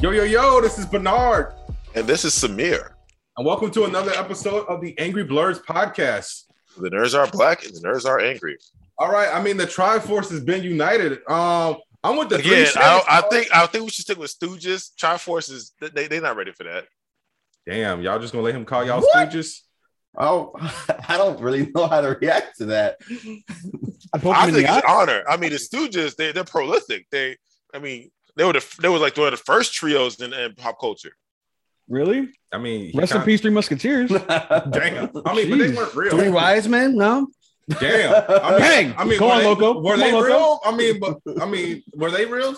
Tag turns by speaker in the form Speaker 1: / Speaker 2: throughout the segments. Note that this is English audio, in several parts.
Speaker 1: Yo, yo, yo, this is Bernard,
Speaker 2: And this is Samir.
Speaker 1: and welcome to another episode of the Angry Blurs podcast.
Speaker 2: The nerds are black and the nerds are angry.
Speaker 1: All right, I mean, the Triforce has been united. Um, I'm with the three
Speaker 2: Again, I,
Speaker 1: Shades,
Speaker 2: don't- I
Speaker 1: dog.
Speaker 2: think I think we should stick with Stooges. Triforce is they they not ready for that.
Speaker 1: Damn, y'all just gonna let him call y'all
Speaker 3: What?
Speaker 1: stooges?
Speaker 3: Oh, I don't really know how to react to that.
Speaker 4: I poked
Speaker 2: I
Speaker 4: him in
Speaker 2: think
Speaker 4: the eye.
Speaker 2: it's honor. I mean, the Stooges they they're prolific. They I mean they were the, they were like one of the first trios in, in pop culture.
Speaker 4: Really?
Speaker 1: I mean, he
Speaker 4: Rest in
Speaker 1: kinda-
Speaker 4: peace, Three Musketeers.
Speaker 1: Damn, I mean, but they
Speaker 4: Jeez.
Speaker 1: weren't
Speaker 4: Three
Speaker 1: real.
Speaker 4: wise men? No.
Speaker 1: Damn, I mean,
Speaker 4: Bang!
Speaker 1: I mean,
Speaker 4: Go
Speaker 1: were
Speaker 4: on,
Speaker 1: they-
Speaker 4: Loco.
Speaker 1: Were
Speaker 4: Come
Speaker 1: they
Speaker 4: on, Loco.
Speaker 1: real? I mean, but I mean, were they real?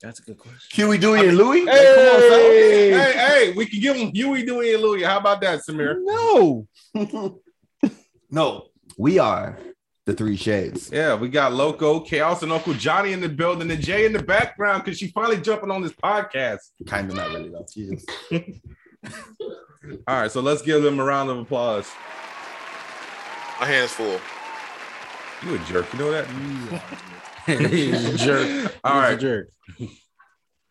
Speaker 5: That's a good question.
Speaker 3: Huey, Dewey, and Louie. Like,
Speaker 1: Hey,
Speaker 4: Hey!
Speaker 1: hey, we can give them Huey, Dewey, and Louie. How about that, Samir?
Speaker 4: No.
Speaker 3: come on, son. no, we are the Three Shades.
Speaker 1: Yeah, we got Loco, Chaos, and Uncle Johnny in the building, and Jay in the background because she finally jumping on this podcast.
Speaker 3: Kind of not really though. Jesus.
Speaker 1: All right, so let's give them a round of applause.
Speaker 2: My hands full.
Speaker 1: You a jerk, you know that?
Speaker 5: He's a jerk.
Speaker 1: All
Speaker 5: He's a
Speaker 1: right,
Speaker 5: jerk.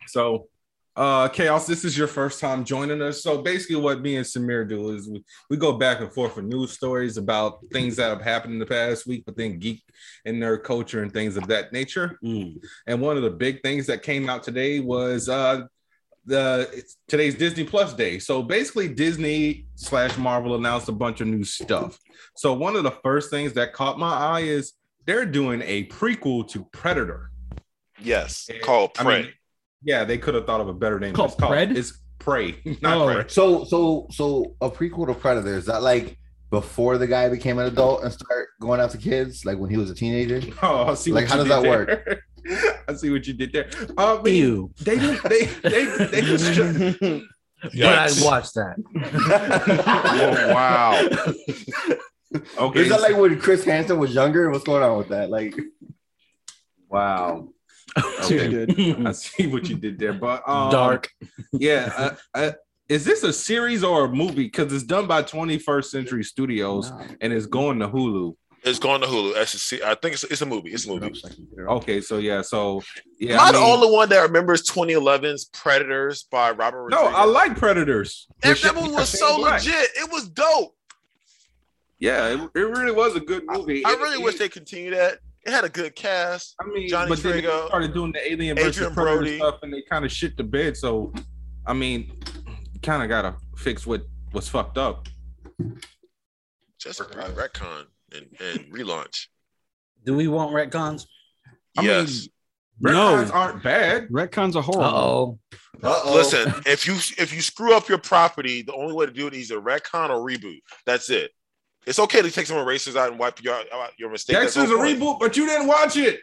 Speaker 1: so uh Chaos, this is your first time joining us. So basically, what me and Samir do is we, we go back and forth with news stories about things that have happened in the past week, but then geek and nerd culture and things of that nature.
Speaker 5: Mm.
Speaker 1: And one of the big things that came out today was uh the it's- today's Disney Plus day. So basically, Disney slash Marvel announced a bunch of new stuff. So one of the first things that caught my eye is they're doing a prequel to Predator.
Speaker 2: Yes,
Speaker 1: Yeah,
Speaker 2: called
Speaker 1: I
Speaker 2: Prey.
Speaker 1: mean, yeah, they could have thought of a better name. but
Speaker 5: Called
Speaker 1: it's called
Speaker 5: Pred?
Speaker 1: It's Prey, not
Speaker 5: Oh.
Speaker 1: Prey.
Speaker 3: So, so, so a prequel to Predator is that like before the guy became an adult and start going after kids, like when he was a teenager?
Speaker 1: Oh, I see
Speaker 3: Like,
Speaker 1: what
Speaker 3: how
Speaker 1: you
Speaker 3: does
Speaker 1: did
Speaker 3: that
Speaker 1: there. I see what you did there. Uh, I mean,
Speaker 5: Ew.
Speaker 1: They didn't- they they they just
Speaker 5: But I
Speaker 2: Yikes.
Speaker 5: watched that.
Speaker 1: Oh, wow. okay.
Speaker 3: Is that like when Chris Hansen was younger? What's going on with that? Like, wow.
Speaker 1: Okay.
Speaker 5: Mm-hmm.
Speaker 1: I see what you did there, but um,
Speaker 5: Dark.
Speaker 1: yeah. Uh, uh, is this a series or a movie? Because it's done by 21st Century Studios and it's going to Hulu.
Speaker 2: It's going to Hulu. I should see. I think it's, it's a movie. It's a movie.
Speaker 1: Okay, so yeah, so yeah.
Speaker 2: Am I
Speaker 1: I
Speaker 2: the
Speaker 1: mean-
Speaker 2: only one that remembers 2011's Predators by Robert
Speaker 1: no,
Speaker 2: Rodriguez?
Speaker 1: I like Predators.
Speaker 2: That,
Speaker 1: With
Speaker 2: that
Speaker 1: Sha-
Speaker 2: movie was so
Speaker 1: Black.
Speaker 2: legit. It was dope.
Speaker 1: Yeah, it, it really was a good movie.
Speaker 2: I
Speaker 1: It-
Speaker 2: really
Speaker 1: it-
Speaker 2: wish they continued that. It had a good cast.
Speaker 1: I mean,
Speaker 2: Johnny
Speaker 1: but then they
Speaker 2: Trigo,
Speaker 1: started doing the Alien versus
Speaker 2: Adrian
Speaker 1: Predator
Speaker 2: Brody.
Speaker 1: stuff, and they kind of shit the bed. So, I mean, kind of gotta fix what was fucked up.
Speaker 2: Just probably retcon and, and relaunch.
Speaker 5: Do we want retcons?
Speaker 1: I mean,
Speaker 2: yes.
Speaker 1: Retcons
Speaker 4: No.
Speaker 1: aren't bad.
Speaker 4: Retcons are
Speaker 5: Uh
Speaker 4: horrible.
Speaker 5: oh.
Speaker 3: Uh-oh.
Speaker 2: Listen, if you if you screw up your property, the only way to do it is either retcon or reboot. That's it. It's okay to take some erasers out and wipe your out your mistakes.
Speaker 1: Dex
Speaker 2: That's
Speaker 1: is a
Speaker 2: no point.
Speaker 1: reboot, but you didn't watch it.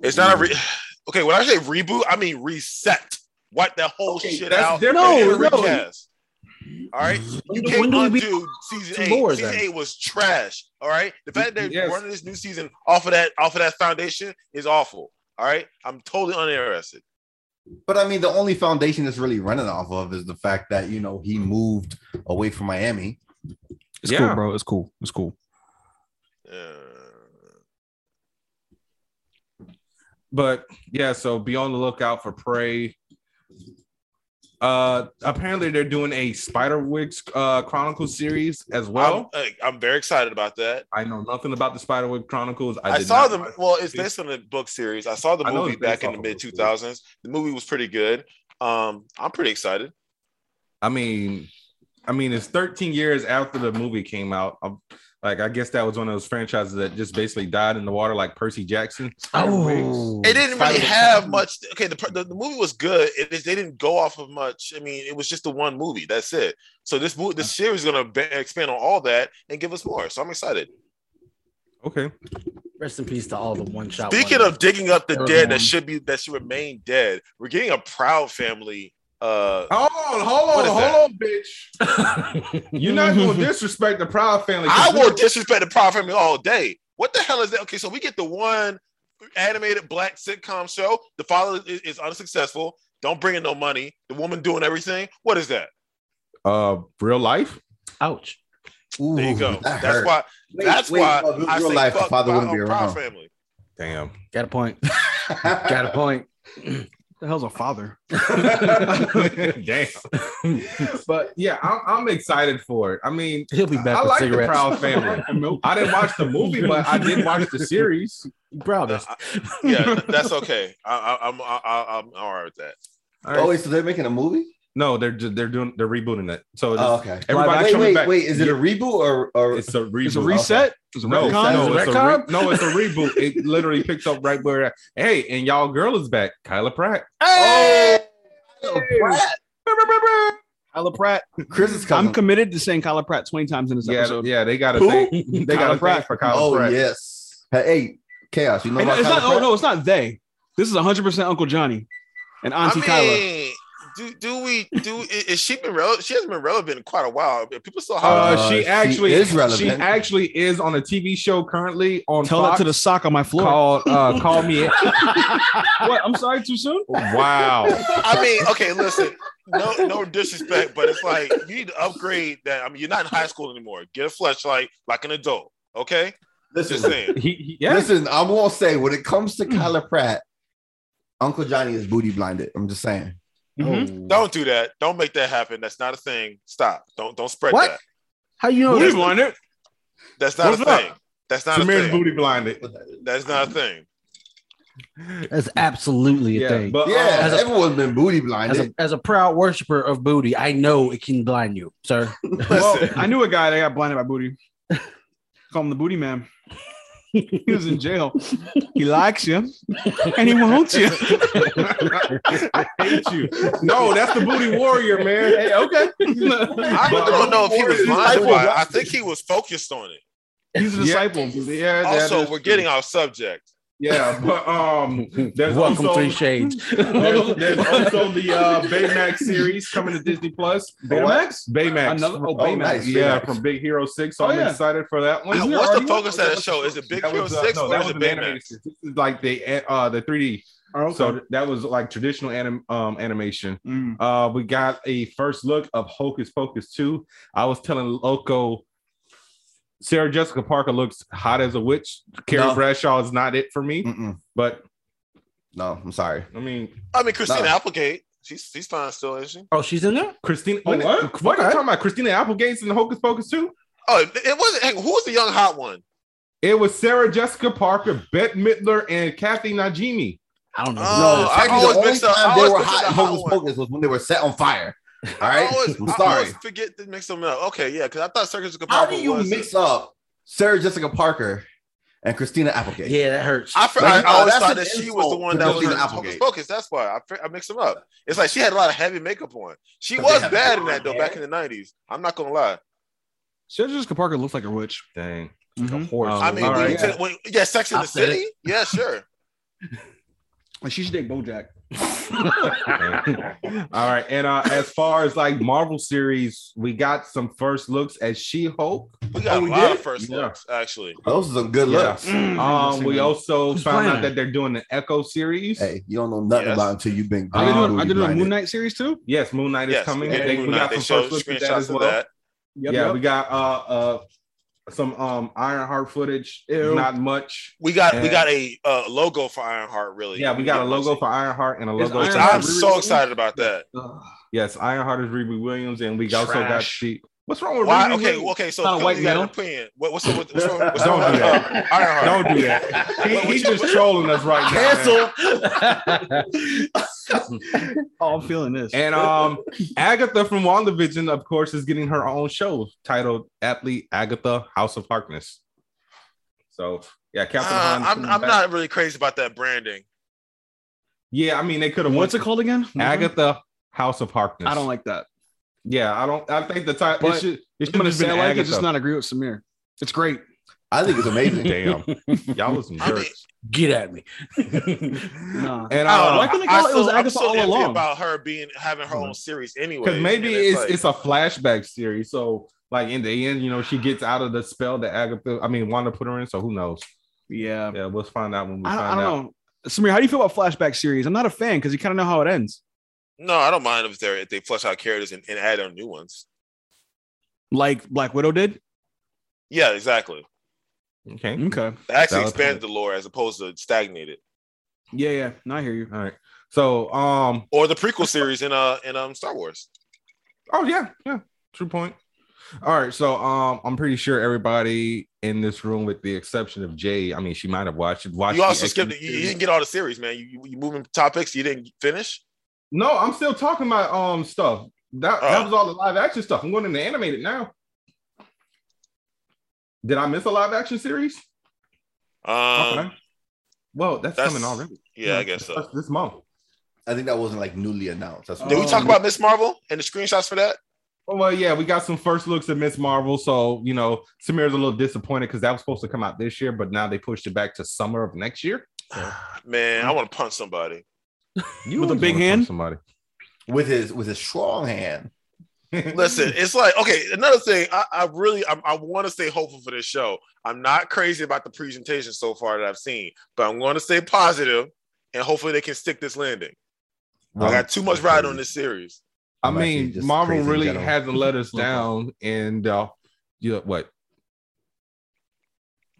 Speaker 2: It's not a re- okay. When I say reboot, I mean reset. Wipe that whole
Speaker 1: Okay,
Speaker 2: shit
Speaker 1: that's
Speaker 2: out.
Speaker 1: different.
Speaker 2: and
Speaker 1: No, no.
Speaker 2: recast. All right, you
Speaker 5: When do-
Speaker 2: can't
Speaker 5: when do we
Speaker 2: undo season
Speaker 5: to
Speaker 2: eight.
Speaker 5: lore,
Speaker 2: season
Speaker 5: then?
Speaker 2: eight was trash. All right, the fact that they're
Speaker 1: Yes.
Speaker 2: running this new season off of that off of that foundation is awful. All right, I'm totally uninterested.
Speaker 3: But I mean, the only foundation that's really running off of is the fact that you know he moved away from Miami.
Speaker 4: It's
Speaker 1: Yeah.
Speaker 4: cool, bro. It's cool. It's cool.
Speaker 2: Uh,
Speaker 1: but yeah, so be on the lookout for Prey. Uh, apparently they're doing a Spider Wigs uh Chronicle series as well.
Speaker 2: I'm, I- I'm very excited about that.
Speaker 1: i know nothing about the Spider Wig Chronicles. I,
Speaker 2: I,
Speaker 1: did
Speaker 2: saw
Speaker 1: not
Speaker 2: the
Speaker 1: watch-
Speaker 2: well. It's based on the book series. I saw the
Speaker 1: I know
Speaker 2: movie
Speaker 1: it's based
Speaker 2: back in
Speaker 1: off
Speaker 2: the
Speaker 1: of a
Speaker 2: mid
Speaker 1: book series.
Speaker 2: 2000s. The movie was pretty good. Um, I'm pretty excited.
Speaker 1: I mean, I mean, it's 13 years after the movie came out. i like, I guess that was one of those franchises that just basically died in the water, like Percy Jackson.
Speaker 5: Oh.
Speaker 2: It didn't
Speaker 1: Spider-Man.
Speaker 2: really have much. Okay, the, the, the movie was good. It is they didn't go off of much. I mean, it was just the one movie. That's it. So this movie, this series is gonna be, expand on all that and give us more. So I'm excited.
Speaker 1: Okay,
Speaker 5: Rest in peace to all the one shot.
Speaker 2: Speaking of digging up the
Speaker 5: Everyone.
Speaker 2: dead that should be that should remain dead, we're getting a proud family. Uh,
Speaker 1: hold on, hold
Speaker 2: What
Speaker 1: on,
Speaker 2: is
Speaker 1: hold
Speaker 2: that?
Speaker 1: on, bitch. You're not gonna disrespect the Proud family. 'cause
Speaker 2: I
Speaker 1: we-
Speaker 2: will disrespect the proud family all day. What the hell is that? Okay, so we get the one animated black sitcom show. The father is, is unsuccessful. Don't bring in no money. The woman doing everything. What is that?
Speaker 1: uh, real life.
Speaker 5: ouch.
Speaker 3: Ooh,
Speaker 2: There you go.
Speaker 3: that
Speaker 2: That's
Speaker 3: hurt.
Speaker 2: why.
Speaker 3: Wait,
Speaker 2: That's
Speaker 3: wait,
Speaker 2: why
Speaker 3: no, this
Speaker 2: I
Speaker 3: real
Speaker 2: say
Speaker 3: life, the
Speaker 2: fuck
Speaker 3: father
Speaker 2: my
Speaker 3: wouldn't be
Speaker 2: own proud
Speaker 3: around.
Speaker 2: family.
Speaker 1: Damn.
Speaker 5: Got a point. Got a point.
Speaker 4: the hell's a father?
Speaker 1: Damn. But yeah, I'm, I'm excited for it. I mean,
Speaker 5: He'll be back
Speaker 1: I
Speaker 5: with
Speaker 1: like the
Speaker 5: cigarettes.
Speaker 1: Proud Family. I didn't watch the movie, but I did watch the series.
Speaker 5: Proud
Speaker 2: Uh,
Speaker 5: us.
Speaker 2: I- yeah, that's okay. I, I, I'm I, I- I'm all right with that.
Speaker 1: All right.
Speaker 3: Oh, wait, so they're making a movie?
Speaker 1: no, they're ju- they're doing they're rebooting it. So it's,
Speaker 3: Oh, okay.
Speaker 1: everybody's
Speaker 3: wait,
Speaker 1: coming
Speaker 3: wait,
Speaker 1: back.
Speaker 3: wait. Is it a reboot or or
Speaker 1: it's a reboot.
Speaker 4: It's a reset. It's a
Speaker 1: No,
Speaker 4: retcon?
Speaker 1: no,
Speaker 4: It's
Speaker 1: it's
Speaker 4: a
Speaker 1: a
Speaker 4: retcon?
Speaker 1: re- no, it's a reboot. It literally picks up right where. Hey, and y'all girl is back, Kyla Pratt.
Speaker 3: Oh,
Speaker 4: Kyla Pratt.
Speaker 3: Chris is coming.
Speaker 4: I'm committed to saying Kyla Pratt 20 times in this
Speaker 1: Yeah,
Speaker 4: episode.
Speaker 1: yeah, they got a
Speaker 4: Who?
Speaker 1: thing. They got
Speaker 4: Kyla
Speaker 1: a thing
Speaker 4: Pratt.
Speaker 1: for Kyla
Speaker 3: oh
Speaker 1: Pratt.
Speaker 3: yes. Hey, chaos. You know
Speaker 4: And
Speaker 3: about
Speaker 4: it's
Speaker 3: Kyla
Speaker 4: not, oh
Speaker 3: Pratt?
Speaker 4: no, it's not they. This is 100 percent Uncle Johnny and Oh, Auntie
Speaker 2: I
Speaker 4: Kyla.
Speaker 2: mean, do do we do? i- Is she been relevant? She hasn't been relevant in quite a while. People still holler.
Speaker 1: Uh,
Speaker 3: Uh,
Speaker 1: she
Speaker 3: she
Speaker 1: actually
Speaker 3: is
Speaker 1: She
Speaker 3: relevant.
Speaker 1: actually is on a TV show currently on
Speaker 4: Tell
Speaker 1: Fox
Speaker 4: that to the sock on my floor.
Speaker 1: called uh, Call Me.
Speaker 4: what? I'm sorry, too soon.
Speaker 1: wow.
Speaker 2: I mean, okay, listen. No, no disrespect, but it's like you need to upgrade that. I mean, you're not in high school anymore. Get a flashlight like an adult. Okay, just
Speaker 3: Listen,
Speaker 2: saying.
Speaker 1: He, he- yeah.
Speaker 3: listen. I'm gonna say when it comes to Kyla Pratt, Uncle Johnny is booty blinded. I'm just saying.
Speaker 4: Mhm.
Speaker 2: Don't do that. Don't make that happen. That's not a thing. Stop. Don't don't spread
Speaker 3: What?
Speaker 2: that.
Speaker 5: How you know?
Speaker 4: Booty
Speaker 5: that's-
Speaker 4: blinded.
Speaker 2: That's not
Speaker 1: What's
Speaker 2: a
Speaker 1: up?
Speaker 2: thing. That's not a
Speaker 1: Samir's
Speaker 2: thing.
Speaker 1: booty blinded.
Speaker 2: That's not a thing.
Speaker 5: That's absolutely a
Speaker 1: Yeah,
Speaker 5: thing.
Speaker 1: but
Speaker 3: Yeah,
Speaker 1: uh,
Speaker 3: everyone's been booty
Speaker 5: as a,
Speaker 3: blinded.
Speaker 5: as a proud worshiper of booty, I know it can blind you, sir.
Speaker 1: well,
Speaker 4: I knew a guy that got blinded by booty. Call him the booty man. He was in jail. He likes you and he wants you.
Speaker 1: um,
Speaker 4: I hate you.
Speaker 1: no, that's the booty warrior, man. Hey, okay.
Speaker 2: I
Speaker 1: But-
Speaker 2: don't know if he was
Speaker 1: He's
Speaker 2: blinded
Speaker 1: like,
Speaker 2: by. it. I think he was focused on it.
Speaker 4: He's a
Speaker 1: Yeah.
Speaker 4: disciple.
Speaker 1: Yeah, that
Speaker 2: Also,
Speaker 1: is
Speaker 2: we're
Speaker 1: true.
Speaker 2: getting off subject.
Speaker 1: Yeah, but um, there's
Speaker 5: Welcome
Speaker 1: also,
Speaker 5: to Shades.
Speaker 1: There's, there's also the uh, Baymax series coming to Disney Plus.
Speaker 4: Baymax?
Speaker 1: Baymax.
Speaker 4: Another- oh,
Speaker 1: Baymax.
Speaker 4: Baymax.
Speaker 1: Yeah,
Speaker 3: Baymax.
Speaker 1: from Big Hero Six. So
Speaker 4: Oh,
Speaker 1: I'm
Speaker 4: yeah.
Speaker 1: excited for that one.
Speaker 4: Isn't there
Speaker 2: What's
Speaker 4: already
Speaker 2: the
Speaker 4: one?
Speaker 2: focus of that show? Is it Big
Speaker 1: That
Speaker 2: Hero
Speaker 1: was, uh,
Speaker 2: Six
Speaker 1: no,
Speaker 2: or
Speaker 1: that
Speaker 2: is
Speaker 1: was
Speaker 2: it
Speaker 1: an
Speaker 2: Big
Speaker 1: animated
Speaker 2: Max?
Speaker 1: series. This is like the uh, the 3D.
Speaker 4: Oh,
Speaker 1: So that was like traditional anim- um, animation.
Speaker 2: Mm-hmm.
Speaker 4: Mm.
Speaker 1: Uh, we got a first look of Hocus Pocus 2. I was telling Loco, Sarah Jessica Parker looks hot as a witch. Carrie
Speaker 3: No.
Speaker 1: Bradshaw is not it for
Speaker 4: Mm.
Speaker 1: me,
Speaker 3: Mm-mm.
Speaker 1: but
Speaker 3: No, I'm sorry.
Speaker 1: I mean,
Speaker 2: I mean, Christina
Speaker 3: Nah.
Speaker 2: Applegate. She's she's fine still, isn't she?
Speaker 5: Oh, she's in there.
Speaker 1: Christina. Oh,
Speaker 4: Wait,
Speaker 1: what? What are you
Speaker 4: okay.
Speaker 1: talking about? Christina Applegate's in Hocus Pocus 2?
Speaker 2: Oh, it, it wasn't. Hang, on, who was the young hot one?
Speaker 1: It was Sarah Jessica Parker, Bette Midler, and Kathy Najimy.
Speaker 5: I don't know.
Speaker 2: Oh, I
Speaker 3: Actually,
Speaker 2: always
Speaker 3: the only
Speaker 2: mix up-
Speaker 3: time
Speaker 2: I
Speaker 3: they
Speaker 2: always
Speaker 3: were
Speaker 2: mix up
Speaker 3: hot in
Speaker 2: the hot
Speaker 3: Hocus
Speaker 2: one.
Speaker 3: Pocus was when they were set on fire. All
Speaker 2: I
Speaker 3: right,
Speaker 2: always,
Speaker 3: I'm
Speaker 2: I
Speaker 3: sorry.
Speaker 2: always forget to mix them up. Okay, yeah, because I thought Circus Jessica
Speaker 3: How
Speaker 2: Parker
Speaker 3: do you
Speaker 2: was.
Speaker 3: mix up Sarah Jessica Parker and Christina Applegate?
Speaker 5: yeah, that hurts.
Speaker 2: I, fr-
Speaker 3: Like,
Speaker 2: I, I
Speaker 3: no,
Speaker 2: always
Speaker 3: that's
Speaker 2: thought
Speaker 3: an
Speaker 2: that she was
Speaker 3: insult
Speaker 2: the one
Speaker 3: to
Speaker 2: that was
Speaker 3: Christina
Speaker 2: her Hocus
Speaker 3: Applegate.
Speaker 2: Pocus. That's why I, fr- I mixed them up. It's like she had a lot of heavy makeup on. She
Speaker 3: But they
Speaker 2: was
Speaker 3: have
Speaker 2: bad in
Speaker 3: blonde
Speaker 2: that though back in the nineties. I'm not gonna lie.
Speaker 4: Sarah Jessica Parker looked like a witch.
Speaker 1: Dang.
Speaker 4: Mhm.
Speaker 1: horse.
Speaker 2: I mean,
Speaker 1: all
Speaker 2: when you
Speaker 1: right.
Speaker 2: take- when- yeah, Sex in
Speaker 5: I
Speaker 2: the
Speaker 5: said
Speaker 2: City. Yeah, sure.
Speaker 1: uh,
Speaker 4: Like she should date BoJack. Mm-hmm.
Speaker 1: All right, and uh, as far as like Marvel series, we got some first looks at She-Hulk.
Speaker 2: We got
Speaker 3: we
Speaker 2: a lot of
Speaker 3: did?
Speaker 2: first
Speaker 1: Yeah.
Speaker 2: looks actually.
Speaker 3: Those are some good
Speaker 1: Yeah.
Speaker 3: looks.
Speaker 2: Mm.
Speaker 4: Mm-hmm.
Speaker 1: Um, we also
Speaker 5: Who's
Speaker 1: found
Speaker 5: playing
Speaker 1: out
Speaker 5: her?
Speaker 1: that they're doing the Echo series.
Speaker 3: Hey, you don't know nothing
Speaker 2: Yes.
Speaker 3: about it until you've been.
Speaker 4: Are they
Speaker 1: Um,
Speaker 4: doing, are they doing a Moon Knight series too?
Speaker 1: Yes, Moon Knight is
Speaker 2: Yes,
Speaker 1: coming.
Speaker 2: we
Speaker 1: They-
Speaker 2: did
Speaker 1: we
Speaker 2: Moon Knight.
Speaker 1: got
Speaker 2: They
Speaker 1: some
Speaker 2: showed
Speaker 1: first looks at that as
Speaker 2: screenshots of
Speaker 1: well.
Speaker 2: that.
Speaker 4: Yep,
Speaker 1: yeah,
Speaker 4: yep.
Speaker 1: we got uh uh some um Ironheart footage.
Speaker 4: Ew.
Speaker 1: Not much.
Speaker 2: We got we
Speaker 1: And-
Speaker 2: got a uh, logo for Ironheart. Really?
Speaker 1: Yeah, we got a
Speaker 2: Yeah,
Speaker 1: logo for Ironheart and a
Speaker 4: Is
Speaker 1: logo.
Speaker 2: Which
Speaker 1: for-
Speaker 4: Ironheart
Speaker 2: I'm
Speaker 4: Riri
Speaker 2: so
Speaker 4: Williams?
Speaker 2: excited about that.
Speaker 4: Ugh.
Speaker 1: yes, Ironheart is Ruby Williams, and we also got
Speaker 4: Trash.
Speaker 1: the. What's wrong with
Speaker 2: Why?
Speaker 1: Riri
Speaker 2: Okay,
Speaker 1: Williams?
Speaker 2: okay. So
Speaker 4: Not a
Speaker 2: Philly
Speaker 4: white
Speaker 2: got an
Speaker 4: male.
Speaker 2: opinion. What, what's the, what's, what's, wrong- what's
Speaker 1: Don't
Speaker 2: wrong
Speaker 1: do
Speaker 2: with
Speaker 1: that.
Speaker 2: uh, Ironheart?
Speaker 1: Don't do that. He, he's just trolling us right now. man.
Speaker 3: Cancel.
Speaker 4: Oh, I'm feeling this.
Speaker 1: And um, Agatha from WandaVision, of course, is getting her own show titled Athlete Agatha House of Harkness. So yeah, Captain
Speaker 2: Uh,
Speaker 1: Han's
Speaker 2: I'm,
Speaker 1: coming
Speaker 2: I'm
Speaker 1: back.
Speaker 2: not really crazy about that branding.
Speaker 1: Yeah, I mean they could have
Speaker 4: What's
Speaker 1: went
Speaker 4: it called again?
Speaker 1: Agatha House of Harkness.
Speaker 4: I don't like that.
Speaker 1: Yeah, I don't. I think the title. It
Speaker 4: But
Speaker 1: should. It
Speaker 4: I'm
Speaker 1: should
Speaker 4: gonna
Speaker 1: have
Speaker 4: say
Speaker 1: been
Speaker 4: I like it,
Speaker 1: Agatha.
Speaker 4: just not agree with Samir. It's great.
Speaker 3: I think it's amazing.
Speaker 1: Damn, y'all was some
Speaker 2: I mean,
Speaker 1: jerks.
Speaker 5: Get at me.
Speaker 4: Nah.
Speaker 1: and
Speaker 2: I don't
Speaker 1: uh,
Speaker 2: know.
Speaker 4: why couldn't they call
Speaker 2: I
Speaker 4: it- it was
Speaker 2: still- I'm
Speaker 4: Agatha
Speaker 2: so
Speaker 4: all
Speaker 2: iffy
Speaker 4: along?
Speaker 2: about her being having her own series anyway.
Speaker 1: because maybe
Speaker 2: And
Speaker 1: it's
Speaker 2: like-
Speaker 1: it's a flashback series. So like in the end, you know, she gets out of the spell that Agatha. I mean, Wanda put her in. So who knows?
Speaker 4: Yeah.
Speaker 1: Yeah, let's find out when we
Speaker 4: I, don't-
Speaker 1: find
Speaker 4: I
Speaker 1: out.
Speaker 4: don't know. Samir, how do you feel about flashback series? I'm not a fan because you kind of know how it ends.
Speaker 2: no, I don't mind if they if they flush out characters and, and add on new ones.
Speaker 4: Like Black Widow did.
Speaker 2: Yeah, exactly.
Speaker 1: Okay.
Speaker 4: Okay.
Speaker 2: They actually
Speaker 1: Valid
Speaker 2: expanded the lore as opposed to stagnated.
Speaker 4: Yeah, yeah. No, I hear you.
Speaker 1: All right. So, um,
Speaker 2: or the prequel series in uh in um Star Wars.
Speaker 1: oh yeah, yeah, true point. All right, so um, I'm pretty sure everybody in this room, with the exception of Jay, I mean, she might have watched it. Watched
Speaker 2: you
Speaker 1: the
Speaker 2: also
Speaker 1: X-Men
Speaker 2: skipped. You, you
Speaker 1: series.
Speaker 2: didn't get all the series, man. You you, you moving topics. You didn't finish.
Speaker 1: No, I'm still talking about um stuff. That that
Speaker 2: Oh.
Speaker 1: was all the live action stuff. I'm going into animated now. Did I miss a live action series?
Speaker 2: Um,
Speaker 1: okay. Well, that's,
Speaker 2: that's-
Speaker 1: coming already.
Speaker 2: Yeah, I guess so.
Speaker 1: That's this month.
Speaker 3: I think that wasn't like newly announced. That's
Speaker 2: Did we
Speaker 1: Um,
Speaker 2: talk about Miss Marvel and the screenshots for that?
Speaker 1: Oh, Well, yeah, we got some first looks at Miss Marvel. So, you know, Samir's a little disappointed because that was supposed to come out this year, but now they pushed it back to summer of next year.
Speaker 2: Man,
Speaker 1: Mm.
Speaker 2: I want to punch somebody.
Speaker 1: You
Speaker 4: With a
Speaker 1: always wanna
Speaker 4: big
Speaker 1: punch
Speaker 4: hand?
Speaker 1: Somebody.
Speaker 3: with his with his strong hand?
Speaker 2: Listen, it's like okay. Another thing, I, I really I, I want to stay hopeful for this show. I'm not crazy about the presentation so far that I've seen, but I'm going to stay positive, and hopefully they can stick this landing. I got too much ride on this series.
Speaker 1: I
Speaker 3: I'm actually
Speaker 1: mean,
Speaker 3: just
Speaker 1: Marvel
Speaker 3: crazy in
Speaker 1: really
Speaker 3: general.
Speaker 1: hasn't let us
Speaker 3: Okay.
Speaker 1: down in uh, you know, what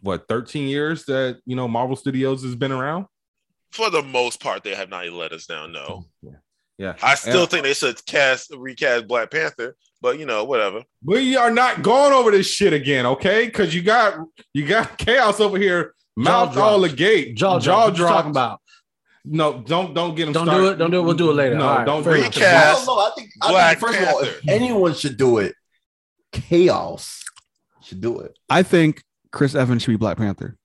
Speaker 1: what 13 years that you know Marvel Studios has been around.
Speaker 2: For the most part, they have not let us down. No,
Speaker 1: Yeah. Yeah.
Speaker 2: I still
Speaker 1: Yeah.
Speaker 2: think they should cast recast Black Panther, but you know whatever.
Speaker 1: We are not going over this shit again, okay? Because you got you got chaos over here, mouth
Speaker 5: dropped.
Speaker 1: all the gate,
Speaker 5: Jaw, jaw, jaw talking about.
Speaker 1: No, don't don't get him.
Speaker 5: Don't do it, don't do it, we'll do it later.
Speaker 1: No,
Speaker 5: All right,
Speaker 1: don't
Speaker 5: fair
Speaker 1: do
Speaker 5: enough.
Speaker 1: it.
Speaker 2: Recap. Yes.
Speaker 3: No, I think, I
Speaker 2: Black
Speaker 3: think first of all, if
Speaker 2: Panther.
Speaker 3: anyone should do it, chaos should do it.
Speaker 4: I think Chris Evans should be Black Panther.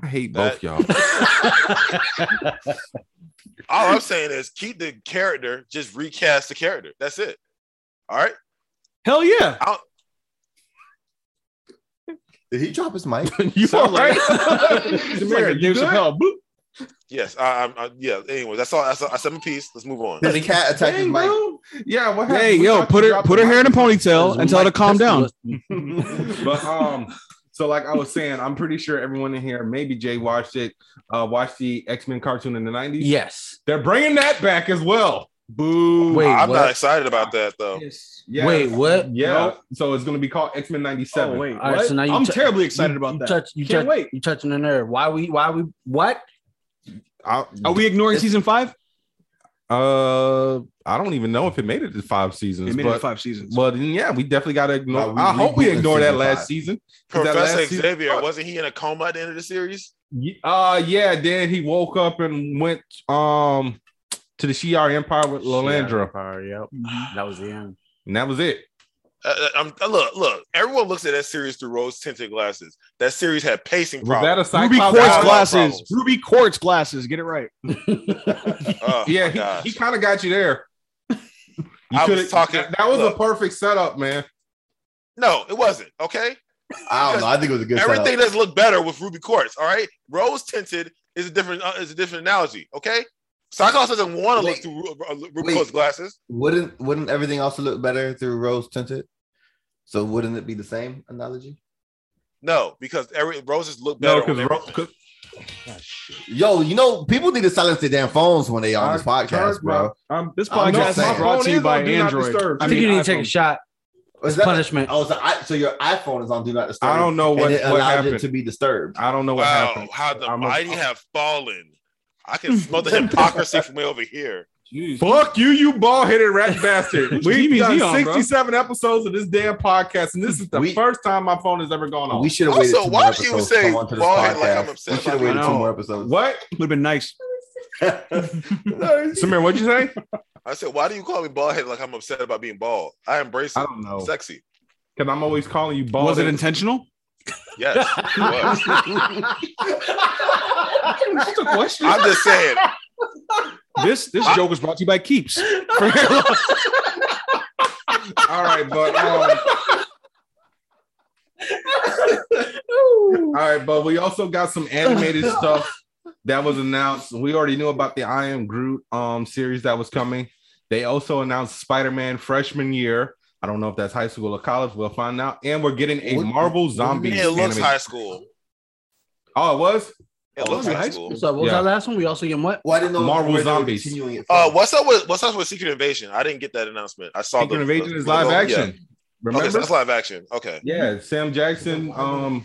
Speaker 1: I hate both
Speaker 2: That-
Speaker 1: y'all.
Speaker 2: All I'm saying is keep the character, just recast the character. That's it. All right.
Speaker 4: Hell yeah.
Speaker 3: Did he drop his mic?
Speaker 1: you all
Speaker 4: Sound like-
Speaker 1: right?
Speaker 4: It's like a
Speaker 1: Samir, you
Speaker 4: Dave
Speaker 1: good?
Speaker 4: Chappelle. Boop.
Speaker 2: Yes. I, I'm. I, yeah. Anyway, that's all. That's all. I said my piece. Let's move on.
Speaker 3: His cat attacked his
Speaker 1: Dang,
Speaker 3: mic.
Speaker 1: bro. Yeah, what happened?
Speaker 4: Hey,
Speaker 1: We
Speaker 4: yo,
Speaker 1: thought
Speaker 4: put
Speaker 1: you
Speaker 4: her
Speaker 1: dropped
Speaker 4: put
Speaker 1: the
Speaker 4: her hair in a
Speaker 1: mic.
Speaker 4: ponytail and tell her to calm down.
Speaker 1: but um, so like I was saying, I'm pretty sure everyone in here, maybe Jay watched it, uh, watched the X Men cartoon in the '90s.
Speaker 5: Yes.
Speaker 1: they're bringing that back as well. Boo!
Speaker 5: Wait,
Speaker 2: I'm
Speaker 5: what?
Speaker 2: not excited about that though.
Speaker 1: Yes.
Speaker 5: Wait, what?
Speaker 1: yeah.
Speaker 4: Nope.
Speaker 1: So it's gonna be called X Men '97.
Speaker 4: Oh, wait.
Speaker 5: All right,
Speaker 4: what?
Speaker 5: so now you
Speaker 4: I'm
Speaker 5: t-
Speaker 4: terribly excited about
Speaker 5: you
Speaker 4: that.
Speaker 5: Touch, you
Speaker 4: Can't
Speaker 5: touch,
Speaker 4: wait.
Speaker 5: You touching the nerve? Why we? Why we? What?
Speaker 1: I,
Speaker 4: Are we ignoring
Speaker 3: It's-
Speaker 4: season five?
Speaker 1: uh, I don't even know if it made it to five seasons.
Speaker 4: It made
Speaker 1: but,
Speaker 4: it five seasons.
Speaker 1: Well, then, yeah, we definitely gotta
Speaker 3: Nah,
Speaker 1: ignore.
Speaker 3: we-
Speaker 1: I hope we
Speaker 3: we
Speaker 1: ignore
Speaker 3: season
Speaker 1: that last
Speaker 3: five.
Speaker 1: season. 'Cause that
Speaker 2: Professor
Speaker 1: last season-
Speaker 2: Xavier wasn't he in a coma at the end of the series?
Speaker 1: Ye- Uh yeah, then he woke up and went um to the Shi'ar Empire with Lalandra,
Speaker 5: Yep. That was the end.
Speaker 1: and that was it.
Speaker 2: Uh, uh, I'm, uh, look, look. Everyone looks at that series through rose tinted glasses. That series had pacing
Speaker 1: Was that
Speaker 2: problems.
Speaker 1: a
Speaker 4: Ruby
Speaker 1: Cyclops?
Speaker 4: quartz
Speaker 2: Dialogue
Speaker 4: glasses.
Speaker 2: problems.
Speaker 4: Ruby quartz glasses. Get it right.
Speaker 2: Oh, my
Speaker 1: yeah,
Speaker 2: gosh.
Speaker 1: he, he kind of got you there. You
Speaker 2: I was
Speaker 1: could've-
Speaker 2: talking-
Speaker 1: That, that was
Speaker 2: look.
Speaker 1: a perfect setup, man.
Speaker 2: no, it wasn't. Okay.
Speaker 3: I don't know. I think it was a good
Speaker 2: Everything
Speaker 3: setup.
Speaker 2: doesn't look better with ruby quartz. All right, rose tinted is a different uh, is a different analogy. Okay, Cyclops doesn't want to look
Speaker 3: Wait.
Speaker 2: through ru- uh, ruby
Speaker 3: Wait.
Speaker 2: quartz glasses.
Speaker 3: Wouldn't wouldn't everything also look better through rose tinted? So wouldn't it be the same analogy?
Speaker 2: No, because every roses look better.
Speaker 1: No,
Speaker 2: on every-
Speaker 1: because
Speaker 3: Yo, you know, people need to silence their damn phones when they on this podcast, bro.
Speaker 1: I'm,
Speaker 4: This
Speaker 3: I'm
Speaker 4: podcast
Speaker 3: just
Speaker 4: is
Speaker 3: saying.
Speaker 4: brought to you by
Speaker 1: My phone is on Do Not
Speaker 4: Android.
Speaker 1: Disturb.
Speaker 5: I,
Speaker 1: I
Speaker 5: think you
Speaker 4: mean,
Speaker 5: need to take a
Speaker 4: iPhone.
Speaker 5: shot.
Speaker 3: Is
Speaker 5: It's
Speaker 3: that-
Speaker 5: punishment.
Speaker 3: Oh, so, I, so your iPhone is on do not disturb.
Speaker 1: I don't know what,
Speaker 3: and it
Speaker 1: what
Speaker 3: allowed it
Speaker 1: happened.
Speaker 3: to be disturbed.
Speaker 1: I don't know what
Speaker 2: wow,
Speaker 1: happened.
Speaker 2: how the
Speaker 1: I'm a-
Speaker 2: mighty have fallen. I can smell the hypocrisy from way over here.
Speaker 4: Jeez.
Speaker 1: Fuck you, you bald headed rat bastard.
Speaker 4: Leave
Speaker 1: We've
Speaker 4: me
Speaker 1: done
Speaker 4: alone, bro.
Speaker 1: 67 episodes of this damn podcast, and this is the
Speaker 3: We-
Speaker 1: first time my phone has ever gone off.
Speaker 3: We should have waited.
Speaker 2: Also,
Speaker 3: two
Speaker 2: why
Speaker 3: more
Speaker 2: do you
Speaker 3: episodes to
Speaker 2: say
Speaker 3: come onto this
Speaker 2: bald head like I'm
Speaker 3: podcast.
Speaker 2: upset
Speaker 3: We should
Speaker 2: about
Speaker 3: have
Speaker 2: it?
Speaker 3: waited
Speaker 4: I
Speaker 3: two
Speaker 4: know.
Speaker 3: more episodes.
Speaker 1: what?
Speaker 4: Would have been nice.
Speaker 1: Samir, what'd you say?
Speaker 2: I said, why do you call me bald head like I'm upset about being bald? I embrace it.
Speaker 1: I don't know.
Speaker 2: Sexy.
Speaker 1: Because I'm always calling you bald.
Speaker 4: Was it intentional?
Speaker 2: Yes. it was.
Speaker 4: That's a question.
Speaker 2: I'm just saying.
Speaker 4: This this joke was brought to you by Keeps.
Speaker 1: All right, but um, all right, but we also got some animated stuff that was announced. We already knew about the I Am Groot um series that was coming. They also announced Spider-Man freshman year. I don't know if that's high school or college. We'll find out. And we're getting a
Speaker 3: What-
Speaker 1: Marvel
Speaker 3: what-
Speaker 1: zombie.
Speaker 2: It looks
Speaker 1: animated-
Speaker 2: high school.
Speaker 1: Oh, it was.
Speaker 2: It
Speaker 4: Oh,
Speaker 2: looks
Speaker 4: high
Speaker 2: high school.
Speaker 5: So what was
Speaker 1: Yeah.
Speaker 5: that last one? We also get what?
Speaker 3: Well, I didn't know
Speaker 1: Marvel
Speaker 3: where they were
Speaker 1: Zombies.
Speaker 3: continuing it
Speaker 2: Uh,
Speaker 3: from.
Speaker 2: what's up with what's up with Secret Invasion? I didn't get that announcement. I saw
Speaker 1: Secret
Speaker 2: the
Speaker 1: Invasion
Speaker 2: the-
Speaker 1: is
Speaker 2: the-
Speaker 1: live
Speaker 2: yeah.
Speaker 1: action. Remember?
Speaker 2: Okay, so that's live action. Okay.
Speaker 1: yeah, Sam Jackson. Um,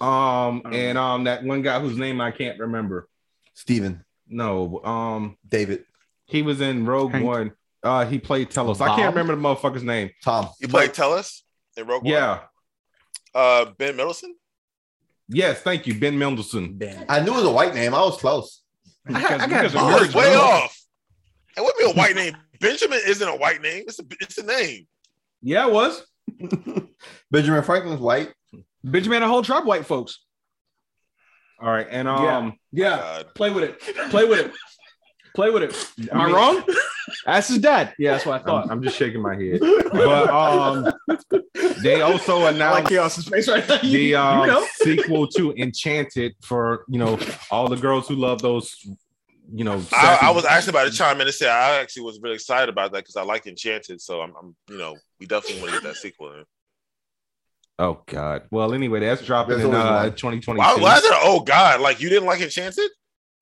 Speaker 1: um, and um, that one guy whose name I can't remember.
Speaker 3: Steven.
Speaker 1: No, um,
Speaker 3: David,
Speaker 1: he was in Rogue
Speaker 4: Hank.
Speaker 1: One. Uh, he played Telos. I can't
Speaker 5: Bob?
Speaker 1: remember the motherfucker's name.
Speaker 3: Tom.
Speaker 2: You played Tellus in Rogue One?
Speaker 1: Yeah.
Speaker 2: Uh, ben Middleton?
Speaker 1: Yes, thank you, Ben Mendelsohn.
Speaker 5: Ben.
Speaker 3: I knew it was a white name. I was close.
Speaker 5: I got- I got
Speaker 4: Because- because
Speaker 5: Oh,
Speaker 2: Oh, it's
Speaker 4: of
Speaker 2: way
Speaker 4: yours, bro.
Speaker 2: off. And what be a white name? Benjamin isn't a white name. It's a it's a name.
Speaker 1: Yeah, it was.
Speaker 3: Benjamin Franklin's white.
Speaker 4: Benjamin, a whole tribe, white folks.
Speaker 1: All right, and
Speaker 4: Yeah.
Speaker 1: um,
Speaker 4: Yeah,
Speaker 2: God.
Speaker 4: play with it. Play with it. Play with it. Am I,
Speaker 1: mean-
Speaker 4: wrong? That's his dad. Yeah, that's what I
Speaker 1: I'm,
Speaker 4: thought.
Speaker 1: I'm just shaking my head. But um, they also
Speaker 4: I like
Speaker 1: announced
Speaker 4: chaos's face right now. You,
Speaker 1: the um,
Speaker 4: you know,
Speaker 1: sequel to Enchanted for you know all the girls who love those. You know,
Speaker 2: I,
Speaker 1: sassy-
Speaker 2: I was actually about to chime in and say I actually was really excited about that because I like Enchanted. So I'm, I'm you know, we definitely want to get that sequel in.
Speaker 1: Oh God. Well, anyway, that's dropping
Speaker 3: There's
Speaker 1: in
Speaker 3: always
Speaker 1: uh,
Speaker 3: one.
Speaker 1: 2022.
Speaker 2: Why, why is that? Oh God! Like you didn't like Enchanted?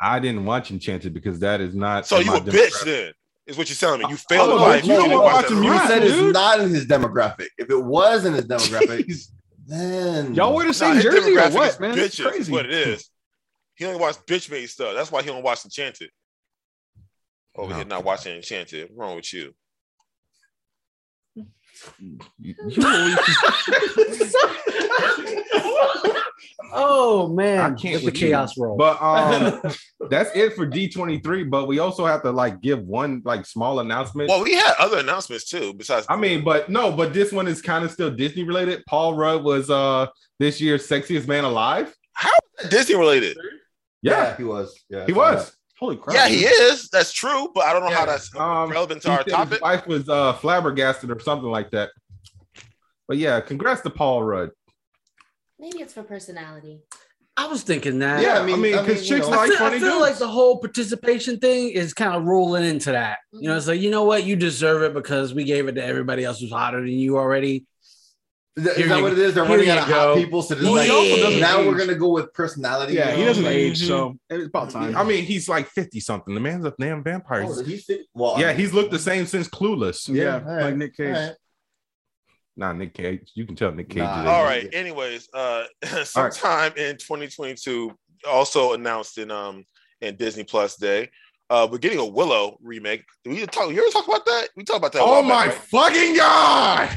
Speaker 1: I didn't watch Enchanted because that is not.
Speaker 2: So
Speaker 1: in
Speaker 2: you
Speaker 1: my
Speaker 2: a bitch
Speaker 1: demographic.
Speaker 2: then? Is what you're telling me? You
Speaker 4: Oh,
Speaker 2: failed in
Speaker 4: no,
Speaker 2: life.
Speaker 4: you
Speaker 2: You,
Speaker 4: don't
Speaker 2: didn't
Speaker 4: wanna
Speaker 2: watch
Speaker 4: watch
Speaker 2: that
Speaker 4: him.
Speaker 3: You
Speaker 2: movie.
Speaker 4: Right,
Speaker 3: said
Speaker 4: dude.
Speaker 3: it's not in his demographic. If it was in his demographic,
Speaker 4: Jeez.
Speaker 3: then
Speaker 4: y'all wear the
Speaker 2: Nah,
Speaker 4: same
Speaker 2: his
Speaker 4: jersey or
Speaker 2: demographic
Speaker 4: what,
Speaker 2: is
Speaker 4: man? It's
Speaker 2: Bitches, is
Speaker 4: crazy.
Speaker 2: What it is? He only watched bitch made stuff. That's why he don't watch Enchanted. Over
Speaker 1: No.
Speaker 2: here, not watching Enchanted. What's wrong with you?
Speaker 1: You- you always-
Speaker 5: oh man,
Speaker 1: I can't
Speaker 5: it's a
Speaker 1: with you.
Speaker 5: chaos roll.
Speaker 1: but um, that's it for D23. But we also have to like give one like small announcement.
Speaker 2: Well, we had other announcements too. Besides,
Speaker 1: I mean, but no, but this one is kind of still Disney related. Paul Rudd was uh this year's sexiest man alive.
Speaker 2: Disney related.
Speaker 1: Yeah,
Speaker 3: he was. Yeah,
Speaker 1: he was.
Speaker 4: Holy crap!
Speaker 2: Yeah, he is. That's true. But I don't know how that's
Speaker 1: Um,
Speaker 2: relevant to
Speaker 1: he
Speaker 2: our
Speaker 1: said
Speaker 2: topic.
Speaker 1: His wife was uh, flabbergasted or something like that. But yeah, congrats to Paul Rudd.
Speaker 6: Maybe it's for personality.
Speaker 5: I was thinking that.
Speaker 1: Yeah, I
Speaker 3: I
Speaker 1: mean,
Speaker 3: mean- I
Speaker 1: because
Speaker 3: mean, you
Speaker 1: chicks
Speaker 3: know.
Speaker 5: I
Speaker 1: like
Speaker 5: feel, I
Speaker 1: funny
Speaker 5: feel
Speaker 1: dudes.
Speaker 5: like the whole participation thing is kind of rolling into that. You know, it's like, you know what? You deserve it because we gave it to everybody else who's hotter than you already.
Speaker 3: Is that,
Speaker 5: Here
Speaker 3: is that
Speaker 5: you-
Speaker 3: what it is? They're
Speaker 5: here
Speaker 3: running
Speaker 5: you
Speaker 3: out of
Speaker 5: go.
Speaker 3: hot people, so this
Speaker 5: Well,
Speaker 3: like,
Speaker 5: he also doesn't
Speaker 3: now
Speaker 4: age.
Speaker 3: we're gonna go with personality.
Speaker 4: Yeah,
Speaker 3: you
Speaker 4: he
Speaker 3: know?
Speaker 4: doesn't
Speaker 3: Like,
Speaker 4: age, so it's about time.
Speaker 1: I mean, he's like 50 something. The man's a damn vampire.
Speaker 3: oh,
Speaker 1: He's-
Speaker 3: he fit- well,
Speaker 1: yeah,
Speaker 3: I mean,
Speaker 1: he's looked the same since Clueless.
Speaker 4: yeah,
Speaker 3: yeah, all right,
Speaker 4: like Nick Cage.
Speaker 3: all right.
Speaker 1: Nah, Nick Cage. You can tell Nick Cage.
Speaker 3: Nah.
Speaker 1: is-
Speaker 2: All right. Anyways, uh, sometime in 2022, also announced in um in Disney Plus Day, uh, we're getting a Willow remake. Do we talk? You ever talk about that? We talked about that. a
Speaker 1: Oh
Speaker 2: while
Speaker 1: my
Speaker 2: back,
Speaker 1: fucking god!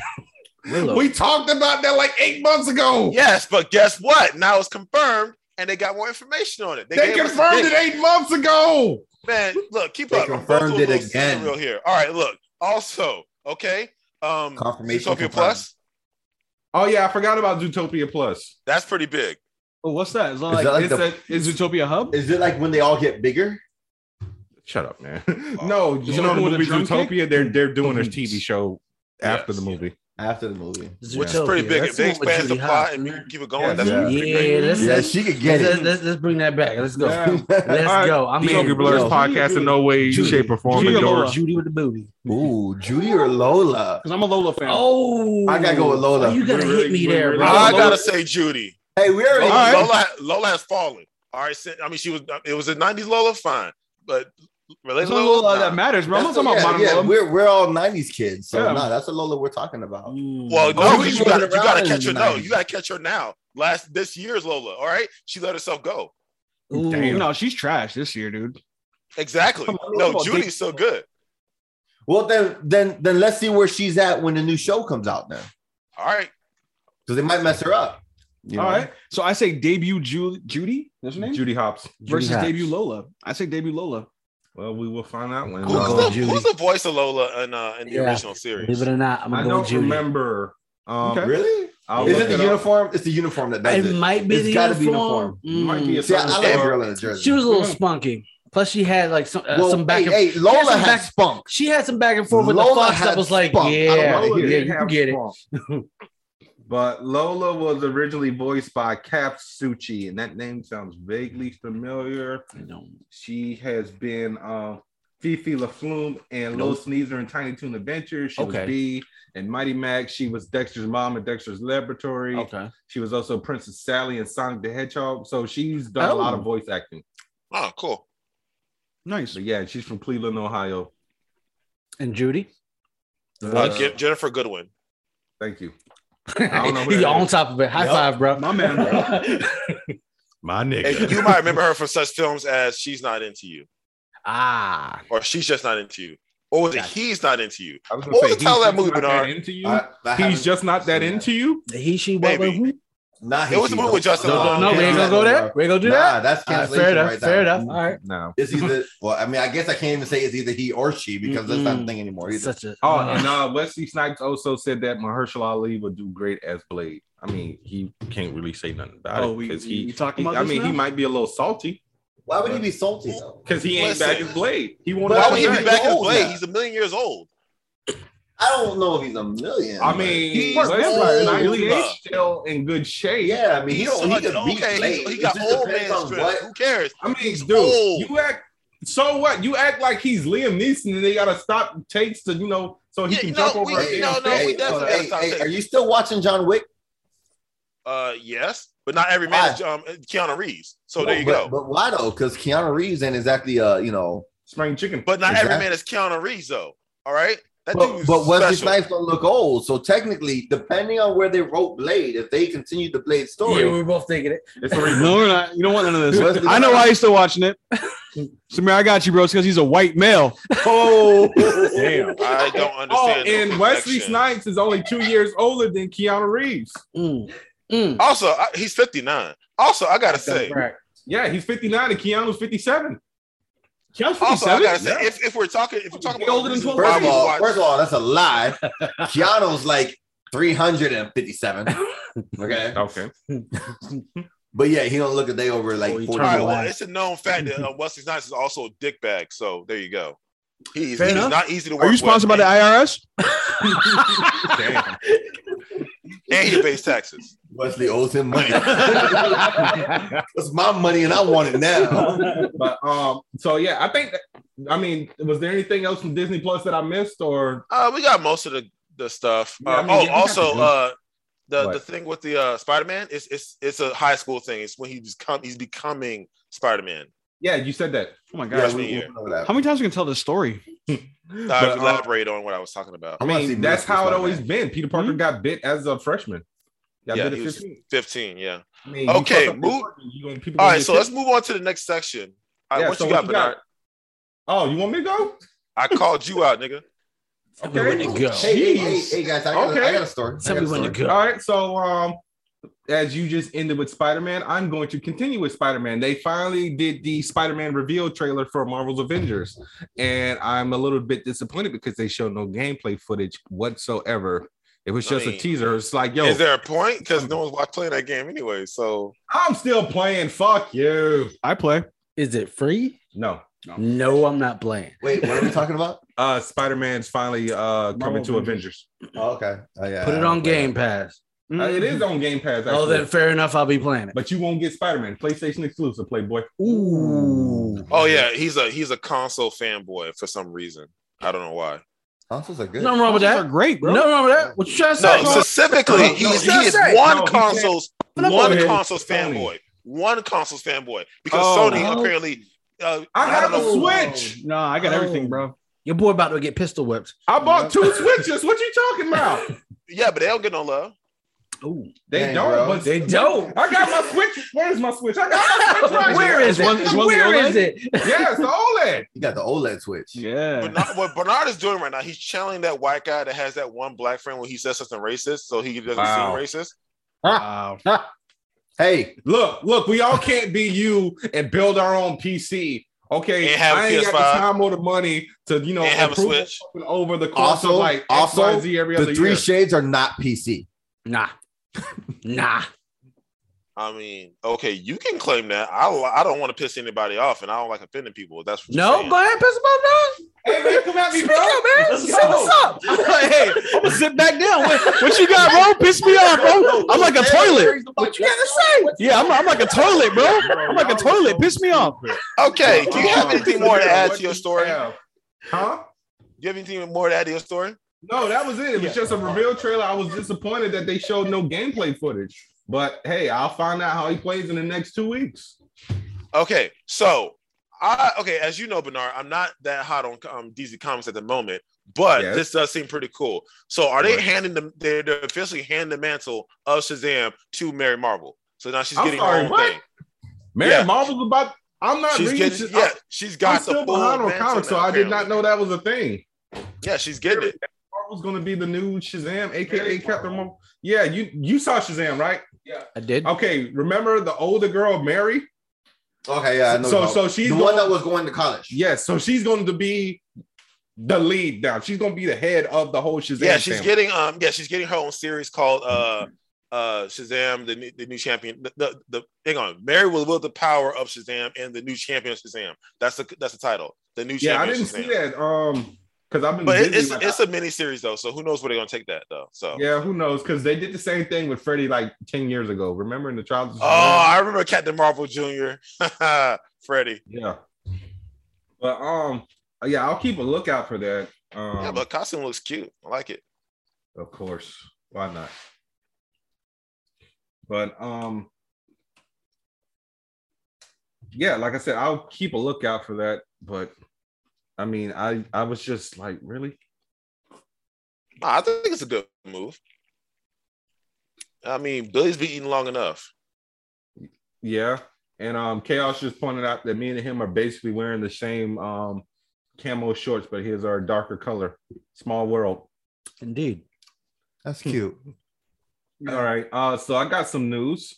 Speaker 5: Willow.
Speaker 1: We talked about that like eight months ago.
Speaker 2: right? Yes, but guess what? Now it's confirmed, and they got more information on it.
Speaker 1: they
Speaker 2: gave us a
Speaker 1: confirmed
Speaker 2: date.
Speaker 1: it eight months ago.
Speaker 2: Man, look, keep
Speaker 3: They
Speaker 2: up. I'm
Speaker 3: confirmed
Speaker 2: going through a
Speaker 3: it
Speaker 2: little
Speaker 3: again.
Speaker 2: scenario Here. All right, look. Also, okay. Um,
Speaker 3: Confirmation
Speaker 2: Utopia
Speaker 3: confirmed.
Speaker 2: Plus.
Speaker 1: Oh yeah, I forgot about Zootopia Plus.
Speaker 2: That's pretty big.
Speaker 4: Oh, what's that? Is, that
Speaker 3: Is
Speaker 4: like,
Speaker 3: that like
Speaker 4: it's
Speaker 3: the-
Speaker 4: a- is Zootopia Hub?
Speaker 3: Is it like when they all get bigger?
Speaker 1: Shut up, man. no, you
Speaker 4: Is it
Speaker 1: know the
Speaker 4: the one
Speaker 1: movie
Speaker 4: with the drum
Speaker 1: Zootopia.
Speaker 4: kick?
Speaker 1: They're they're doing their TV show after
Speaker 2: Yes.
Speaker 1: the movie.
Speaker 3: After the movie,
Speaker 1: Which
Speaker 2: Which is pretty
Speaker 5: Zootopia.
Speaker 2: big.
Speaker 5: That's
Speaker 2: If they
Speaker 5: one with
Speaker 2: expand the
Speaker 5: Judy
Speaker 2: plot
Speaker 5: Hopps,
Speaker 2: and we
Speaker 5: man.
Speaker 2: keep it going,
Speaker 1: Yeah,
Speaker 2: that's
Speaker 1: yeah.
Speaker 2: pretty great.
Speaker 5: Yeah, that's,
Speaker 3: yeah,
Speaker 5: that's,
Speaker 3: she could get
Speaker 5: let's,
Speaker 3: it.
Speaker 5: let's, let's bring that back. Let's go.
Speaker 1: Yeah.
Speaker 5: Let's
Speaker 1: All right.
Speaker 5: go. I'm
Speaker 1: The
Speaker 5: in.
Speaker 1: Yogi Blur's
Speaker 5: Yo,
Speaker 1: podcast in no way,
Speaker 5: Judy.
Speaker 1: shape, or form
Speaker 4: Judy
Speaker 1: endorse.
Speaker 4: Lola.
Speaker 5: Judy with the booty.
Speaker 3: Ooh, Judy or Lola?
Speaker 4: Because I'm a Lola fan.
Speaker 5: Oh,
Speaker 3: I gotta go with Lola.
Speaker 5: You
Speaker 1: We're
Speaker 5: gotta hit
Speaker 1: really-
Speaker 5: me
Speaker 1: we're
Speaker 5: there,
Speaker 1: really-
Speaker 5: bro.
Speaker 2: I
Speaker 1: Lola-
Speaker 2: gotta say, Judy.
Speaker 3: Hey, we already.
Speaker 2: Lola,
Speaker 1: All right.
Speaker 2: Lola, Lola has fallen. All right, since- I mean, she was. It was a '90s Lola, fine, but
Speaker 4: It's
Speaker 2: related to
Speaker 4: a Lola,
Speaker 2: Lola,
Speaker 4: that
Speaker 2: nah.
Speaker 4: matters, bro. I'm not
Speaker 3: That's a-
Speaker 4: talking about modern
Speaker 3: yeah, yeah,
Speaker 4: Lola.
Speaker 3: we're we're all '90s kids, so
Speaker 4: Yeah.
Speaker 3: nah, that's the Lola we're talking about.
Speaker 2: Well,
Speaker 3: Oh, she
Speaker 2: no, 'cause
Speaker 3: was
Speaker 2: you gotta, you
Speaker 3: around
Speaker 2: gotta
Speaker 3: in
Speaker 2: catch
Speaker 3: the
Speaker 2: her. No,
Speaker 3: 90s.
Speaker 2: you gotta catch her now. Last this year's Lola. All right, she let herself go.
Speaker 5: Ooh.
Speaker 1: Damn.
Speaker 4: No, she's trash this year, dude.
Speaker 2: Exactly.
Speaker 4: Come on, come
Speaker 2: No,
Speaker 4: on,
Speaker 2: Judy's so good.
Speaker 3: Well, then then then let's see where she's at when the new show comes out then,
Speaker 2: All right,
Speaker 3: because they might mess her up. you
Speaker 4: All
Speaker 3: know?
Speaker 4: right. So I say debut Ju- Judy. That's her name?
Speaker 1: Judy Hopps.
Speaker 4: versus
Speaker 5: Hopps.
Speaker 4: debut Lola. I say debut Lola.
Speaker 1: Well, we will find out when.
Speaker 5: I'm gonna
Speaker 2: who's,
Speaker 5: go
Speaker 1: Uh,
Speaker 5: with
Speaker 2: the,
Speaker 5: Judy.
Speaker 2: who's the voice of Lola in uh, in the
Speaker 5: Yeah.
Speaker 2: original
Speaker 5: Believe
Speaker 2: series?
Speaker 5: it or not, I'm
Speaker 1: I
Speaker 5: gonna go
Speaker 1: don't
Speaker 5: with Judy.
Speaker 1: remember. Um,
Speaker 4: Okay.
Speaker 3: Really?
Speaker 1: I'll
Speaker 3: Is
Speaker 1: look
Speaker 3: it the
Speaker 1: up.
Speaker 3: uniform? It's the uniform that does
Speaker 5: It
Speaker 3: it.
Speaker 5: might be
Speaker 3: It's
Speaker 5: the
Speaker 3: gotta be
Speaker 5: uniform.
Speaker 1: It might be a
Speaker 5: Mm.
Speaker 3: See, I, I like a girl in a jersey.
Speaker 5: She was a little spunky. Plus, she had like some uh,
Speaker 3: Well,
Speaker 5: some back
Speaker 3: hey,
Speaker 5: and
Speaker 3: hey, Lola
Speaker 5: some
Speaker 3: has
Speaker 5: back-
Speaker 3: spunk.
Speaker 5: she had some back and forth with
Speaker 3: Lola
Speaker 5: the Fox that
Speaker 3: had
Speaker 5: was like,
Speaker 3: spunk. I
Speaker 5: yeah,
Speaker 3: don't
Speaker 5: yeah,
Speaker 3: wanna hear
Speaker 5: you
Speaker 3: it.
Speaker 5: can get it.
Speaker 1: But Lola was originally voiced by Cap Suchi, and that name sounds vaguely familiar.
Speaker 5: I know.
Speaker 1: She has been uh, Fifi LaFlume and Lil Sneezer and Tiny Toon Adventures. She
Speaker 5: Okay.
Speaker 1: was B and Mighty Max. She was Dexter's mom at Dexter's Laboratory.
Speaker 5: Okay.
Speaker 1: She was also Princess Sally and Sonic the Hedgehog. So she's done a lot of voice acting.
Speaker 2: Oh, cool.
Speaker 4: Nice.
Speaker 1: So yeah, she's from Cleveland, Ohio.
Speaker 5: And Judy.
Speaker 2: Uh,
Speaker 1: Uh,
Speaker 2: Ge- Jennifer Goodwin.
Speaker 1: Thank you. don't know who
Speaker 5: You're
Speaker 1: that
Speaker 5: on
Speaker 1: is.
Speaker 5: top of it. High
Speaker 3: Yup.
Speaker 5: five, bro.
Speaker 4: My man,
Speaker 5: bro.
Speaker 1: My
Speaker 2: Hey, you might remember her from such films as She's Not Into You.
Speaker 5: Ah,
Speaker 2: or she's just not into you, or was it
Speaker 5: Gotcha.
Speaker 2: he's not into you?
Speaker 1: I was
Speaker 2: What was
Speaker 1: he's
Speaker 2: the title of that
Speaker 1: just
Speaker 2: movie,
Speaker 1: not that
Speaker 2: Bernard?
Speaker 1: Into you?
Speaker 3: I- I haven't
Speaker 1: he's just not that
Speaker 3: seen
Speaker 1: into you.
Speaker 5: the he, she, what, what,
Speaker 2: Maybe.
Speaker 5: who?
Speaker 3: Nah,
Speaker 2: It was
Speaker 3: Hasty,
Speaker 2: the movie
Speaker 3: though.
Speaker 2: with Justin
Speaker 5: No, no,
Speaker 2: Long.
Speaker 5: no, we ain't gonna go there. We ain't gonna do
Speaker 3: Nah,
Speaker 5: that.
Speaker 3: that's
Speaker 5: All right,
Speaker 3: cancellation
Speaker 5: fair enough.
Speaker 3: right
Speaker 5: fair
Speaker 3: there.
Speaker 5: enough. All right.
Speaker 1: No.
Speaker 3: It's either well, I mean, I guess I can't even say it's either he or she because that's not a thing anymore. Either.
Speaker 5: Such a.
Speaker 1: Oh, and
Speaker 5: Uh-huh.
Speaker 1: uh, Wesley Snipes also said that Mahershala Ali would do great as Blade. I mean, he can't really say nothing about
Speaker 4: Oh,
Speaker 1: it
Speaker 4: we,
Speaker 1: because
Speaker 4: we
Speaker 1: he.
Speaker 4: talking
Speaker 1: he-
Speaker 4: about
Speaker 1: I
Speaker 4: this
Speaker 1: mean, he
Speaker 4: now?
Speaker 1: might be a little salty
Speaker 3: Why would he be salty though?
Speaker 1: because he ain't
Speaker 2: Listen.
Speaker 1: back as Blade. He won't.
Speaker 3: Why
Speaker 2: Why would he be
Speaker 3: He's
Speaker 2: back in
Speaker 3: old
Speaker 2: play?
Speaker 3: now.
Speaker 2: He's a million years old.
Speaker 3: I don't know if he's a million.
Speaker 1: I
Speaker 3: but-
Speaker 1: mean,
Speaker 2: He's
Speaker 1: Wesley
Speaker 3: old,
Speaker 1: Snipes
Speaker 2: really.
Speaker 1: is still in good shape.
Speaker 3: yeah, I mean, he
Speaker 2: He's
Speaker 3: don't. He
Speaker 2: so-
Speaker 3: could beat
Speaker 2: okay,
Speaker 3: Blade.
Speaker 2: he, he
Speaker 3: It
Speaker 2: got
Speaker 3: just
Speaker 2: old
Speaker 3: depends
Speaker 2: man
Speaker 3: on
Speaker 2: strength. Who cares?
Speaker 1: I mean,
Speaker 2: He's
Speaker 1: dude,
Speaker 2: old.
Speaker 1: you act. So what? You act like he's Liam Neeson, and they gotta stop takes to you know, so he
Speaker 2: Yeah,
Speaker 1: can
Speaker 2: no,
Speaker 1: jump over.
Speaker 2: we-
Speaker 1: a damn
Speaker 2: Hey, no, no,
Speaker 1: fence.
Speaker 2: we definitely
Speaker 3: hey,
Speaker 2: gotta stop
Speaker 3: hey,
Speaker 2: taking-
Speaker 3: are you still watching John Wick?
Speaker 2: Uh, yes, but not every man is um, Keanu Reeves. So Oh, there you
Speaker 3: but,
Speaker 2: go.
Speaker 3: But why though? Because Keanu Reeves ain't exactly uh, you know,
Speaker 1: spring chicken.
Speaker 2: But not every
Speaker 3: Exactly.
Speaker 2: man is Keanu Reeves, though. All right, that
Speaker 3: but,
Speaker 2: was
Speaker 3: but Wesley
Speaker 2: special.
Speaker 3: Snipes don't look old. So technically, depending on where they wrote Blade, if they continue the Blade
Speaker 5: yeah,
Speaker 3: story,
Speaker 5: we're both thinking it.
Speaker 1: It's a reboot.
Speaker 4: No, we're not. You don't want none of this.
Speaker 3: Wesley
Speaker 4: I know
Speaker 3: Snipes.
Speaker 4: why you're still watching it. Samir, I got you, bro. It's because he's a white male.
Speaker 3: oh,
Speaker 1: Damn.
Speaker 2: I don't
Speaker 1: Oh,
Speaker 2: understand. the
Speaker 1: and Wesley
Speaker 2: connection.
Speaker 1: Snipes is only two years older than Keanu Reeves.
Speaker 5: Mm. Mm.
Speaker 2: Also, I, he's fifty nine. Also, I gotta say.
Speaker 5: Right.
Speaker 1: Yeah, he's 59 and Keanu's 57.
Speaker 4: Keanu's
Speaker 2: Also, I
Speaker 4: 57?
Speaker 2: gotta say,
Speaker 1: Yeah.
Speaker 2: if, if we're talking, if we're talking
Speaker 1: He
Speaker 2: about
Speaker 1: older than
Speaker 2: reasons
Speaker 3: First
Speaker 1: 12
Speaker 2: why
Speaker 3: of
Speaker 2: we
Speaker 3: all,
Speaker 2: watch-
Speaker 3: first of all, that's a lie. Keanu's like 357. Okay.
Speaker 1: Okay.
Speaker 3: But yeah, he don't look a day over like
Speaker 5: Oh, he
Speaker 3: 40.
Speaker 2: All right,
Speaker 5: Wow.
Speaker 2: well, it's a known fact that uh, Wesley Snipes is also a dickbag. So there you go. He's,
Speaker 5: Fair
Speaker 2: he's
Speaker 5: enough.
Speaker 2: not easy to work
Speaker 4: Are you sponsored by
Speaker 2: with,
Speaker 4: the IRS?
Speaker 1: Damn.
Speaker 2: And he pays taxes.
Speaker 3: Wesley owes him money. That's my money and I want it now.
Speaker 1: But um, so yeah, I think that, I mean, was there anything else from Disney Plus that I missed or
Speaker 2: Uh, we got most of the, the stuff.
Speaker 1: Yeah, I
Speaker 2: Uh,
Speaker 1: mean,
Speaker 2: oh,
Speaker 1: yeah, we got
Speaker 2: also,
Speaker 1: the-
Speaker 2: uh, the,
Speaker 1: What?
Speaker 2: the thing with the uh, Spider Man is it's it's a high school thing. It's when he's come he's becoming Spider Man.
Speaker 1: yeah, you said that.
Speaker 4: Oh my
Speaker 3: Yeah,
Speaker 4: gosh.
Speaker 3: we, we
Speaker 2: year.
Speaker 3: went over that.
Speaker 4: How many times we can tell this story?
Speaker 2: I
Speaker 1: But, uh,
Speaker 2: elaborate on what I was talking about.
Speaker 1: I
Speaker 3: wanna see
Speaker 1: mean, that's
Speaker 3: Miracle
Speaker 1: how it
Speaker 3: Spider-Man.
Speaker 1: always been. Peter Parker got bit as a freshman. Got
Speaker 2: Hmm? Yeah,
Speaker 1: bit
Speaker 2: he
Speaker 1: at
Speaker 2: was-
Speaker 1: 15.
Speaker 2: Fifteen, yeah.
Speaker 1: I mean, you
Speaker 2: Okay,
Speaker 1: fuck up
Speaker 2: move-
Speaker 1: Peter Parker, you gonna- people
Speaker 2: All
Speaker 1: gonna
Speaker 2: right,
Speaker 1: get
Speaker 2: so
Speaker 1: kicked.
Speaker 2: let's move on to the next section. All right,
Speaker 1: Yeah,
Speaker 2: what
Speaker 1: so
Speaker 2: you got, Bernard?
Speaker 1: Oh, you want me to go?
Speaker 2: I called you out, nigga.
Speaker 5: Tell me
Speaker 1: Okay.
Speaker 5: when to go.
Speaker 3: Hey, hey, hey,
Speaker 1: Jeez.
Speaker 3: hey, guys, I got, a-
Speaker 1: Okay.
Speaker 3: I got a story. I
Speaker 5: Tell
Speaker 3: got
Speaker 5: me
Speaker 3: a
Speaker 5: when to
Speaker 3: story.
Speaker 5: go.
Speaker 1: All right. So, um, as you just ended with Spider Man, I'm going to continue with Spider Man. They finally did the Spider Man reveal trailer for Marvel's Avengers, and I'm a little bit disappointed because they showed no gameplay footage whatsoever. It was
Speaker 2: I
Speaker 1: just a
Speaker 2: mean,
Speaker 1: teaser. It's like, yo,
Speaker 2: Is there a point? Because no one's wa- playing that game anyway. So
Speaker 1: I'm still playing. Fuck you.
Speaker 4: I play.
Speaker 5: Is it free?
Speaker 1: No.
Speaker 5: No, I'm not playing.
Speaker 3: Wait, what are we talking about?
Speaker 1: Uh, Spider Man's finally uh coming to Avengers.
Speaker 3: Oh, okay. Oh, yeah,
Speaker 5: Put it
Speaker 3: I
Speaker 5: on
Speaker 3: don't play
Speaker 5: Game Pass.
Speaker 1: Uh, it is on Game Pass. Actually.
Speaker 5: Oh, then fair enough. I'll be playing it.
Speaker 1: but you won't get Spider Man, PlayStation exclusive, Playboy.
Speaker 5: Ooh.
Speaker 1: Mhm.
Speaker 2: oh yeah, he's a he's a console fanboy for some reason. I don't know why.
Speaker 3: that. Consoles are good.
Speaker 5: Nothing wrong with
Speaker 4: Consoles
Speaker 5: that.
Speaker 4: are great, bro.
Speaker 5: Nothing wrong with that. What you trying to
Speaker 2: No,
Speaker 5: say?
Speaker 2: specifically,
Speaker 1: No, no,
Speaker 2: he's,
Speaker 1: he
Speaker 2: he is
Speaker 5: said-
Speaker 2: one
Speaker 1: no, he said-
Speaker 2: console's
Speaker 5: Open up over
Speaker 2: one
Speaker 5: here.
Speaker 2: console's
Speaker 1: Sony.
Speaker 2: fanboy. One console's fanboy because
Speaker 1: Oh.
Speaker 2: Sony apparently. Uh,
Speaker 1: I
Speaker 2: I
Speaker 1: have
Speaker 2: don't
Speaker 1: a
Speaker 2: know.
Speaker 1: Switch.
Speaker 4: No, I got everything, bro.
Speaker 5: Your boy about to get pistol whipped.
Speaker 1: I bought two Switches. What you talking about?
Speaker 2: Yeah, but they don't get no love.
Speaker 5: Ooh.
Speaker 1: They
Speaker 3: Dang,
Speaker 1: don't.
Speaker 3: bro.
Speaker 1: But
Speaker 5: They dope.
Speaker 1: I got my Switch. Where's my Switch? I got my Switch right
Speaker 5: Where
Speaker 1: here.
Speaker 5: is it?
Speaker 4: It's one- it's one
Speaker 5: Where
Speaker 4: OLED?
Speaker 5: is it?
Speaker 1: Yeah, it's the OLED.
Speaker 3: You got the OLED switch.
Speaker 4: Yeah.
Speaker 2: Bernard, what Bernard is doing right now, he's channeling that white guy that has that one black friend when he says something racist, so he doesn't
Speaker 1: Wow.
Speaker 2: seem racist.
Speaker 4: Wow.
Speaker 3: Hey,
Speaker 1: Look, look, we all can't be you and build our own PC. Okay,
Speaker 2: And have a
Speaker 1: I ain't got
Speaker 2: PS5.
Speaker 1: the time or the money to you know
Speaker 2: And have a
Speaker 1: improve
Speaker 2: Switch.
Speaker 1: something over the course
Speaker 3: Also-
Speaker 1: of like
Speaker 3: also,
Speaker 1: X, Y, Z every other
Speaker 3: the three
Speaker 1: year.
Speaker 3: shades are not PC.
Speaker 5: Nah. Nah.
Speaker 2: I mean, okay, you can claim that. I li- I don't want to piss anybody off, and I don't like offending people. That's what you're
Speaker 5: No,
Speaker 2: saying.
Speaker 5: go ahead, pistol whipped.
Speaker 1: hey man, come at me,
Speaker 5: No.
Speaker 1: bro.
Speaker 5: Yo, man.
Speaker 1: Let's
Speaker 5: Say
Speaker 1: go.
Speaker 5: what's up.
Speaker 4: hey, I'm gonna sit back down. What, what you got, bro? Piss me off, bro. I'm like a toilet.
Speaker 5: What you gotta say?
Speaker 4: Yeah, I'm, I'm like a toilet, bro. I'm like a toilet. Piss me off.
Speaker 2: Okay, do you have anything more to add
Speaker 1: What
Speaker 2: to your
Speaker 1: do you
Speaker 2: story? Do
Speaker 1: have? Huh?
Speaker 2: you have anything more to add to your story?
Speaker 1: No, that was it. It was just a reveal trailer. I was disappointed that they showed no gameplay footage. But hey, I'll find out how he plays in the next two weeks.
Speaker 2: Okay, so I okay, as you know, Bernard, I'm not that hot on um, DC Comics at the moment, but
Speaker 1: Yes.
Speaker 2: this does seem pretty cool. So, are they
Speaker 1: Right.
Speaker 2: handing them? They're, they're officially handing the mantle of Shazam to Mary Marvel. So now she's
Speaker 1: I'm
Speaker 2: getting
Speaker 1: sorry,
Speaker 2: her own
Speaker 1: what?
Speaker 2: thing.
Speaker 1: Mary
Speaker 2: Yeah.
Speaker 1: Marvel's about I'm not
Speaker 2: She's
Speaker 1: reading.
Speaker 2: getting,
Speaker 1: shit.
Speaker 2: yeah, she's
Speaker 1: I, am
Speaker 2: got the
Speaker 1: still
Speaker 2: full
Speaker 1: behind on
Speaker 2: mantle
Speaker 1: comics, so
Speaker 2: now,
Speaker 1: I did not
Speaker 2: apparently.
Speaker 1: know that was a thing.
Speaker 2: Yeah, she's getting it.
Speaker 1: Marvel's gonna be the new Shazam, aka Captain Marvel. Yeah, you you saw Shazam, right?
Speaker 5: I did.
Speaker 1: Okay, remember the older girl, Mary?
Speaker 3: Okay, yeah, I know.
Speaker 1: So-
Speaker 3: about-
Speaker 1: so she's
Speaker 3: the one
Speaker 1: going-
Speaker 3: that was going to college.
Speaker 1: Yes, so she's going to be the lead now. She's going to be the head of the whole Shazam.
Speaker 2: Yeah, she's
Speaker 1: family.
Speaker 2: getting um. Yeah, she's getting her own series called uh uh Shazam, the new, the new champion. The, the the hang on, Mary will wield the power of Shazam and the new champion of Shazam. That's the that's the title. The new
Speaker 1: Yeah, I
Speaker 2: champion.
Speaker 1: didn't
Speaker 2: of Shazam.
Speaker 1: see that. Um, because I've been
Speaker 2: But it,
Speaker 1: busy
Speaker 2: it's
Speaker 1: with-
Speaker 2: it's a mini series though, so who knows where they're gonna take that though. So
Speaker 1: yeah, who knows? Because they did the same thing with Freddy like 10 years ago. Remember in the Trials of
Speaker 2: oh, I remember Captain Marvel Jr. Freddy.
Speaker 1: yeah. But um, yeah, I'll keep a lookout for that. Um,
Speaker 2: yeah, but costume looks cute. I like it.
Speaker 1: Of course. Why not? But um yeah, like I said, I'll keep a lookout for that. But I mean, I I was just like, really?
Speaker 2: Nah, I think it's a good move. I mean, Billy's been eating long enough.
Speaker 1: Yeah. And um Chaos just pointed out that me and him are basically wearing the same um camo shorts, but his are a darker color. Small world.
Speaker 5: Indeed.
Speaker 3: That's cute.
Speaker 1: All right. Uh, so I got some news.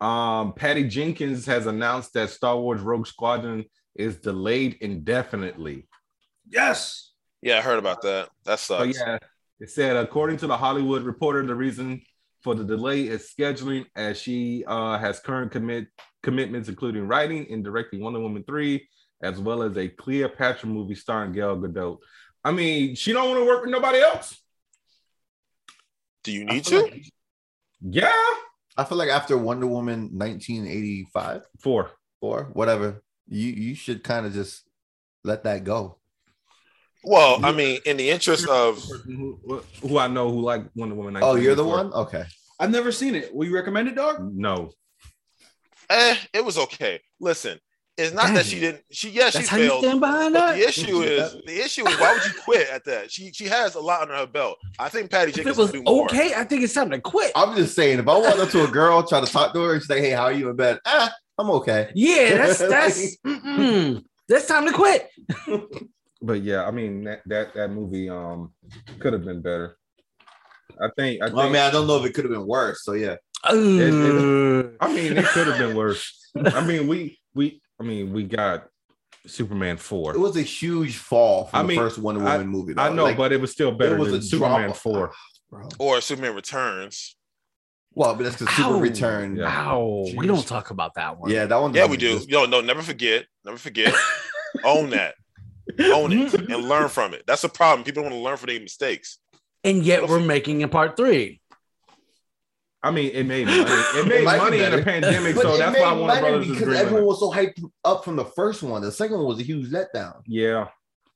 Speaker 1: Um, Patty Jenkins has announced that Star Wars Rogue Squadron is delayed indefinitely.
Speaker 5: Yes.
Speaker 2: Yeah, I heard about that. That sucks.
Speaker 1: So yeah, it said according to the Hollywood Reporter, the reason for the delay is scheduling, as she uh, has current commit commitments, including writing and directing Wonder Woman three, as well as a Cleopatra movie starring Gal Gadot. I mean, she don't want to work with nobody else.
Speaker 2: Do you
Speaker 1: I
Speaker 2: need
Speaker 1: feel
Speaker 2: to?
Speaker 1: like- yeah,
Speaker 3: I feel like after Wonder Woman 1985
Speaker 1: four.
Speaker 3: or whatever, you you should kind of just let that go.
Speaker 2: Well, I mean, in the interest of
Speaker 1: who, who I know who like Wonder Woman.
Speaker 3: Oh, you're the
Speaker 1: 1984.
Speaker 3: one. Okay.
Speaker 4: I've never seen it. Will you recommend it, dog?
Speaker 1: No,
Speaker 2: eh, it was okay. Listen, it's not
Speaker 5: Dang
Speaker 2: that
Speaker 5: it.
Speaker 2: she didn't. She yeah, she
Speaker 5: That's how you
Speaker 2: failed.
Speaker 5: stand behind
Speaker 2: But
Speaker 5: that.
Speaker 2: the issue is the issue is why would you quit at that? She she has a lot under her belt. I think Patty
Speaker 5: If
Speaker 2: Jenkins
Speaker 5: it was
Speaker 2: can do more.
Speaker 5: okay, I think it's time to quit.
Speaker 3: I'm just saying, if I walk up to a girl, try to talk to her, and say, "Hey, how are you in bed?" Ah, I'm okay.
Speaker 5: Yeah, that's that's mm-mm. that's time to quit.
Speaker 1: but yeah, I mean that that, that movie um could have been better. I think. I,
Speaker 3: I
Speaker 1: think,
Speaker 3: mean, I don't know if it could have been worse. So yeah,
Speaker 5: Ugh.
Speaker 1: I mean, it could have been worse. I mean, we we. I mean, we got Superman four.
Speaker 3: it was a huge fall from
Speaker 1: I
Speaker 3: the
Speaker 1: mean,
Speaker 3: first Wonder
Speaker 1: I-
Speaker 3: Woman movie. though.
Speaker 1: I know,
Speaker 3: Like,
Speaker 1: but it was still better
Speaker 3: was
Speaker 1: than
Speaker 3: a
Speaker 1: Superman
Speaker 3: drop-off.
Speaker 1: four.
Speaker 3: bro.
Speaker 2: Or Superman Returns.
Speaker 3: Well, but that's because Super
Speaker 5: Ow.
Speaker 3: Return.
Speaker 1: Yeah.
Speaker 5: Ow,
Speaker 3: Jeez.
Speaker 5: we don't talk about that one.
Speaker 3: Yeah, that one.
Speaker 2: Yeah, we do. Yo, no, never forget. Never forget. Own that. Own it and learn from it. That's the problem. People don't want to learn from their mistakes.
Speaker 5: And yet we're making a part three.
Speaker 1: I mean, it made money.
Speaker 3: It
Speaker 1: It made
Speaker 3: might be
Speaker 1: money in a
Speaker 3: better.
Speaker 1: pandemic,
Speaker 3: But
Speaker 1: so
Speaker 3: it
Speaker 1: that's
Speaker 3: made
Speaker 1: why Warner
Speaker 3: money
Speaker 1: Brothers is
Speaker 3: because
Speaker 1: greenlit.
Speaker 3: everyone was so hyped up from the first one. The second one was a huge letdown.
Speaker 1: Yeah,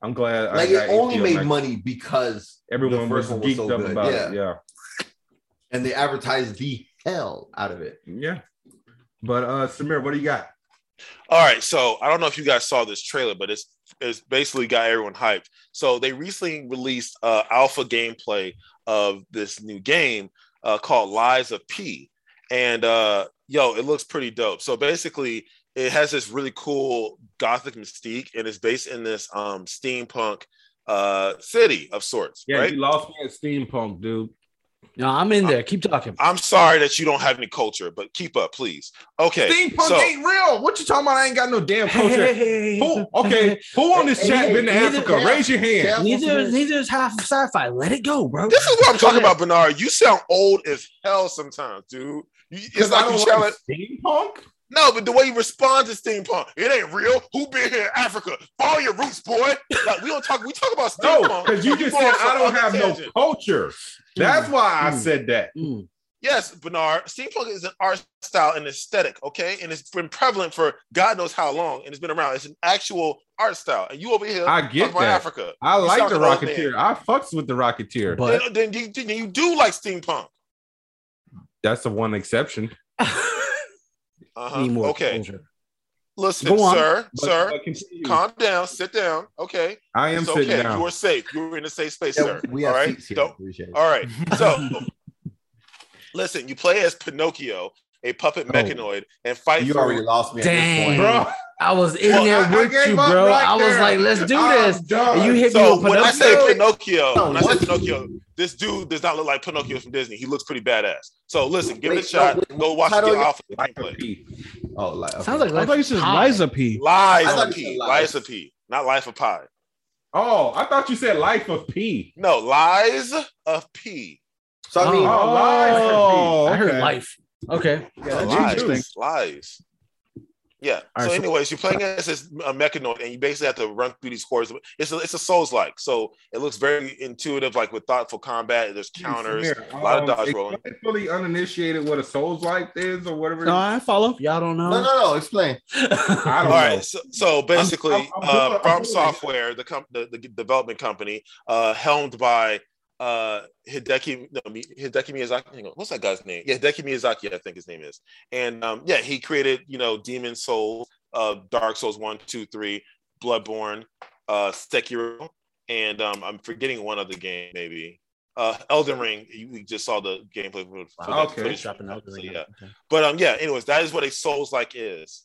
Speaker 1: I'm glad. I
Speaker 3: Like
Speaker 1: got
Speaker 3: it only
Speaker 1: HBO
Speaker 3: made
Speaker 1: Max.
Speaker 3: money because
Speaker 1: Everyone
Speaker 3: the
Speaker 1: was
Speaker 3: first one was
Speaker 1: geeked
Speaker 3: so
Speaker 1: up
Speaker 3: good.
Speaker 1: about
Speaker 3: Yeah.
Speaker 1: it. Yeah.
Speaker 3: and they advertised the hell out of it.
Speaker 1: Yeah. But uh Samir, what do you got?
Speaker 2: All right, so I don't know if you guys saw this trailer, but it's it's basically got everyone hyped. So they recently released uh, alpha gameplay of this new game uh, called Lies of P, and uh, yo, it looks pretty dope. So basically, it has this really cool gothic mystique, and it's based in this um, steampunk uh, city of sorts,
Speaker 1: Yeah,
Speaker 2: right?
Speaker 1: you lost me at steampunk, dude.
Speaker 5: No, I'm in there. Keep talking.
Speaker 2: I'm sorry that you don't have any culture, but keep up, please. Okay,
Speaker 1: Steampunk
Speaker 2: so-
Speaker 1: ain't real. What you talking about? I ain't got no damn culture.
Speaker 5: Hey,
Speaker 1: Who, okay, who on this
Speaker 3: Hey,
Speaker 1: chat
Speaker 3: hey,
Speaker 1: been to
Speaker 3: neither-
Speaker 1: Africa? Raise your hand.
Speaker 3: Yeah.
Speaker 5: Neither neither is half of sci-fi. Let it go, bro.
Speaker 2: This is what I'm talking about, Bernard. You sound old as hell sometimes, dude. You, it's
Speaker 1: I
Speaker 2: like
Speaker 1: don't
Speaker 2: you challenge.
Speaker 1: steampunk.
Speaker 2: No, but the way you respond to steampunk, it ain't real. Who been here in Africa? Follow your roots, boy. Like we don't talk. We talk about steampunk.
Speaker 1: No, because you
Speaker 2: but
Speaker 1: just
Speaker 2: go
Speaker 1: said
Speaker 2: on some
Speaker 1: I don't
Speaker 2: other
Speaker 1: have no
Speaker 2: tangent. Hmm.
Speaker 1: culture. That's why I
Speaker 5: Mm.
Speaker 1: said that.
Speaker 5: Mm.
Speaker 2: Yes, Bernard. Steampunk is an art style and aesthetic, okay, and it's been prevalent for God knows how long, and it's been around. It's an actual art style, and you over here
Speaker 1: I
Speaker 2: talking
Speaker 1: get
Speaker 2: about
Speaker 1: that.
Speaker 2: Africa.
Speaker 1: I like
Speaker 2: sound
Speaker 1: the
Speaker 2: like an old
Speaker 1: Rocketeer. I fucks with the Rocketeer.
Speaker 5: But
Speaker 2: then, then you, then you do like steampunk.
Speaker 1: That's the one exception.
Speaker 2: Uh-huh.
Speaker 5: Need more
Speaker 2: Okay,
Speaker 5: exposure.
Speaker 2: listen,
Speaker 5: Go on.
Speaker 2: sir,
Speaker 1: But-
Speaker 2: sir.
Speaker 1: but continue.
Speaker 2: Calm down, sit down. Okay.
Speaker 1: I am
Speaker 2: it's
Speaker 1: sitting
Speaker 2: okay.
Speaker 1: down.
Speaker 2: You are safe. You're in a safe space,
Speaker 3: Yeah,
Speaker 2: sir.
Speaker 3: we
Speaker 2: All
Speaker 3: have
Speaker 2: right.
Speaker 3: seats here.
Speaker 2: Don't-
Speaker 3: Appreciate it.
Speaker 2: All right. So listen, you play as Pinocchio a puppet
Speaker 3: Oh.
Speaker 2: mechanoid, and fight
Speaker 3: You
Speaker 2: for
Speaker 3: already lost me.
Speaker 5: Dang.
Speaker 3: At this point.
Speaker 1: bro.
Speaker 5: I was in
Speaker 2: Well,
Speaker 5: there
Speaker 2: I- I
Speaker 5: with
Speaker 1: gave
Speaker 5: you,
Speaker 1: up
Speaker 5: bro.
Speaker 1: right
Speaker 5: I was
Speaker 1: there.
Speaker 5: like, let's do this. And you hit
Speaker 2: So
Speaker 5: me with
Speaker 2: when I say
Speaker 5: Pinocchio.
Speaker 2: Pinocchio, when I say
Speaker 3: What?
Speaker 2: Pinocchio, this dude does not look like Pinocchio from Disney. He looks pretty badass. So listen, give it a
Speaker 3: Wait,
Speaker 2: shot.
Speaker 3: no, wait,
Speaker 2: Go watch it
Speaker 3: title
Speaker 2: get
Speaker 3: again?
Speaker 2: off the
Speaker 1: Like a
Speaker 2: gameplay.
Speaker 1: pea.
Speaker 3: Oh, like,
Speaker 2: Um,
Speaker 3: okay.
Speaker 5: Sounds like
Speaker 4: I thought you said
Speaker 5: Pie.
Speaker 4: Liza
Speaker 3: I
Speaker 4: P.
Speaker 2: Lies
Speaker 3: thought
Speaker 2: of
Speaker 3: you
Speaker 2: P.
Speaker 3: said lies.
Speaker 2: Lies of P. Not life of pie.
Speaker 1: Oh, I thought you said life of P.
Speaker 2: No, lies of P.
Speaker 3: so I mean,
Speaker 5: Oh.
Speaker 1: Oh,
Speaker 5: I heard
Speaker 1: okay.
Speaker 5: life. Okay.
Speaker 4: that's interesting.
Speaker 2: lies. Lies. Yeah.
Speaker 5: All right,
Speaker 2: so,
Speaker 5: so-
Speaker 2: anyways, you're playing as this uh, mechanoid, and you basically have to run through these cores. It's a, it's a Souls like, so it looks very intuitive, like with thoughtful combat. There's counters, a lot of
Speaker 1: Um,
Speaker 2: dodge rolling.
Speaker 1: explain fully uninitiated what a souls like is or whatever. it
Speaker 4: No,
Speaker 1: is.
Speaker 4: I follow.
Speaker 5: If y'all don't know.
Speaker 3: no, no, no. Explain.
Speaker 1: I
Speaker 2: All
Speaker 1: don't
Speaker 2: right.
Speaker 1: know.
Speaker 2: So, so basically,
Speaker 1: I'm- I'm
Speaker 2: uh,
Speaker 1: doing- I'm
Speaker 2: From
Speaker 1: doing-
Speaker 2: Software, the, com- the the development company, uh, helmed by uh, Hideki no, Mi- Hideki Miyazaki. Hang on, what's that guy's name? Yeah, Hideki Miyazaki, I think his name is. And um, yeah, he created you know Demon Souls, uh, Dark Souls one, two, three, Bloodborne, uh, Sekiro, and um, I'm forgetting one other game maybe. Uh, Elden Ring. You we just saw the gameplay. For, for
Speaker 1: Wow.
Speaker 2: that
Speaker 1: Okay.
Speaker 2: footage.
Speaker 5: Dropping out the
Speaker 2: So,
Speaker 5: ring.
Speaker 2: yeah. But um, yeah. Anyways, that is what a Souls like is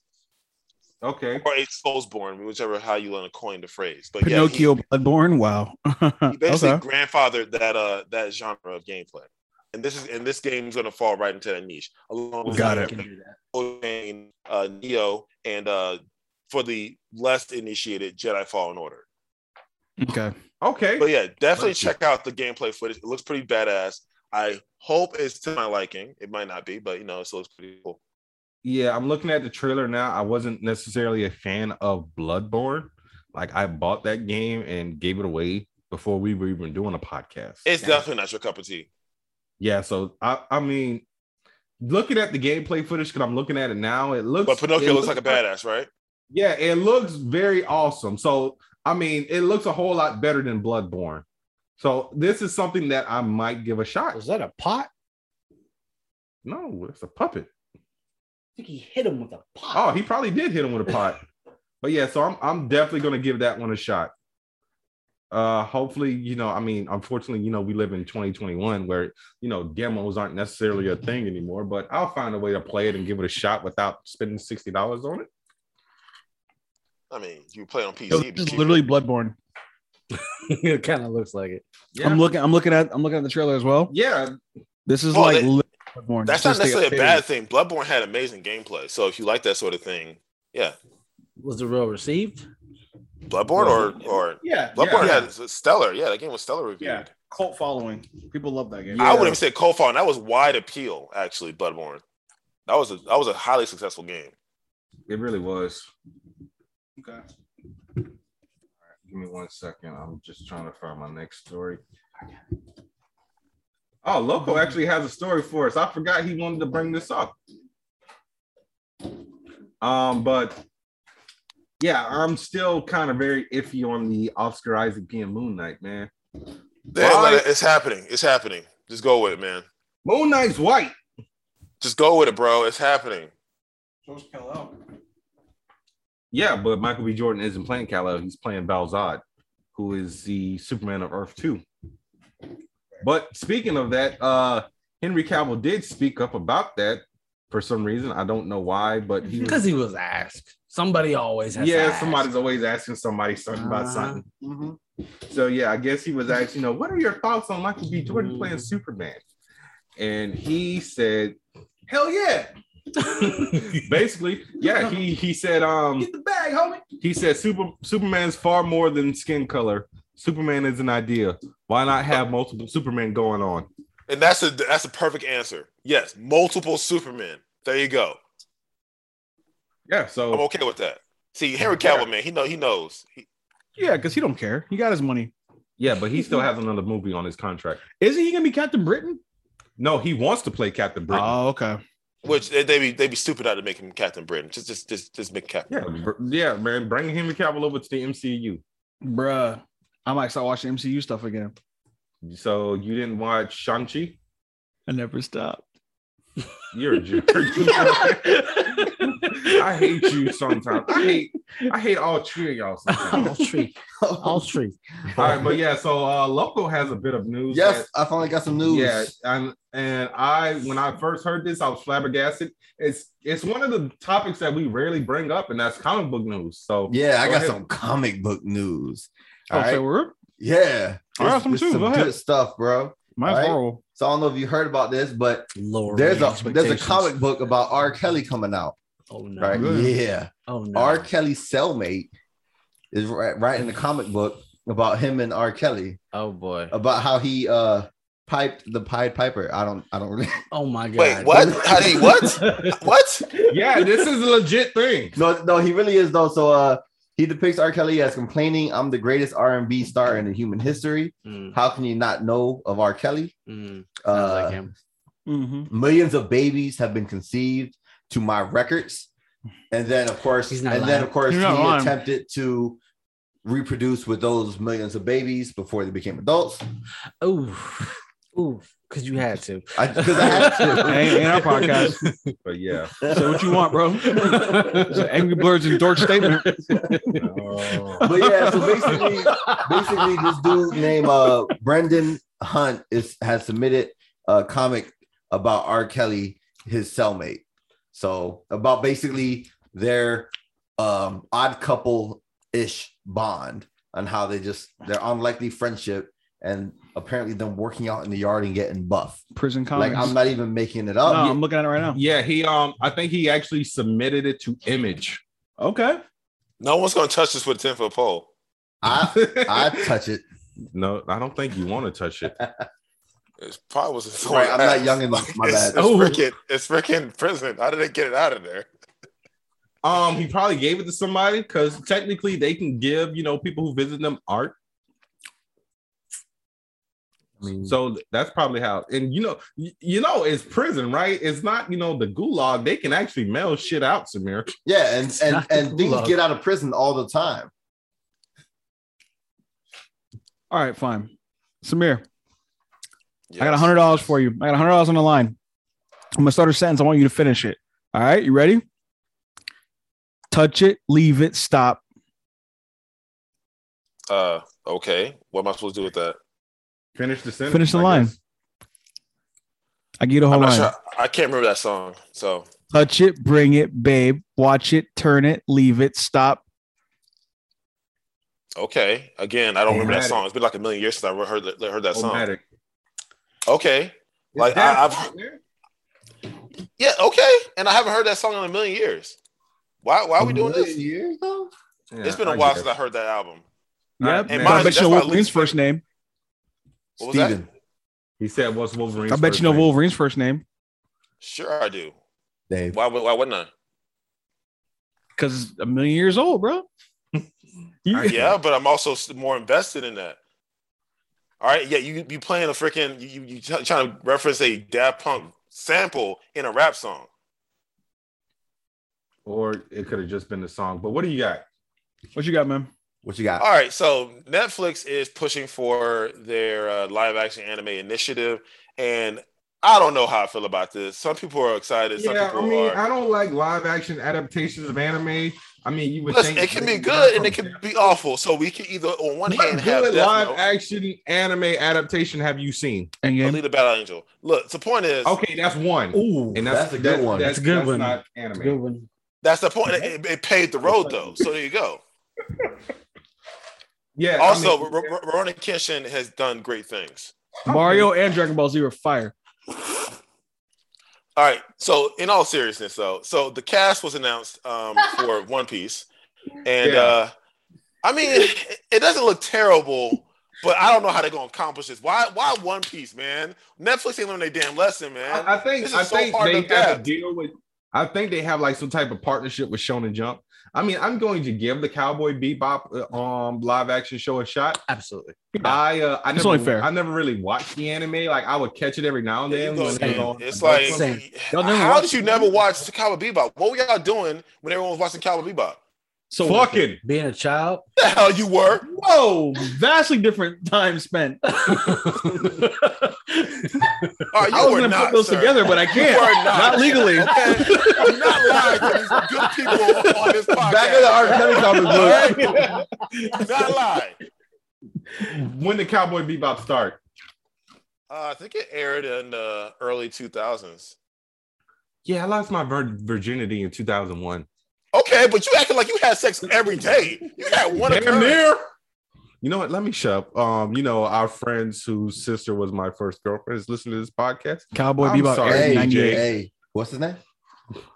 Speaker 1: Okay.
Speaker 2: or a soulsborne, whichever how you want to coin the phrase. But
Speaker 4: Pinocchio Bloodborne. Wow.
Speaker 2: yeah, he, he basically
Speaker 4: okay.
Speaker 2: grandfathered that uh that genre of gameplay. And this is and this game's gonna fall right into that niche. Along with
Speaker 4: Got
Speaker 5: I
Speaker 4: it.
Speaker 5: can do that.
Speaker 2: Codename, uh, Neo, and uh, for the less initiated, Jedi Fallen Order.
Speaker 4: Okay.
Speaker 1: Okay.
Speaker 2: But yeah, definitely
Speaker 1: Thank you.
Speaker 2: check out the gameplay footage. It looks pretty badass. I hope it's to my liking. It might not be, but you know, it still looks pretty cool.
Speaker 1: Yeah, I'm looking at the trailer now. I wasn't necessarily a fan of Bloodborne. Like I bought that game and gave it away before we were even doing a podcast.
Speaker 2: It's
Speaker 1: Yeah.
Speaker 2: definitely not your cup of tea.
Speaker 1: yeah. So I, I mean, looking at the gameplay footage, because I'm looking at it now, it looks.
Speaker 2: But Pinocchio
Speaker 1: it
Speaker 2: looks like a badass, right?
Speaker 1: Yeah, it looks very awesome. So I mean, it looks a whole lot better than Bloodborne. So this is something that I might give a shot.
Speaker 5: Was that a pot?
Speaker 1: No, it's a puppet.
Speaker 5: I think he hit him with a pot.
Speaker 1: Oh, he probably did hit him with a pot. but yeah, so I'm I'm definitely gonna give that one a shot. Uh hopefully, you know, I mean, unfortunately, you know, we live in 2021 where you know demos aren't necessarily a thing anymore, but I'll find a way to play it and give it a shot without spending $60 on it.
Speaker 2: I mean, you play on PC.
Speaker 4: It was
Speaker 2: it'd be
Speaker 4: just
Speaker 2: cheaper.
Speaker 4: literally Bloodborne.
Speaker 5: it kind of looks like it.
Speaker 1: Yeah.
Speaker 4: I'm looking. I'm looking at. I'm looking at the trailer as well.
Speaker 1: yeah,
Speaker 4: This is
Speaker 2: Well,
Speaker 4: like
Speaker 2: they-
Speaker 4: li- Bloodborne.
Speaker 2: That's
Speaker 4: Just
Speaker 2: not
Speaker 4: they
Speaker 2: necessarily a
Speaker 4: updated
Speaker 2: bad
Speaker 4: it.
Speaker 2: thing. Bloodborne had amazing gameplay. So if you like that sort of thing, yeah.
Speaker 5: Was the well received?
Speaker 2: Bloodborne or or
Speaker 4: Yeah.
Speaker 2: Bloodborne
Speaker 4: yeah.
Speaker 2: had s- stellar. Yeah, that game was stellar reviewed.
Speaker 4: Yeah. Cult following. People love that game.
Speaker 2: I would have said cold fall, and that was wide appeal, actually, Bloodborne. That was a that was a highly successful game.
Speaker 1: it really was.
Speaker 4: Okay.
Speaker 1: Give me one second. I'm just trying to find my next story. Oh, Loco actually has a story for us. I forgot he wanted to bring this up. Um, but yeah, I'm still kind of very iffy on the Oscar Isaac being Moon Knight, man.
Speaker 2: Yeah,
Speaker 1: Why?
Speaker 2: like, it's happening. It's happening. Just go with it, man.
Speaker 1: Moon Knight's white.
Speaker 2: Just go with it, bro. It's happening.
Speaker 4: So's Kal-El.
Speaker 1: Yeah, but Michael B. Jordan isn't playing Kal-El. He's playing Balzad, who is the Superman of Earth 2. But speaking of that, uh, Henry Cavill did speak up about that for some reason. I don't know why, but he was,
Speaker 5: Because he was asked. Somebody always has. to
Speaker 1: yeah,
Speaker 5: ask.
Speaker 1: somebody's always asking somebody something about
Speaker 5: Uh-huh. Mm-hmm.
Speaker 1: something. So yeah, I guess he was asked, you know, what are your thoughts on Michael B. Jordan
Speaker 5: Mm.
Speaker 1: playing Superman? And he said, Hell yeah. Basically, yeah, he he said um
Speaker 5: the bag, homie.
Speaker 1: he said Super Superman's far more than skin color. Superman is an idea. Why not have multiple Superman going on?
Speaker 2: And that's a that's a perfect answer. Yes, multiple Supermen. There you go.
Speaker 1: Yeah,
Speaker 4: Oh.
Speaker 2: I'm
Speaker 1: so
Speaker 2: okay with that. See, Henry Cavill, man, he know he knows. He-
Speaker 4: Yeah, because he don't care. He got his money.
Speaker 1: yeah, but he still has another movie on his contract.
Speaker 4: Isn't he gonna be Captain Britain?
Speaker 1: No, he wants to play Captain Britain.
Speaker 4: Oh, okay.
Speaker 2: which they they be they be stupid out to make him Captain Britain. Just just just just make Captain.
Speaker 1: yeah, br- yeah, man, bring Henry Cavill over to the MCU.
Speaker 4: Bruh. I might start watching MCU stuff again.
Speaker 1: So you didn't watch Shang-Chi?
Speaker 4: I never stop.
Speaker 1: You're a jerk. I hate you sometimes. I hate I hate all three of y'all sometimes.
Speaker 5: I'll treat. I'll treat.
Speaker 1: all right, but yeah, so uh Loco has a bit of news. that-
Speaker 3: yes, I finally got some news.
Speaker 1: Yeah, and and I when I first heard this, I was flabbergasted. It's it's one of the topics that we rarely bring up, and that's comic book news. So
Speaker 3: Yeah, I
Speaker 1: Go
Speaker 3: got
Speaker 1: ahead.
Speaker 3: some comic book news.
Speaker 4: Oh,
Speaker 3: All right.
Speaker 4: so we're
Speaker 3: Yeah.
Speaker 4: I got
Speaker 3: It's-
Speaker 4: some
Speaker 3: it's
Speaker 4: too. Go ahead.
Speaker 3: good stuff, bro.
Speaker 4: mine's
Speaker 3: Right.
Speaker 4: horrible.
Speaker 3: So I don't know if you heard about this, but
Speaker 5: Lower
Speaker 3: there's a there's a comic book about R. Kelly coming out.
Speaker 5: Oh no!
Speaker 3: Right.
Speaker 4: Good.
Speaker 3: Yeah.
Speaker 5: Oh no!
Speaker 3: R. Kelly's cellmate is ri- writing the comic book about him and R. Kelly
Speaker 5: oh boy!
Speaker 3: about how he uh piped the Pied Piper. I don't I don't really
Speaker 5: Oh my god!
Speaker 2: Wait, what? How do you what? What?
Speaker 1: yeah, this is a legit thing.
Speaker 3: No, no, he really is though. So uh he depicts R. Kelly as complaining, I'm the greatest R&B star in human history.
Speaker 5: Mm,
Speaker 3: How can you not know of R. Kelly?
Speaker 5: mm, sounds
Speaker 3: Uh,
Speaker 5: like him.
Speaker 4: Mm-hmm.
Speaker 3: millions of babies have been conceived to my records and then of course
Speaker 5: He's
Speaker 3: and
Speaker 5: not
Speaker 3: then
Speaker 5: lying.
Speaker 3: of course he
Speaker 4: He's not lying.
Speaker 3: attempted to reproduce with those millions of babies before they became adults
Speaker 5: Ooh, oooo, because you had to.
Speaker 3: I, 'cause I had to.
Speaker 4: Ain't, ain't our podcast.
Speaker 1: But yeah,
Speaker 4: Say what you want, bro. It's an Angry Birds and Dork statement.
Speaker 1: Oh.
Speaker 3: but yeah so basically basically this dude named uh brendan hunt is has submitted a comic about r kelly his cellmate so about basically their um odd couple ish bond on how they just their unlikely friendship and apparently them working out in the yard and getting buff
Speaker 4: Prison
Speaker 3: like
Speaker 4: comics.
Speaker 3: i'm not even making it
Speaker 4: no,
Speaker 3: up
Speaker 4: I'm looking at it right now.
Speaker 1: yeah, he um, I think he actually submitted it to Image.
Speaker 4: Okay.
Speaker 2: No one's gonna touch this with a 10 foot pole.
Speaker 3: i i touch it
Speaker 1: no, I don't think you want to touch it.
Speaker 2: It's probably was
Speaker 3: Right, I'm not young enough, my
Speaker 2: it's,
Speaker 3: bad.
Speaker 2: It's
Speaker 5: Oh.
Speaker 2: freaking it's freaking prison. How did they get it out of there?
Speaker 1: Um, he probably gave it to somebody because technically they can give you know people who visit them art. So that's probably how. And you know, y- you know, it's prison, right? It's not you know the gulag. They can actually mail shit out, Samir.
Speaker 3: yeah and and
Speaker 5: not
Speaker 3: and things
Speaker 5: love.
Speaker 3: get out of prison all the time
Speaker 4: All right, fine. Samir, I got
Speaker 2: Yes.
Speaker 4: hundred dollars for you. I got hundred dollars on the line. I'm gonna start a sentence. I want you to finish it. All right, you ready? Touch it, leave it, stop.
Speaker 2: Uh okay. What am I supposed to do with that?
Speaker 1: Finish the sentence.
Speaker 4: Finish the
Speaker 1: I
Speaker 4: line.
Speaker 1: guess.
Speaker 4: I get a whole
Speaker 2: I'm not
Speaker 4: line.
Speaker 2: sure. I can't remember that song. So
Speaker 4: Touch it, bring it, babe. Watch it, turn it, leave it, stop.
Speaker 2: okay. Again, I don't remember that
Speaker 1: Automatic.
Speaker 2: song. It's been like a million years since I re- heard that- heard that song.
Speaker 1: Automatic.
Speaker 2: Okay.
Speaker 1: It's
Speaker 2: Like, I-
Speaker 1: that
Speaker 2: I've-
Speaker 1: song there.
Speaker 2: Yeah, okay. And I haven't heard that song in a million years. Why why are we
Speaker 3: A
Speaker 2: doing this?
Speaker 3: million years, though?
Speaker 1: Yeah,
Speaker 2: it's been a
Speaker 1: I
Speaker 2: while
Speaker 1: guess.
Speaker 2: since I heard that album.
Speaker 1: right,
Speaker 4: Yep.
Speaker 1: and
Speaker 4: But I
Speaker 1: mine-
Speaker 4: bet you
Speaker 2: that's
Speaker 4: know
Speaker 2: my
Speaker 4: Wolverine's
Speaker 2: least
Speaker 4: first name.
Speaker 2: What was that?
Speaker 3: steven
Speaker 1: He said, "What's Wolverine?"
Speaker 4: I bet you know Wolverine's first name
Speaker 2: Sure, I do.
Speaker 3: Dave.
Speaker 2: Why would why wouldn't I?
Speaker 4: because a million years old, bro.
Speaker 1: I-
Speaker 2: yeah, but I'm also s- more invested in that. All right, yeah, you you playing a freaking you you, you t- trying to reference a Daft Punk sample in a rap song.
Speaker 1: Or it could have just been the song. But what do you got?
Speaker 4: What you got, man?
Speaker 3: what you got
Speaker 2: All right, so Netflix is pushing for their uh, live action anime initiative, and I don't know how I feel about this. Some people are excited, some
Speaker 1: yeah, I
Speaker 2: people
Speaker 1: mean,
Speaker 2: are.
Speaker 1: I don't like live action adaptations of anime. I mean, you would
Speaker 2: Listen, it
Speaker 1: think
Speaker 2: can be good and it can be awful. So we can either on one
Speaker 1: What
Speaker 2: hand have
Speaker 1: good
Speaker 2: Death
Speaker 1: live
Speaker 2: Note,
Speaker 1: action anime adaptation have you seen?
Speaker 4: And
Speaker 2: or
Speaker 4: game.
Speaker 2: Lead the Battle Angel. Look, the point is
Speaker 1: Okay, that's one.
Speaker 3: Ooh,
Speaker 1: and that's,
Speaker 3: a good
Speaker 1: that-
Speaker 3: one.
Speaker 1: That's,
Speaker 5: That's a good
Speaker 1: that's
Speaker 5: one.
Speaker 1: Not
Speaker 5: It's
Speaker 1: anime.
Speaker 5: a good one.
Speaker 2: that's the point. It, it paid the road though, so there you go.
Speaker 1: Yeah.
Speaker 2: Also,
Speaker 1: I mean,
Speaker 2: R- R- Rurouni Kenshin has done great things.
Speaker 4: Mario and Dragon Ball Z were fire.
Speaker 2: All right. So, in all seriousness, though, so the cast was announced um, for One Piece, and
Speaker 1: Yeah.
Speaker 2: uh, I mean, it, it doesn't look terrible, but I don't know how they're gonna accomplish this. Why? Why One Piece, man? Netflix ain't learning their damn lesson, man.
Speaker 1: I, I think
Speaker 2: This is
Speaker 1: I
Speaker 2: so
Speaker 1: think
Speaker 2: hard
Speaker 1: they
Speaker 2: to
Speaker 1: have a
Speaker 2: adapt.
Speaker 1: deal with. I think they have like some type of partnership with Shonen Jump. I mean, I'm going to give the Cowboy Bebop uh, um live action show a shot.
Speaker 5: Absolutely.
Speaker 1: I uh, I
Speaker 4: It's
Speaker 1: never
Speaker 4: only fair.
Speaker 1: I never really watched the anime. Like I would catch it every now and
Speaker 2: Yeah,
Speaker 1: then.
Speaker 2: you
Speaker 1: when
Speaker 2: go-
Speaker 1: it was on.
Speaker 2: it's like,
Speaker 5: Same.
Speaker 4: Y'all never
Speaker 2: how
Speaker 4: watched-
Speaker 2: did you never watch Cowboy Bebop? What were y'all doing when everyone was watching Cowboy Bebop?
Speaker 4: So
Speaker 1: fucking
Speaker 5: Being a child.
Speaker 2: The hell you were?
Speaker 4: Whoa, vastly different time spent.
Speaker 2: All right,
Speaker 4: I was
Speaker 2: are
Speaker 4: gonna
Speaker 2: not,
Speaker 4: put those
Speaker 2: sir.
Speaker 4: together, but I
Speaker 2: You
Speaker 4: can't.
Speaker 2: are not.
Speaker 4: Not legally.
Speaker 2: Okay, do not lie to these good people on this podcast.
Speaker 3: Back in the R. Kelly comic
Speaker 2: All
Speaker 3: book.
Speaker 2: right? Do not lie.
Speaker 1: When did Cowboy Bebop start?
Speaker 2: Uh, I think it aired in the early 2000s.
Speaker 1: Yeah, I lost my vir- virginity in 2001.
Speaker 2: Okay, but you acting like you had sex every day. You had one
Speaker 1: Damn
Speaker 2: occurrence.
Speaker 1: near. You know what? Let me shut up. Um, you know, our friends whose sister was my first girlfriend is listening to this podcast.
Speaker 4: Cowboy
Speaker 1: I'm
Speaker 4: Bebop.
Speaker 1: sorry,
Speaker 4: aired in
Speaker 3: Hey,
Speaker 1: DJ.
Speaker 4: 98.
Speaker 3: hey, what's his name?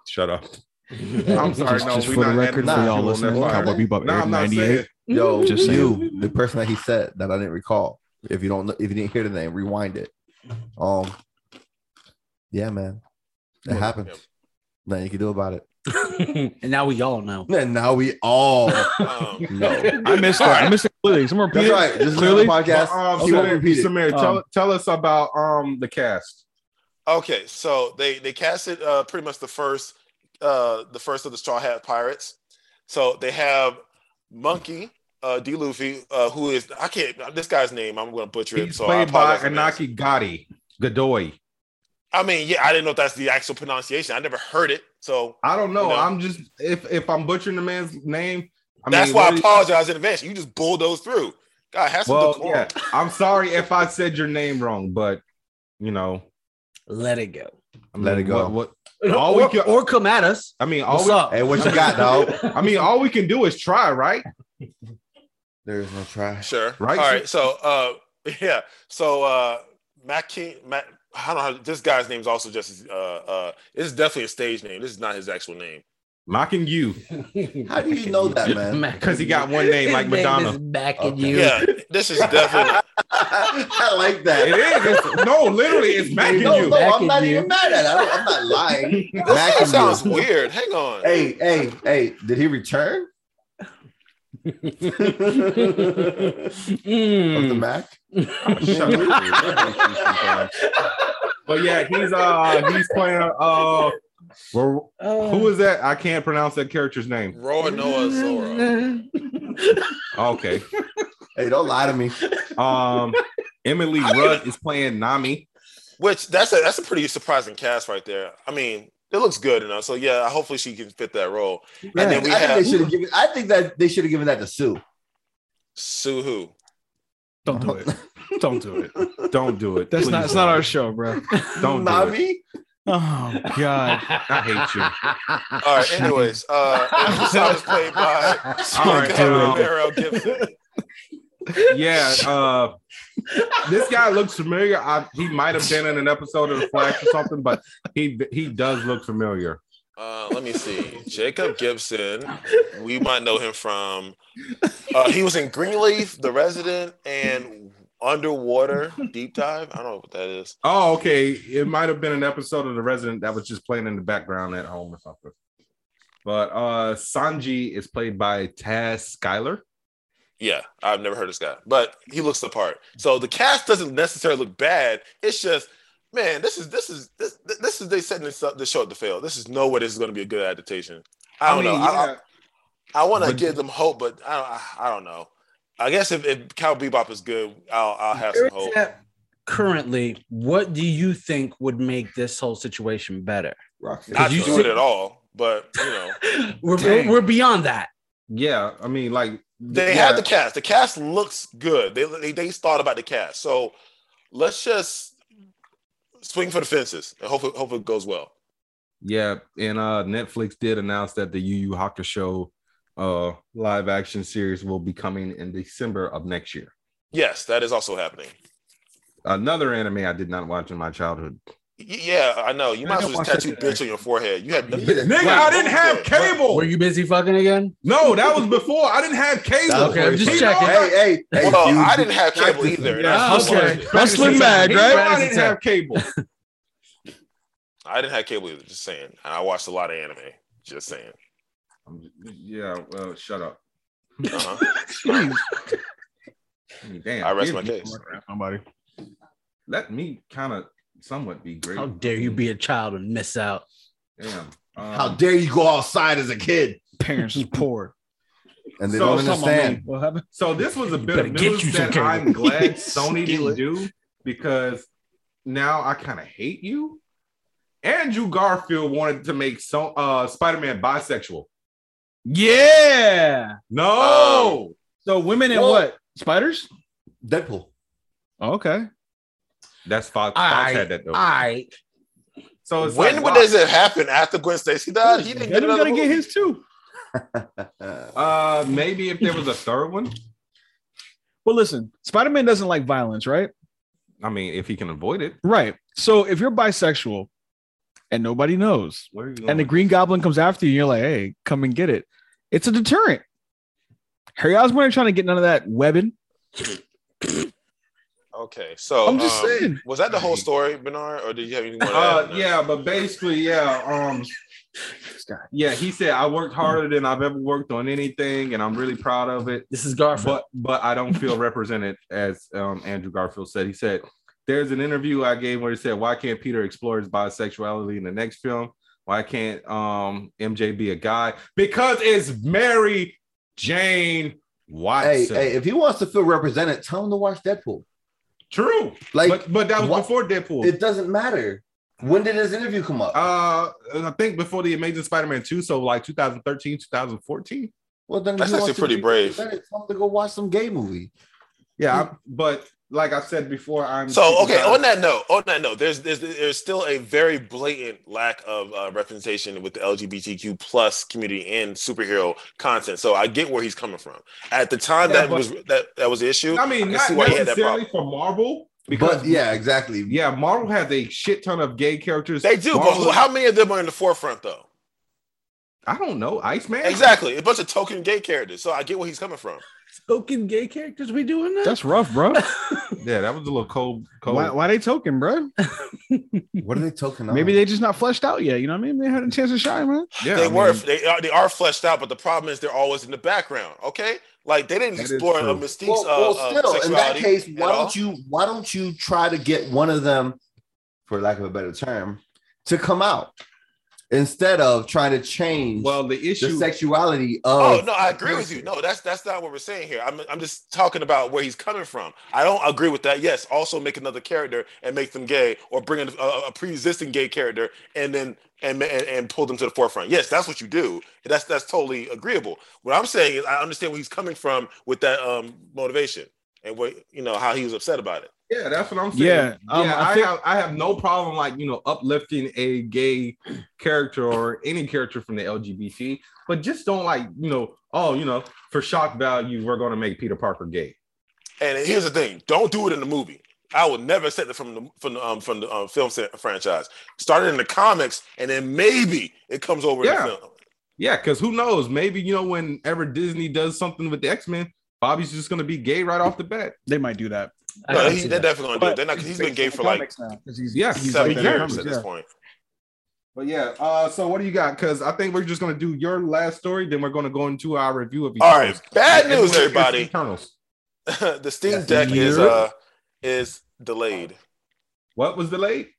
Speaker 1: Shut up. I'm sorry.
Speaker 4: Just,
Speaker 1: no,
Speaker 4: just
Speaker 1: we
Speaker 4: for the
Speaker 1: not
Speaker 4: record, for
Speaker 1: animals.
Speaker 4: y'all
Speaker 1: We'll
Speaker 4: listening,
Speaker 1: never
Speaker 4: Cowboy
Speaker 1: fire.
Speaker 4: Bebop
Speaker 1: No,
Speaker 4: aired
Speaker 1: I'm
Speaker 4: in
Speaker 1: not
Speaker 4: '98.
Speaker 1: saying.
Speaker 3: Yo,
Speaker 4: Just
Speaker 3: you, the person that he said that I didn't recall. If you don't, know, if you didn't hear the name, rewind it. Um, yeah, man, it happens.
Speaker 2: Yep.
Speaker 3: Nothing you can do about it.
Speaker 5: and now we all know.
Speaker 3: And now we all
Speaker 2: Um,
Speaker 3: know.
Speaker 4: I missed that. I missed it completely. Someone repeat
Speaker 3: That's
Speaker 4: it.
Speaker 3: right. This
Speaker 4: Clearly.
Speaker 3: is a podcast.
Speaker 1: But, um,
Speaker 3: Okay.
Speaker 1: Samir,
Speaker 3: Repeat it.
Speaker 1: Samir, tell,
Speaker 4: Um,
Speaker 1: tell us about um the cast.
Speaker 2: okay, so they they casted uh, pretty much the first uh, the first of the Straw Hat Pirates. So they have Monkey uh, D. Luffy, uh, who is I can't this guy's name. I'm going to butcher it.
Speaker 1: He's
Speaker 2: So I
Speaker 1: played by
Speaker 2: apologize in advance.
Speaker 1: Anaki Gotti Godoy.
Speaker 2: I mean, yeah, I didn't know if that's the actual pronunciation. I never heard it, so
Speaker 1: I don't know.
Speaker 2: You know?
Speaker 1: I'm just if if I'm butchering the man's name. I
Speaker 2: that's
Speaker 1: mean,
Speaker 2: why
Speaker 1: what
Speaker 2: I
Speaker 1: is-
Speaker 2: apologize in advance. You just bulldozed through. God, have some
Speaker 1: Well,
Speaker 2: decorum.
Speaker 1: yeah. I'm sorry if I said your name wrong, but you know,
Speaker 5: Let it go.
Speaker 1: I mean,
Speaker 3: Let it go.
Speaker 1: What, what- All we
Speaker 5: Or,
Speaker 1: can-
Speaker 5: or come at us.
Speaker 1: I mean, all
Speaker 5: What's
Speaker 1: we,
Speaker 5: up?
Speaker 3: Hey, what you got, dog?
Speaker 1: I mean, all we can do is try, right?
Speaker 3: There is no trash.
Speaker 2: Sure.
Speaker 1: Right?
Speaker 2: All right. So, uh, yeah. So, uh, Matt King, Matt, I don't know. How, this guy's name is also just, uh, uh, this is definitely a stage name. This is not his actual name.
Speaker 1: Mocking you
Speaker 3: How do you know that, man?
Speaker 1: because he got one name
Speaker 5: His
Speaker 1: like Madonna.
Speaker 5: Is back at
Speaker 3: Okay.
Speaker 5: you.
Speaker 2: Yeah. this is definitely,
Speaker 3: I like
Speaker 1: It
Speaker 3: that.
Speaker 1: is. It's, no, literally, it's Mackin'
Speaker 3: No, no,
Speaker 1: you.
Speaker 5: Back
Speaker 3: I'm not
Speaker 5: at you.
Speaker 3: even mad at it. I don't- I'm not lying. Back
Speaker 2: that
Speaker 3: at
Speaker 2: sounds
Speaker 3: you.
Speaker 2: weird. Hang on.
Speaker 3: Hey, hey, hey, did he return? Of the
Speaker 5: Mm.
Speaker 3: Mac?
Speaker 1: Shut up. but yeah, he's uh he's playing uh Ro-
Speaker 5: Oh.
Speaker 1: who is that? I can't pronounce that character's name.
Speaker 2: Roy Noah Zoro.
Speaker 1: Okay.
Speaker 3: Hey, don't lie to me.
Speaker 1: Um Emily Rudd is playing Nami.
Speaker 2: Which that's a that's a pretty surprising cast right there. I mean, it looks good enough. So yeah, hopefully she can fit that role.
Speaker 3: I
Speaker 2: And then
Speaker 3: think,
Speaker 2: we
Speaker 3: I think
Speaker 2: have
Speaker 3: they should have given. I think that they should have given that to Sue.
Speaker 2: Sue Who.
Speaker 4: Don't do it. Don't do it.
Speaker 1: Don't do it.
Speaker 4: That's
Speaker 1: Please
Speaker 4: not. It's not our show, bro.
Speaker 1: Don't do it.
Speaker 3: Nami.
Speaker 4: Oh God.
Speaker 1: I hate you.
Speaker 5: you.
Speaker 2: All right. Anyways, uh, Masada's played by
Speaker 1: All right, um,
Speaker 2: Romero Gibson.
Speaker 1: Yeah, uh this guy looks familiar. I, he might have been in an episode of The Flash or something, but he he does look familiar.
Speaker 2: Uh, let me see. Jacob Gibson. We might know him from. Uh, he was in Greenleaf, The Resident, and Underwater Deep Dive. I don't know what that is.
Speaker 1: Oh, okay. It might have been an episode of The Resident that was just playing in the background at home or something. But uh Sanji is played by Taz Skyler.
Speaker 2: Yeah, I've never heard of this guy, but he looks the part. So the cast doesn't necessarily look bad. It's just, man, this is this is this this is they setting this up the show up to fail. This is no way this is going to be a good adaptation. I don't know. I-
Speaker 1: yeah.
Speaker 2: I want to
Speaker 1: But-
Speaker 2: give them hope, but I don't, I- I don't know. I guess if, if Cow Bebop is good, I'll, I'll have some hope.
Speaker 5: Currently, what do you think would make this whole situation better?
Speaker 3: Roxy.
Speaker 2: Not
Speaker 5: you
Speaker 2: to do
Speaker 5: see-
Speaker 2: it at all, but you know,
Speaker 5: We're,
Speaker 1: Dang.
Speaker 5: we're, we're beyond that.
Speaker 1: Yeah, I mean, like
Speaker 2: they
Speaker 1: yeah,
Speaker 2: had the cast. The cast looks good. They, they they thought about the cast, so let's just swing for the fences and hopefully hopefully it goes well.
Speaker 1: yeah, and uh Netflix did announce that the Yu Yu Hakusho uh live action series will be coming in December of next year.
Speaker 2: Yes, that is also happening.
Speaker 1: Another anime I did not watch in my childhood.
Speaker 2: Y- Yeah, I know. You might as well just tattoo bitch on your forehead. You had
Speaker 1: Nigga, I didn't have cable.
Speaker 5: Were you busy fucking again?
Speaker 1: No, that was before. I didn't have cable.
Speaker 3: That was
Speaker 5: Okay, I'm
Speaker 3: pretty funny.
Speaker 5: just checking.
Speaker 3: Hey, hey, hey.
Speaker 2: Well,
Speaker 3: dude,
Speaker 2: I didn't have cable
Speaker 3: practice.
Speaker 2: either. and
Speaker 1: Yeah,
Speaker 2: I still
Speaker 5: okay.
Speaker 2: watched it.
Speaker 4: Hustling
Speaker 1: He
Speaker 4: bag,
Speaker 1: knew I
Speaker 4: right?
Speaker 1: didn't have cable.
Speaker 2: I didn't have cable either. Just saying. And I watched a lot of anime. Just saying.
Speaker 1: I'm- Yeah, well, shut up.
Speaker 2: Uh-huh.
Speaker 4: Jeez.
Speaker 1: Damn,
Speaker 2: I rest
Speaker 1: give
Speaker 2: my
Speaker 1: me-
Speaker 2: case.
Speaker 4: Somebody.
Speaker 1: Let me kind of somewhat be great.
Speaker 5: How dare you be a child and miss out?
Speaker 1: Damn. Um,
Speaker 3: How dare you go outside as a kid?
Speaker 4: Parents is poor.
Speaker 3: And they
Speaker 1: So,
Speaker 3: don't
Speaker 1: come on,
Speaker 3: understand.
Speaker 4: What happened?
Speaker 1: so this was a bit
Speaker 5: better
Speaker 1: of
Speaker 5: get
Speaker 1: news
Speaker 5: you some
Speaker 1: that
Speaker 5: cable.
Speaker 1: I'm glad Sony didn't
Speaker 4: Steal
Speaker 1: do because now I kind of hate you. Andrew Garfield wanted to make so uh Spider-Man bisexual.
Speaker 4: Yeah.
Speaker 1: No,
Speaker 2: Oh.
Speaker 4: So women and
Speaker 3: Well-
Speaker 4: what? Spiders? Oh,
Speaker 3: Deadpool.
Speaker 4: Okay.
Speaker 1: that's Fox. Fox
Speaker 5: I-
Speaker 1: had that though.
Speaker 5: I
Speaker 1: so it's
Speaker 2: when
Speaker 1: like,
Speaker 2: would
Speaker 1: wow.
Speaker 2: does it happen? After Gwen Stacy died, Uh, he didn't
Speaker 4: Let
Speaker 2: get
Speaker 4: him
Speaker 2: another.
Speaker 4: gotta get
Speaker 2: movie?
Speaker 4: his too.
Speaker 3: Uh,
Speaker 1: Uh, maybe if there was a third one.
Speaker 4: Well, listen, Spider Man doesn't like violence, right?
Speaker 1: I mean, if he can avoid it.
Speaker 4: Right. So if you're bisexual and nobody knows,
Speaker 1: Where are you
Speaker 4: and the Green Goblin comes after you, and you're like, hey, come and get it. It's a deterrent. Harry Osborn ain't trying to get none of that webbing.
Speaker 2: Okay, so
Speaker 4: I'm just
Speaker 2: um,
Speaker 4: saying.
Speaker 2: was that the whole story, Bernard, or did you have anything more? to add?
Speaker 1: Uh,
Speaker 2: No.
Speaker 1: yeah, but basically, yeah, um, yeah, he said I worked harder than I've ever worked on anything, and I'm really proud of it.
Speaker 5: this is Garfield.
Speaker 1: But but I don't feel represented, as um, Andrew Garfield said. He said there's an interview I gave where he said, "Why can't Peter explore his bisexuality in the next film? Why can't um, MJ be a guy? Because it's Mary Jane
Speaker 3: hey,
Speaker 1: Watson."
Speaker 3: hey, if he wants to feel represented, tell him to watch Deadpool.
Speaker 1: True,
Speaker 3: Like
Speaker 1: but but that was
Speaker 3: what-
Speaker 1: before Deadpool.
Speaker 3: it doesn't matter. When did his interview come up?
Speaker 1: uh, I think before the Amazing Spider-Man two, so like 2013, 2014.
Speaker 3: well, then if
Speaker 2: that's
Speaker 3: he wants
Speaker 2: actually
Speaker 3: to
Speaker 2: pretty
Speaker 3: be
Speaker 2: brave.
Speaker 3: represented, Tell him to go watch some gay movie.
Speaker 1: Yeah, I'm- but like I said before, I'm
Speaker 2: So okay, on that note, on that note, there's there's there's still a very blatant lack of uh, representation with the LGBTQ plus community in superhero content. So I get where he's coming from. At the time
Speaker 1: Yeah,
Speaker 2: that
Speaker 1: but-
Speaker 2: was that that was the issue.
Speaker 1: I mean,
Speaker 2: can
Speaker 1: not
Speaker 2: see why he had that
Speaker 1: necessarily for Marvel because
Speaker 3: but yeah, exactly.
Speaker 1: yeah, Marvel has a shit ton of gay characters.
Speaker 2: They do, but
Speaker 1: Marvel-
Speaker 2: who- how many of them are in the forefront though?
Speaker 1: I don't know, Iceman.
Speaker 2: Exactly, a bunch of token gay characters. So I get where he's coming from.
Speaker 5: Token gay characters, we doing that?
Speaker 4: That's rough, bro.
Speaker 1: Yeah, that was a little cold. Cold.
Speaker 4: why, why they token, bro?
Speaker 3: What are they talking about?
Speaker 4: Maybe they just not fleshed out yet. You know what I mean? They had a chance to shine, man.
Speaker 1: yeah,
Speaker 2: they
Speaker 1: I
Speaker 2: were
Speaker 1: mean,
Speaker 2: they are they are fleshed out, but the problem is they're always in the background. Okay, like they didn't
Speaker 1: That is
Speaker 2: explore uh,
Speaker 1: true.
Speaker 2: a mystique.
Speaker 3: well, well, still in that case,
Speaker 2: uh, at
Speaker 3: why
Speaker 2: all.
Speaker 3: don't you why don't you try to get one of them, for lack of a better term, to come out instead of trying to change
Speaker 1: Well, the
Speaker 3: the
Speaker 1: issue.
Speaker 3: sexuality of
Speaker 2: Oh no, I agree with you. No, that's that's not what we're saying here. I'm I'm just talking about where he's coming from. I don't agree with that. Yes, also make another character and make them gay, or bring in a, a pre-existing gay character and then and, and and pull them to the forefront. Yes, that's what you do. That's that's totally agreeable. What I'm saying is, I understand where he's coming from with that um motivation and what you know how he was upset about it.
Speaker 1: yeah, that's what I'm saying.
Speaker 4: Yeah, um,
Speaker 1: yeah.
Speaker 4: I
Speaker 1: I,
Speaker 4: think-
Speaker 1: have I have no problem like you know uplifting a gay character or any character from the LGBT, but just don't like you know oh you know for shock value we're going to make Peter Parker gay.
Speaker 2: And here's the thing: don't do it in the movie. I would never accept it from the from the um, from the um, film se- franchise. Start it in the comics, and then maybe it comes over
Speaker 1: Yeah.
Speaker 2: in the film.
Speaker 1: Yeah, because who knows? Maybe you know, whenever Disney does something with the X Men, Bobby's just gonna be gay right off the bat.
Speaker 4: They might do that.
Speaker 5: I
Speaker 2: No,
Speaker 5: can
Speaker 2: he,
Speaker 5: see
Speaker 2: they're
Speaker 5: that.
Speaker 2: definitely gonna do it. They're not. He's been gay for like
Speaker 1: Yeah, he's
Speaker 2: seven
Speaker 1: like that.
Speaker 2: years
Speaker 1: Comics,
Speaker 2: at this point.
Speaker 1: But yeah, uh, so what do you got? Because I think we're just gonna do your last story, then we're gonna go into our review of.
Speaker 2: All right, bad
Speaker 1: Everyone
Speaker 2: news,
Speaker 1: here's
Speaker 2: everybody.
Speaker 1: Eternals.
Speaker 2: the Steam
Speaker 3: That's
Speaker 2: Deck is
Speaker 4: Europe.
Speaker 2: uh is delayed.
Speaker 1: What was delayed?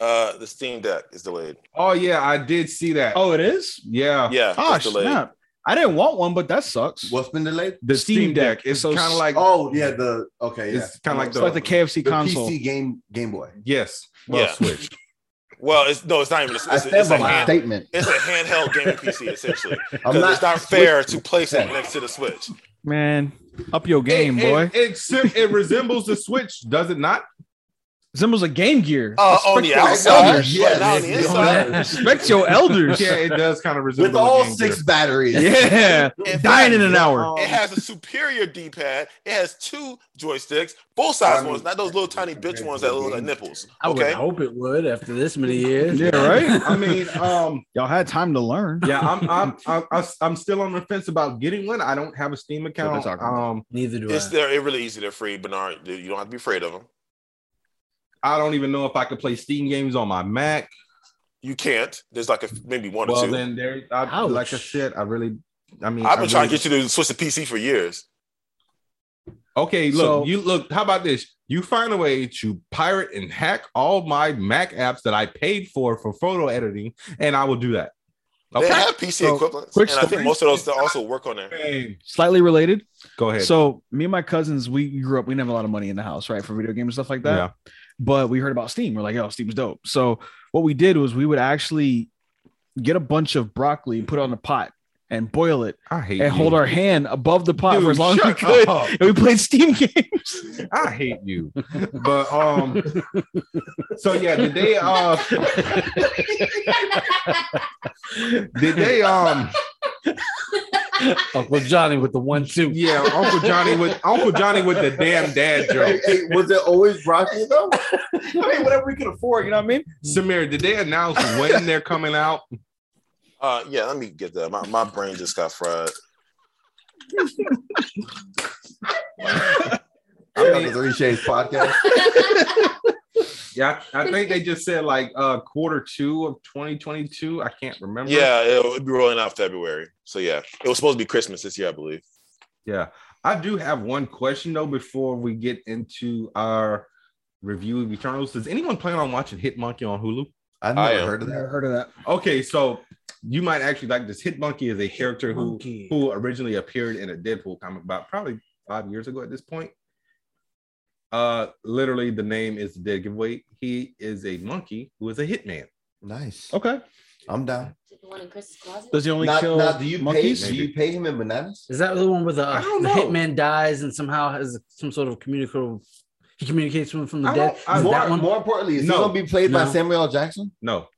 Speaker 2: Uh, the Steam Deck is delayed.
Speaker 1: Oh yeah, I did see that.
Speaker 4: Oh, it is.
Speaker 1: yeah,
Speaker 2: Yeah,
Speaker 4: Oh
Speaker 2: it's delayed.
Speaker 4: snap! I didn't want one, but that sucks.
Speaker 3: what's been delayed.
Speaker 1: the
Speaker 4: Steam Deck
Speaker 1: It's
Speaker 4: is so Oh,
Speaker 1: kind of like
Speaker 3: Oh yeah, the okay, yeah.
Speaker 1: it's kind of like
Speaker 4: it's
Speaker 1: the,
Speaker 4: like the KFC
Speaker 3: the
Speaker 4: console.
Speaker 3: PC game Game Boy.
Speaker 1: yes, well,
Speaker 2: Yeah.
Speaker 1: Switch.
Speaker 2: Well, it's no, it's not even. It's,
Speaker 3: I
Speaker 2: it's,
Speaker 3: stand
Speaker 2: it's,
Speaker 3: by
Speaker 2: a,
Speaker 3: my
Speaker 2: hand,
Speaker 3: statement.
Speaker 2: it's a handheld gaming PC essentially.
Speaker 3: I'm
Speaker 2: 'Cause
Speaker 3: not,
Speaker 2: it's not fair to place it next to the Switch.
Speaker 4: Man, up your game,
Speaker 1: It- it-
Speaker 4: boy.
Speaker 1: It, sim- it resembles the Switch, does it not?
Speaker 4: resembles a Game Gear.
Speaker 3: Oh,
Speaker 2: Uh, on the
Speaker 4: Respect your
Speaker 2: outside,
Speaker 4: elders.
Speaker 2: yeah, not on the
Speaker 3: man,
Speaker 2: inside.
Speaker 4: Respect your elders.
Speaker 1: Yeah,
Speaker 4: yeah,
Speaker 1: it does kind of resemble
Speaker 3: with
Speaker 1: the
Speaker 3: all
Speaker 1: Game
Speaker 3: six
Speaker 1: Gear.
Speaker 3: batteries.
Speaker 2: In
Speaker 4: dying
Speaker 2: fact,
Speaker 4: in an hour.
Speaker 2: It has a superior D-pad. It has two joysticks, both size
Speaker 3: I mean,
Speaker 2: ones, not those little tiny bitch ones that look like nipples.
Speaker 5: I would
Speaker 2: Okay,
Speaker 5: hope it would after this many years.
Speaker 4: Yeah, right.
Speaker 1: I mean, um,
Speaker 4: Y'all had time to learn.
Speaker 1: yeah, I'm I'm, I'm I'm I'm still on the fence about getting one. I don't have a Steam account.
Speaker 4: talking about.
Speaker 1: Um,
Speaker 5: Neither do
Speaker 2: it's
Speaker 5: I.
Speaker 2: they're really easy. They're free, Bernard. You don't have to be afraid of them.
Speaker 1: I don't even know if I could play Steam games on my Mac.
Speaker 2: You can't. There's like a maybe one or
Speaker 1: Well,
Speaker 2: two.
Speaker 1: then there, I,
Speaker 5: Ouch.
Speaker 1: like I said, I really, I mean,
Speaker 2: I've been
Speaker 1: I
Speaker 2: trying to
Speaker 1: really-
Speaker 2: get you to switch to PC for years.
Speaker 1: Okay, look,
Speaker 4: So-
Speaker 1: you look. How about this? You find a way to pirate and hack all my Mac apps that I paid for for photo editing, and I will do that.
Speaker 2: They
Speaker 1: Okay.
Speaker 2: have PC
Speaker 4: So,
Speaker 2: equivalents,
Speaker 4: quick
Speaker 2: and I think
Speaker 4: story.
Speaker 2: most of those that also work on there.
Speaker 1: Hey,
Speaker 4: Slightly related.
Speaker 1: Go ahead.
Speaker 4: So me and my cousins, we grew up. We didn't have a lot of money in the house, right, for video games and stuff like that. but we heard about Steam. We're like, oh, Steam's dope. So what we did was we would actually get a bunch of broccoli and put it on a pot and boil it
Speaker 1: I hate
Speaker 4: and
Speaker 1: you.
Speaker 4: hold our hand above the pot for
Speaker 1: Dude,
Speaker 4: as long as we
Speaker 1: shut
Speaker 4: could.
Speaker 1: up.
Speaker 4: And we played Steam games.
Speaker 1: I hate you. But um so yeah, did they uh did they um
Speaker 5: Uncle Johnny with the one two.
Speaker 1: yeah, Uncle Johnny with Uncle Johnny with the damn dad joke.
Speaker 3: Hey, was it always broccoli though?
Speaker 4: I mean, whatever we could afford, you know what I mean?
Speaker 1: Samir, did they announce when they're coming out?
Speaker 2: Uh, yeah, let me get that. My, my brain just got fried.
Speaker 3: I'm on the Three Shades podcast.
Speaker 1: Yeah, I, I think they just said like uh quarter two of 2022. I can't remember.
Speaker 2: Yeah, it'll, it'll be rolling out February. So yeah, it was supposed to be Christmas this year, I believe.
Speaker 1: Yeah. I do have one question though before we get into our review of Eternals. Does anyone plan on watching Hit Monkey on Hulu?
Speaker 3: I've
Speaker 2: I
Speaker 3: never
Speaker 2: am.
Speaker 3: heard of
Speaker 4: Never
Speaker 3: that.
Speaker 4: heard of that.
Speaker 1: Okay, so you might actually like this. Hit Monkey is a character who
Speaker 5: Monkey.
Speaker 1: who originally appeared in a Deadpool comic about probably five years ago at this point. Uh, literally, the name is the dead giveaway. He is a monkey who is a hitman.
Speaker 3: Nice.
Speaker 4: Okay.
Speaker 3: I'm down.
Speaker 6: The one in Chris's closet?
Speaker 4: Does he only
Speaker 3: Now,
Speaker 4: kill
Speaker 3: now, do you
Speaker 4: monkeys?
Speaker 3: pay? Do you pay him in bananas?
Speaker 5: Is that the one where the,
Speaker 1: I don't know.
Speaker 5: the hitman dies and somehow has some sort of communicable? He communicates with him from the
Speaker 1: I
Speaker 5: dead.
Speaker 1: don't- I-
Speaker 5: Is
Speaker 3: more,
Speaker 5: that one?
Speaker 3: more importantly, is
Speaker 1: No.
Speaker 3: he gonna be played by
Speaker 5: No.
Speaker 3: Samuel L. Jackson?
Speaker 1: No,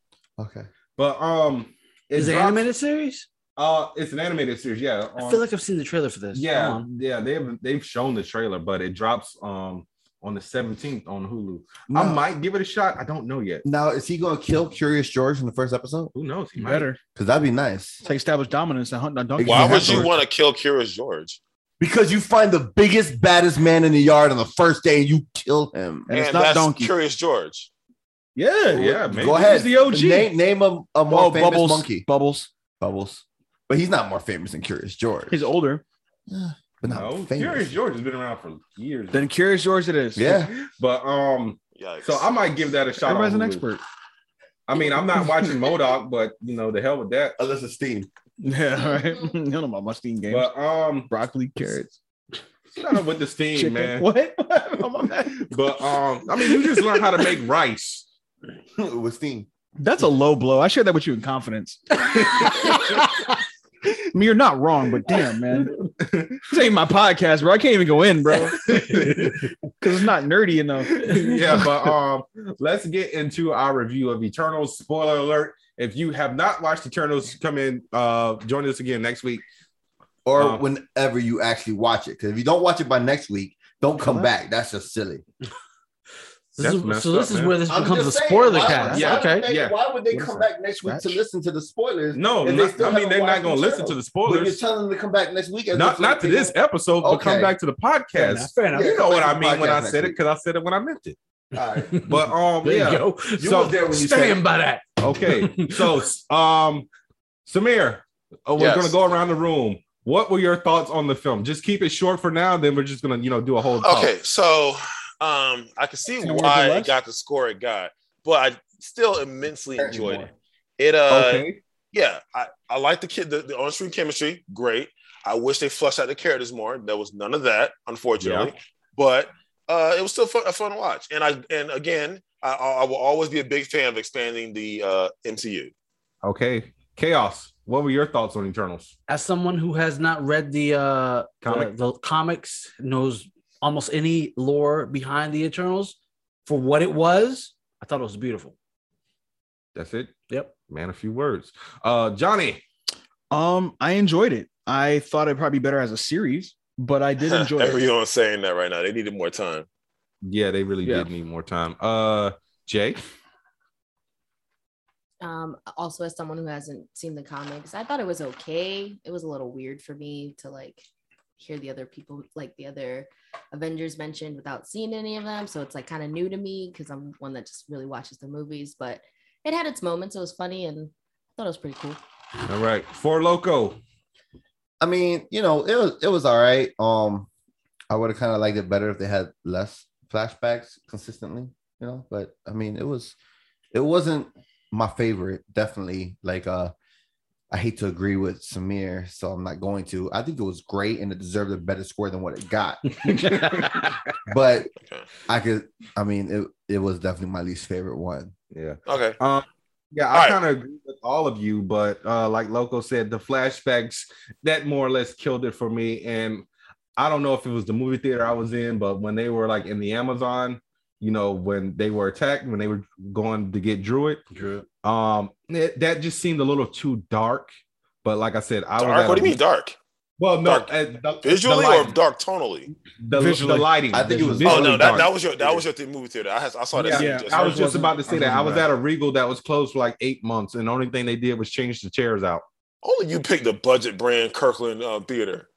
Speaker 3: Okay.
Speaker 1: but um, it
Speaker 5: is it
Speaker 1: drops-
Speaker 5: animated series?
Speaker 1: Uh, it's an animated series. Yeah,
Speaker 5: I
Speaker 1: on-
Speaker 5: feel like I've seen the trailer for this. Come
Speaker 1: yeah,
Speaker 5: on.
Speaker 1: yeah. They've they've shown the trailer, but it drops um on the seventeenth on Hulu.
Speaker 3: Now,
Speaker 1: I might give it a shot. I don't know yet.
Speaker 3: now, is he gonna kill Curious George in the first episode?
Speaker 1: Who knows? He
Speaker 4: You
Speaker 1: might.
Speaker 4: better
Speaker 3: Because that'd be nice.
Speaker 4: to establish dominance and hunt on donkeys.
Speaker 2: Why
Speaker 3: Exactly.
Speaker 2: would you want to kill Curious George?
Speaker 3: Because you find the biggest, baddest man in the yard on the first day and you kill him.
Speaker 4: And it's
Speaker 2: Man,
Speaker 4: not
Speaker 2: that's
Speaker 4: donkey.
Speaker 2: Curious George.
Speaker 4: Yeah.
Speaker 1: Yeah, maybe.
Speaker 3: Go ahead.
Speaker 4: He's the OG.
Speaker 3: Name, name a, a more
Speaker 4: Oh,
Speaker 3: famous
Speaker 4: bubbles.
Speaker 3: monkey.
Speaker 4: Bubbles.
Speaker 3: Bubbles. But he's not more famous than Curious George.
Speaker 4: He's older.
Speaker 3: but not
Speaker 1: No,
Speaker 3: famous.
Speaker 1: Curious George has been around for years.
Speaker 4: Then Curious George it is.
Speaker 3: Yeah.
Speaker 1: But um,
Speaker 2: Yikes.
Speaker 1: so I might give that a shot.
Speaker 4: Everybody's
Speaker 1: on
Speaker 4: an
Speaker 1: Hulu.
Speaker 4: expert.
Speaker 1: I mean, I'm not watching Modoc, but you know, the hell with that.
Speaker 3: Unless it's Steam.
Speaker 4: Yeah, all right. you don't know about my steam games.
Speaker 1: But um,
Speaker 4: Broccoli, carrots,
Speaker 1: shut up with the steam,
Speaker 4: chicken.
Speaker 1: man.
Speaker 4: What? Oh, my bad.
Speaker 1: But um, I mean, you just learn how to make rice.
Speaker 3: With Steam.
Speaker 4: That's a low blow. I shared that with you in confidence. I mean, you're not wrong, but damn, man. This ain't my podcast, bro. I can't even go in, bro. Because it's not nerdy enough.
Speaker 1: yeah, but um, let's get into our review of Eternals. Spoiler alert: If you have not watched Eternals, come in. Uh, join us again next week.
Speaker 3: Or
Speaker 1: Uh.
Speaker 3: whenever you actually watch it. Because if you don't watch it by next week, don't come back. That's just silly.
Speaker 5: This
Speaker 1: That's messed
Speaker 5: is, so this
Speaker 1: up,
Speaker 5: is
Speaker 1: man.
Speaker 5: where this
Speaker 3: I'm
Speaker 5: becomes a
Speaker 3: just saying,
Speaker 5: spoiler
Speaker 3: why-
Speaker 5: cast.
Speaker 1: yeah.
Speaker 5: Okay.
Speaker 3: they-
Speaker 1: Yeah.
Speaker 3: Why would they come
Speaker 4: Listen.
Speaker 3: back next week to
Speaker 4: Scratch.
Speaker 3: listen to the spoilers?
Speaker 1: No,
Speaker 3: And they
Speaker 1: not-
Speaker 3: still
Speaker 1: I mean
Speaker 3: haven't
Speaker 1: they're
Speaker 3: watched
Speaker 1: not going to
Speaker 3: the
Speaker 1: listen
Speaker 3: show.
Speaker 1: to the
Speaker 3: But you're
Speaker 1: spoilers.
Speaker 3: telling them to come back next week. as
Speaker 1: Not
Speaker 3: if
Speaker 1: not to
Speaker 3: they-
Speaker 1: this episode, but come
Speaker 3: Okay.
Speaker 1: back to the
Speaker 5: Fair
Speaker 1: podcast.
Speaker 5: enough. Fair enough.
Speaker 1: You know what I mean when I
Speaker 3: Podcast
Speaker 1: said it
Speaker 3: next
Speaker 1: because I said it when I meant it.
Speaker 3: All right.
Speaker 1: But um,
Speaker 5: There
Speaker 1: yeah.
Speaker 5: you go.
Speaker 3: You
Speaker 1: So,
Speaker 3: was there when you said
Speaker 5: Stand
Speaker 3: it.
Speaker 5: by that.
Speaker 1: Okay, so um, Samir, oh, we're
Speaker 2: Yes.
Speaker 1: gonna go around the room. What were your thoughts on the film? Just keep it short for now. Then we're just gonna, you know, do a whole. talk.
Speaker 2: Okay, so um, I can see
Speaker 4: Can I work
Speaker 2: why
Speaker 4: with
Speaker 2: it
Speaker 4: less?
Speaker 2: got the score it got, but I still immensely
Speaker 3: Apparently
Speaker 2: enjoyed
Speaker 3: more.
Speaker 2: it. It uh,
Speaker 1: Okay.
Speaker 2: yeah, I I like the kid the, the on screen chemistry, great. I wish they flushed out the characters more. There was none of that, unfortunately. But uh, it was still fun, a fun watch, and I and again, I, I will always be a big fan of expanding the uh, MCU.
Speaker 1: okay. Chaos. What were your thoughts on Eternals?
Speaker 5: As someone who has not read the uh
Speaker 1: Comic?
Speaker 5: The, the comics, knows almost any lore behind the Eternals for what it was, I thought it was beautiful.
Speaker 1: That's it.
Speaker 5: Yep.
Speaker 1: Man, a few words. Uh, Johnny.
Speaker 4: Um, I enjoyed it. I thought it'd probably be better as a series, but I did enjoy it.
Speaker 2: Everyone's saying that right now. They needed more time.
Speaker 1: Yeah, they really
Speaker 4: Yeah.
Speaker 1: did need more time. Uh, Jay.
Speaker 6: um also as someone who hasn't seen the comics i thought it was okay it was a little weird for me to like hear the other people like the other avengers mentioned without seeing any of them so it's like kind of new to me because i'm one that just really watches the movies but it had its moments it was funny and i thought it was pretty cool
Speaker 1: All right. For Loco.
Speaker 3: I mean, you know, it was it was all right. Um, I would have kind of liked it better if they had less flashbacks consistently, you know. But I mean, it was it wasn't my favorite. Definitely, like uh, I hate to agree with Samir, so I'm not going to. I think it was great and it deserved a better score than what it got. But
Speaker 2: Okay.
Speaker 3: I could, I mean, it, it was definitely my least favorite one.
Speaker 1: Yeah.
Speaker 2: Okay.
Speaker 1: Um, yeah,
Speaker 2: All
Speaker 1: I
Speaker 2: right.
Speaker 1: kind of agree with all of you, but uh, like Loco said, the flashbacks that more or less killed it for me. And I don't know if it was the movie theater I was in, but when they were like in the Amazon, you know, when they were attacked, when they were going to get Druid,
Speaker 5: Drew.
Speaker 1: um, it- that just seemed a little too dark. But like I said, I was.
Speaker 2: Dark.
Speaker 1: at
Speaker 2: What do
Speaker 1: a-
Speaker 2: you mean dark?
Speaker 1: Well, no,
Speaker 2: Dark.
Speaker 1: uh, the-
Speaker 2: Visually
Speaker 1: the
Speaker 2: or
Speaker 1: lighting.
Speaker 2: dark tonally?
Speaker 1: The,
Speaker 4: Visually.
Speaker 1: the lighting.
Speaker 3: I think it was-
Speaker 1: Visually
Speaker 2: Oh no, that,
Speaker 1: dark.
Speaker 2: that was your that was your th- movie theater. I, has, I saw
Speaker 1: Yeah,
Speaker 2: that.
Speaker 4: yeah.
Speaker 2: scene
Speaker 1: I was
Speaker 4: Ours
Speaker 1: just about to say
Speaker 4: wasn't-
Speaker 1: that. I
Speaker 4: ours
Speaker 1: was at
Speaker 4: wasn't
Speaker 1: a Regal that was closed for like eight months, and the only thing they did was change the chairs out.
Speaker 2: Only you picked the budget brand Kirkland uh, theater.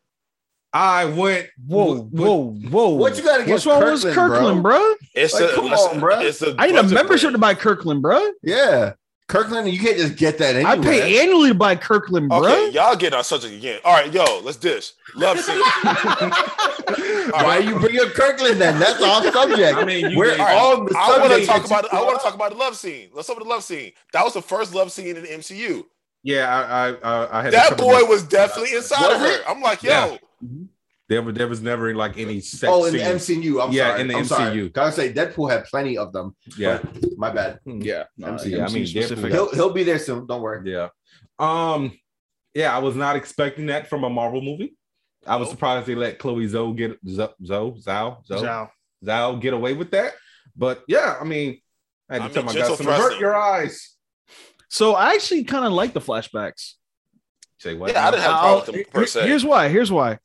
Speaker 1: I went.
Speaker 4: Whoa,
Speaker 1: with- with-
Speaker 4: whoa, whoa!
Speaker 3: What you gotta get
Speaker 4: What's wrong with
Speaker 3: Kirkland, bro?
Speaker 4: Kirkland, bro?
Speaker 2: It's
Speaker 3: Like,
Speaker 2: a,
Speaker 3: come
Speaker 2: listen,
Speaker 3: on, bruh.
Speaker 2: It's a
Speaker 4: I need a
Speaker 2: budget
Speaker 4: membership to
Speaker 2: brand.
Speaker 4: buy Kirkland, bro.
Speaker 3: Yeah. Kirkland, you can't just get that
Speaker 4: I
Speaker 3: anywhere.
Speaker 4: pay annually to buy Kirkland, bro.
Speaker 2: Okay, y'all getting on subject again. All right, yo, let's dish. Love scene. All
Speaker 3: Why
Speaker 2: right.
Speaker 3: you bring up Kirkland then? That's our subject.
Speaker 1: I mean, you
Speaker 3: We're
Speaker 1: did-
Speaker 3: on the
Speaker 2: I want to
Speaker 3: subject.
Speaker 2: talk about. I want to talk about the love scene. Let's talk about the love scene. That was the first love scene in the MCU.
Speaker 1: Yeah, I, I, I, I had to
Speaker 2: That
Speaker 1: cover
Speaker 2: boy
Speaker 1: my-
Speaker 2: was definitely inside of
Speaker 3: Was
Speaker 2: her.
Speaker 3: it?
Speaker 2: I'm like, yo,
Speaker 1: Yeah. There was there was never like any sex.
Speaker 3: Oh, in the
Speaker 1: scenes.
Speaker 3: MCU. I'm
Speaker 1: Yeah,
Speaker 3: sorry.
Speaker 1: in the
Speaker 3: I'm Sorry.
Speaker 1: MCU.
Speaker 3: Gotta say, Deadpool had plenty of them.
Speaker 1: Yeah,
Speaker 3: but my bad.
Speaker 2: Hmm.
Speaker 4: Yeah,
Speaker 1: MC, I mean,
Speaker 4: specific.
Speaker 1: Deadpool.
Speaker 3: He'll he'll be there soon. Don't worry.
Speaker 1: yeah. Um, yeah, I was not expecting that from a Marvel movie. I was
Speaker 2: Nope.
Speaker 1: surprised they let Chloe Zoe get Zo Zo Zhao Zo
Speaker 4: Zhao.
Speaker 1: Zhao get away with that. But yeah, I mean, I had
Speaker 2: I
Speaker 1: to
Speaker 2: mean,
Speaker 1: tell my
Speaker 2: gentle
Speaker 1: guys to avert
Speaker 2: thrusting.
Speaker 1: your eyes.
Speaker 4: So I actually kind of like the flashbacks.
Speaker 1: Say what?
Speaker 2: Yeah, I
Speaker 1: now?
Speaker 2: didn't have a problem with them per
Speaker 4: I'll-
Speaker 2: se.
Speaker 4: Here's why. Here's why.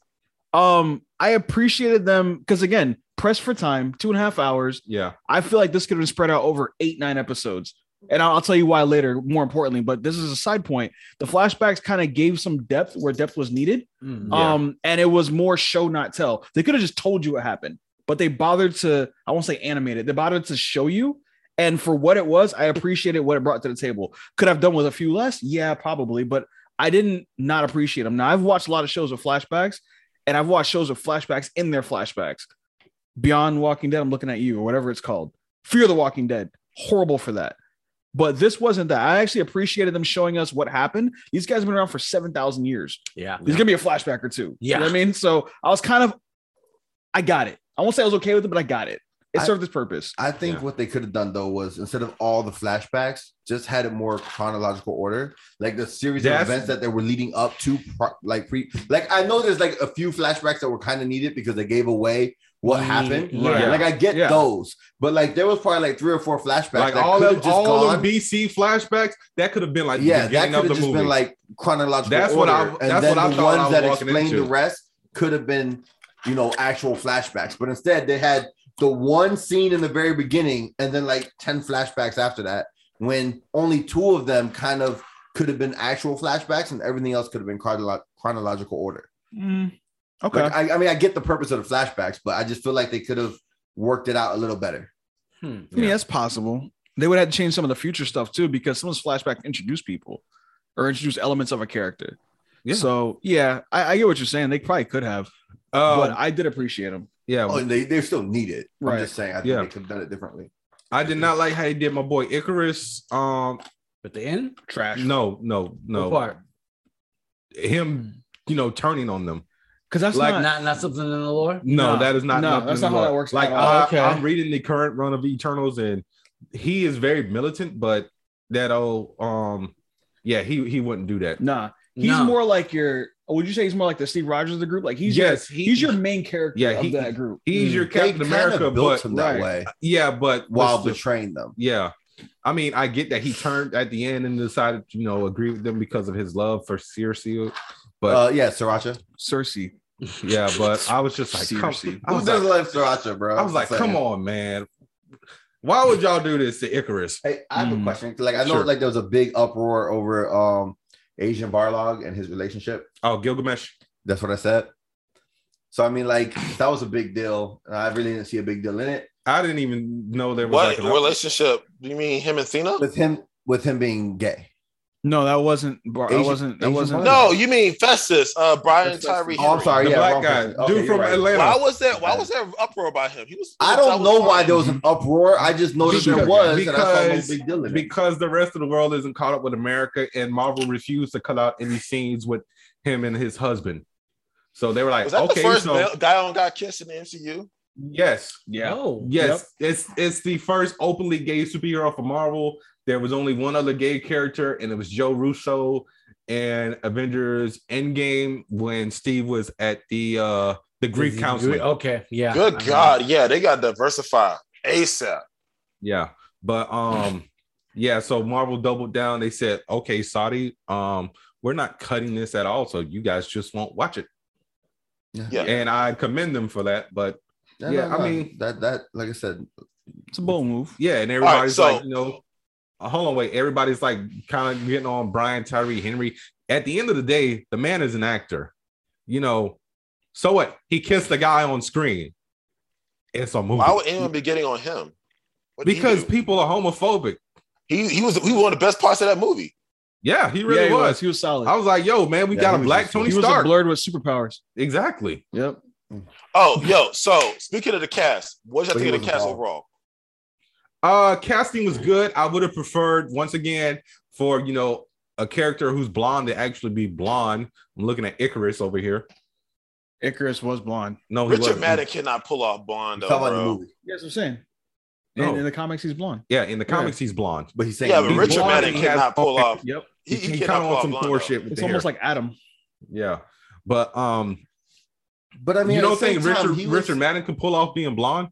Speaker 4: Um, I appreciated them because again, press for time, two and a half hours.
Speaker 1: yeah,
Speaker 4: I feel like this could have been spread out over eight, nine episodes. And I'll, I'll tell you why later, more importantly, but this is a side point. The flashbacks kind of gave some depth where depth was needed.
Speaker 5: Mm.
Speaker 1: Yeah.
Speaker 4: Um, and it was more show not tell. They could have just told you what happened, but they bothered to, I won't say animate it, they bothered to show you. And for what it was, I appreciated what it brought to the table. Could I have done with a few less? Yeah, probably, but I didn't not appreciate them. Now I've watched a lot of shows with flashbacks, and I've watched shows with flashbacks in their flashbacks. Beyond Walking Dead, I'm looking at you, or whatever it's called. Fear the Walking Dead. Horrible for that. But this wasn't that. I actually appreciated them showing us what happened. These guys have been around for 7,000 years.
Speaker 5: Yeah.
Speaker 4: There's gonna be a flashback or two. You know
Speaker 5: Yeah.
Speaker 4: what I mean, so I was kind of, I got it. I won't say I was okay with it, but I got it. It
Speaker 3: I-
Speaker 4: served its purpose.
Speaker 3: I think
Speaker 1: Yeah.
Speaker 3: what they could have done though was instead of all the flashbacks, just had it more chronological order, like the series
Speaker 1: That's-
Speaker 3: of events that they were leading up to, pro- like pre. Like I know there's like a few flashbacks that were kind of needed because they gave away what
Speaker 5: Mm,
Speaker 3: happened.
Speaker 5: yeah.
Speaker 3: Like I get
Speaker 4: Yeah.
Speaker 3: those, but like there was probably like three or four flashbacks
Speaker 1: like
Speaker 3: that
Speaker 1: all
Speaker 3: could have
Speaker 1: of
Speaker 3: just
Speaker 1: all
Speaker 3: gone.
Speaker 1: of BC flashbacks that could have been like
Speaker 3: yeah,
Speaker 1: the
Speaker 3: that
Speaker 1: beginning
Speaker 3: could
Speaker 1: of
Speaker 3: have
Speaker 1: the
Speaker 3: just
Speaker 1: movie.
Speaker 3: been like chronological.
Speaker 1: That's what
Speaker 3: order.
Speaker 1: I-
Speaker 3: and
Speaker 1: that's
Speaker 3: then
Speaker 1: what I
Speaker 3: the
Speaker 1: thought I
Speaker 3: ones
Speaker 1: was
Speaker 3: that
Speaker 1: walking
Speaker 3: explained the
Speaker 1: into.
Speaker 3: rest could have been, you know, actual flashbacks. But instead, they had the one scene in the very beginning, and then like ten flashbacks after that. When only two of them kind of could have been actual flashbacks, and everything else could have been chronolo- chronological order.
Speaker 4: okay.
Speaker 3: Like, I, I mean, I get the purpose of the flashbacks, but I just feel like they could have worked it out a little better.
Speaker 5: Hmm.
Speaker 4: I mean, that's possible. They would have to change some of the future stuff too, because some of this flashback introduce people or introduce elements of a character.
Speaker 1: Yeah.
Speaker 4: So yeah, I, I get what you're saying. They probably could have,
Speaker 1: Um,
Speaker 4: but I did appreciate them.
Speaker 1: yeah,
Speaker 3: Oh, and they they still need it.
Speaker 4: Right.
Speaker 3: I'm just saying, I think
Speaker 1: Um, Yeah.
Speaker 3: they could have done it differently.
Speaker 1: I did not like how he did my boy Icarus. Um,
Speaker 5: But the end?
Speaker 4: Trash.
Speaker 1: no, no,
Speaker 5: What
Speaker 1: no,
Speaker 5: part?
Speaker 1: him, you know, turning on them.
Speaker 4: because that's
Speaker 1: Like,
Speaker 4: not.
Speaker 5: Not not something in the lore?
Speaker 1: No,
Speaker 4: No,
Speaker 1: that is not.
Speaker 4: no,
Speaker 1: nothing
Speaker 4: that's not how
Speaker 1: more.
Speaker 4: that works
Speaker 1: Like
Speaker 4: at all.
Speaker 1: I,
Speaker 5: Okay.
Speaker 1: I'm reading the current run of Eternals, and he is very militant, but that old, um, yeah, he he wouldn't do that.
Speaker 4: Nah, he's
Speaker 5: No.
Speaker 4: more like your. Would you say he's more like the Steve Rogers of the group? Like he's
Speaker 1: yes,
Speaker 4: your,
Speaker 1: he,
Speaker 4: he's your Mm, main character
Speaker 1: Yeah, he-
Speaker 4: of that group.
Speaker 1: he's your Captain
Speaker 3: they kind
Speaker 1: America,
Speaker 3: of built
Speaker 1: but
Speaker 3: him that
Speaker 4: right.
Speaker 3: way
Speaker 1: yeah, but
Speaker 3: while
Speaker 1: what's the-
Speaker 3: betraying them.
Speaker 1: Yeah. I mean, I get that he turned at the end and decided to, you know, agree with them because of his love for Circe. But
Speaker 3: uh, yeah, sriracha.
Speaker 4: Cersei.
Speaker 1: yeah, but I was just like, come,
Speaker 4: Cersei.
Speaker 1: I
Speaker 3: Who
Speaker 1: was like,
Speaker 3: doesn't love sriracha, bro?
Speaker 1: I was like, come on, man. Why would y'all do this to Icarus?
Speaker 3: Hey, I have
Speaker 4: Mm.
Speaker 3: a question. 'cause, Like, I know
Speaker 1: Sure.
Speaker 3: like there was a big uproar over um Asian Barlog and his relationship.
Speaker 1: Oh, Gilgamesh.
Speaker 3: That's what I said. So I mean, like that was a big deal, and I really didn't see a big deal in it
Speaker 1: I didn't even know there was
Speaker 2: what
Speaker 1: like an
Speaker 2: relationship? Do you mean him and Cena?
Speaker 3: with him with him being gay.
Speaker 4: No, that wasn't. Bar- that
Speaker 3: Asian-
Speaker 4: wasn't. That
Speaker 3: Asian
Speaker 4: wasn't.
Speaker 3: Marvel.
Speaker 2: No, you mean Festus, uh, Brian
Speaker 3: That's
Speaker 2: Tyree.
Speaker 3: Oh, I'm
Speaker 2: Henry.
Speaker 3: sorry.
Speaker 1: The
Speaker 3: yeah,
Speaker 1: black
Speaker 3: wrong
Speaker 1: guy,
Speaker 3: person. Okay,
Speaker 1: dude
Speaker 3: you're
Speaker 1: from
Speaker 3: right.
Speaker 1: Atlanta.
Speaker 2: Why was that? Why was there an uproar about him? He was.
Speaker 3: I
Speaker 2: that
Speaker 3: don't
Speaker 2: was
Speaker 3: know why
Speaker 2: fine.
Speaker 3: there was an uproar. I just noticed there
Speaker 1: Because-
Speaker 3: was, and I saw no
Speaker 1: because-
Speaker 3: big deal in it.
Speaker 1: because the rest of the world isn't caught up with America, and Marvel refused to cut out any scenes with him and his husband. So they were like,
Speaker 2: Was that
Speaker 1: okay,
Speaker 2: the first
Speaker 1: so
Speaker 2: male guy on got kissed in the MCU?
Speaker 1: yes,
Speaker 4: Yeah.
Speaker 5: Oh,
Speaker 1: yes, it's it's the first openly gay superhero for Marvel. There was only one other gay character, and it was Joe Russo in Avengers Endgame when Steve was at the uh the grief counseling.
Speaker 5: Okay, yeah.
Speaker 2: Good
Speaker 5: I know.
Speaker 2: God, yeah, they got diversified ASAP.
Speaker 1: Yeah, but um, yeah. So Marvel doubled down. They said, "Okay, Saudi, um, we're not cutting this at all. So you guys just won't watch it."
Speaker 2: Yeah.
Speaker 1: and I commend them for that. But
Speaker 3: No,
Speaker 1: yeah,
Speaker 3: no,
Speaker 1: I
Speaker 3: no.
Speaker 1: mean-
Speaker 3: that that like I said,
Speaker 4: It's a bold move.
Speaker 1: yeah, and everybody's
Speaker 2: so-
Speaker 1: like, you know, uh, hold on, wait. Everybody's like, kind of getting on Brian Tyree Henry. At the end of the day, the man is an actor. You know, so what? He kissed the guy on screen. It's a movie
Speaker 2: Why would anyone be getting on him? What did he
Speaker 1: because
Speaker 2: do?
Speaker 1: people are homophobic.
Speaker 2: he he was he was one of the best parts of that movie.
Speaker 1: Yeah, he really
Speaker 4: yeah, he
Speaker 1: was.
Speaker 4: He was solid.
Speaker 1: I was like, yo, man, we
Speaker 3: Yeah,
Speaker 1: got
Speaker 3: he
Speaker 1: a
Speaker 3: was
Speaker 1: black
Speaker 3: just-
Speaker 1: Tony
Speaker 4: he was a
Speaker 1: Stark.
Speaker 4: blurred with superpowers.
Speaker 1: Exactly.
Speaker 4: Yep.
Speaker 2: Oh, yo. So speaking of the cast, what
Speaker 3: But
Speaker 2: did y'all
Speaker 3: he
Speaker 2: think of the
Speaker 3: wasn't
Speaker 2: cast
Speaker 3: bald.
Speaker 2: overall?
Speaker 1: Uh, casting was good. I would have preferred once again for you know a character who's blonde to actually be blonde. I'm looking at Icarus over here.
Speaker 4: Icarus was blonde.
Speaker 1: No, Oh, he
Speaker 2: Richard
Speaker 1: wasn't.
Speaker 2: Madden cannot pull off Blonde. Though,
Speaker 3: talk about the
Speaker 2: bro.
Speaker 3: movie,
Speaker 4: Yes, I'm saying.
Speaker 1: No.
Speaker 4: And in the comics, he's blonde.
Speaker 1: Yeah, in the comics he's blonde.
Speaker 3: but he's saying
Speaker 2: Yeah, but
Speaker 1: He's
Speaker 2: Richard
Speaker 1: blonde,
Speaker 2: Madden
Speaker 1: he
Speaker 2: cannot
Speaker 1: has-
Speaker 2: pull off.
Speaker 4: Yep.
Speaker 2: He, he,
Speaker 1: He
Speaker 2: cannot
Speaker 1: kind of
Speaker 2: pull
Speaker 1: on
Speaker 2: off
Speaker 1: some
Speaker 2: Blonde.
Speaker 1: Thor
Speaker 2: though.
Speaker 1: shit with
Speaker 4: It's
Speaker 1: the
Speaker 4: almost
Speaker 1: hair.
Speaker 4: like Adam.
Speaker 1: Yeah, but um,
Speaker 3: But I mean,
Speaker 1: you
Speaker 3: at
Speaker 1: don't
Speaker 3: the same
Speaker 1: think
Speaker 3: time,
Speaker 1: Richard
Speaker 3: he was-
Speaker 1: Richard Madden could pull off being blonde?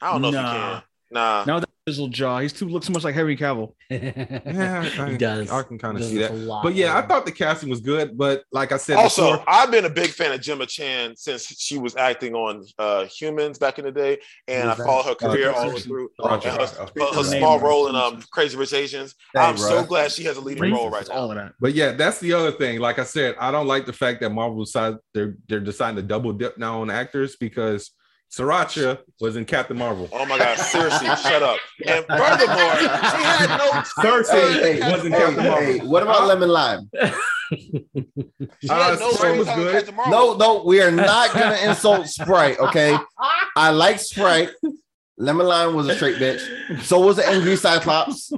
Speaker 2: I don't know if he
Speaker 4: Nah.
Speaker 2: can. Nah.
Speaker 4: Now that fizzled jaw, he's too looks so much like Henry Cavill.
Speaker 1: Yeah, I,
Speaker 5: he does.
Speaker 1: I can kind of
Speaker 5: Does
Speaker 1: see
Speaker 5: this
Speaker 1: that.
Speaker 5: a lot,
Speaker 1: But yeah, I
Speaker 5: man.
Speaker 1: thought the casting was good. But like I said,
Speaker 2: Also,
Speaker 1: before-
Speaker 2: I've been a big fan of Gemma Chan since she was acting on uh, Humans back in the day, and I
Speaker 3: Who's that?
Speaker 2: followed her career
Speaker 1: Uh,
Speaker 2: all the way
Speaker 1: Jackson.
Speaker 2: through.
Speaker 1: Roger.
Speaker 2: And her,
Speaker 1: Okay.
Speaker 2: her- her
Speaker 4: Name,
Speaker 2: Oh, small
Speaker 4: right?
Speaker 2: role in um, Crazy Rich Asians.
Speaker 3: Hey,
Speaker 2: I'm so
Speaker 3: bruh.
Speaker 2: glad she has a leading role right
Speaker 4: Racist,
Speaker 2: now.
Speaker 4: all of that.
Speaker 1: But yeah, that's the other thing. Like I said, I don't like the fact that Marvel decided they're they're deciding to double dip now on actors because Sriracha was in Captain Marvel.
Speaker 2: Oh my God! Seriously, shut up. And furthermore, she had no.
Speaker 1: Cersei
Speaker 3: Hey,
Speaker 1: was in
Speaker 3: hey,
Speaker 1: Captain
Speaker 3: hey,
Speaker 1: Marvel.
Speaker 3: what about lemon lime?
Speaker 2: She
Speaker 1: Uh,
Speaker 2: had no.
Speaker 1: Sprite
Speaker 2: screen
Speaker 1: was
Speaker 2: time in
Speaker 1: good.
Speaker 2: Captain
Speaker 3: No,
Speaker 2: Marvel.
Speaker 3: no, we are not gonna insult Sprite. Okay, I like Sprite. Lemon lime was a straight bitch. So was the angry Cyclops,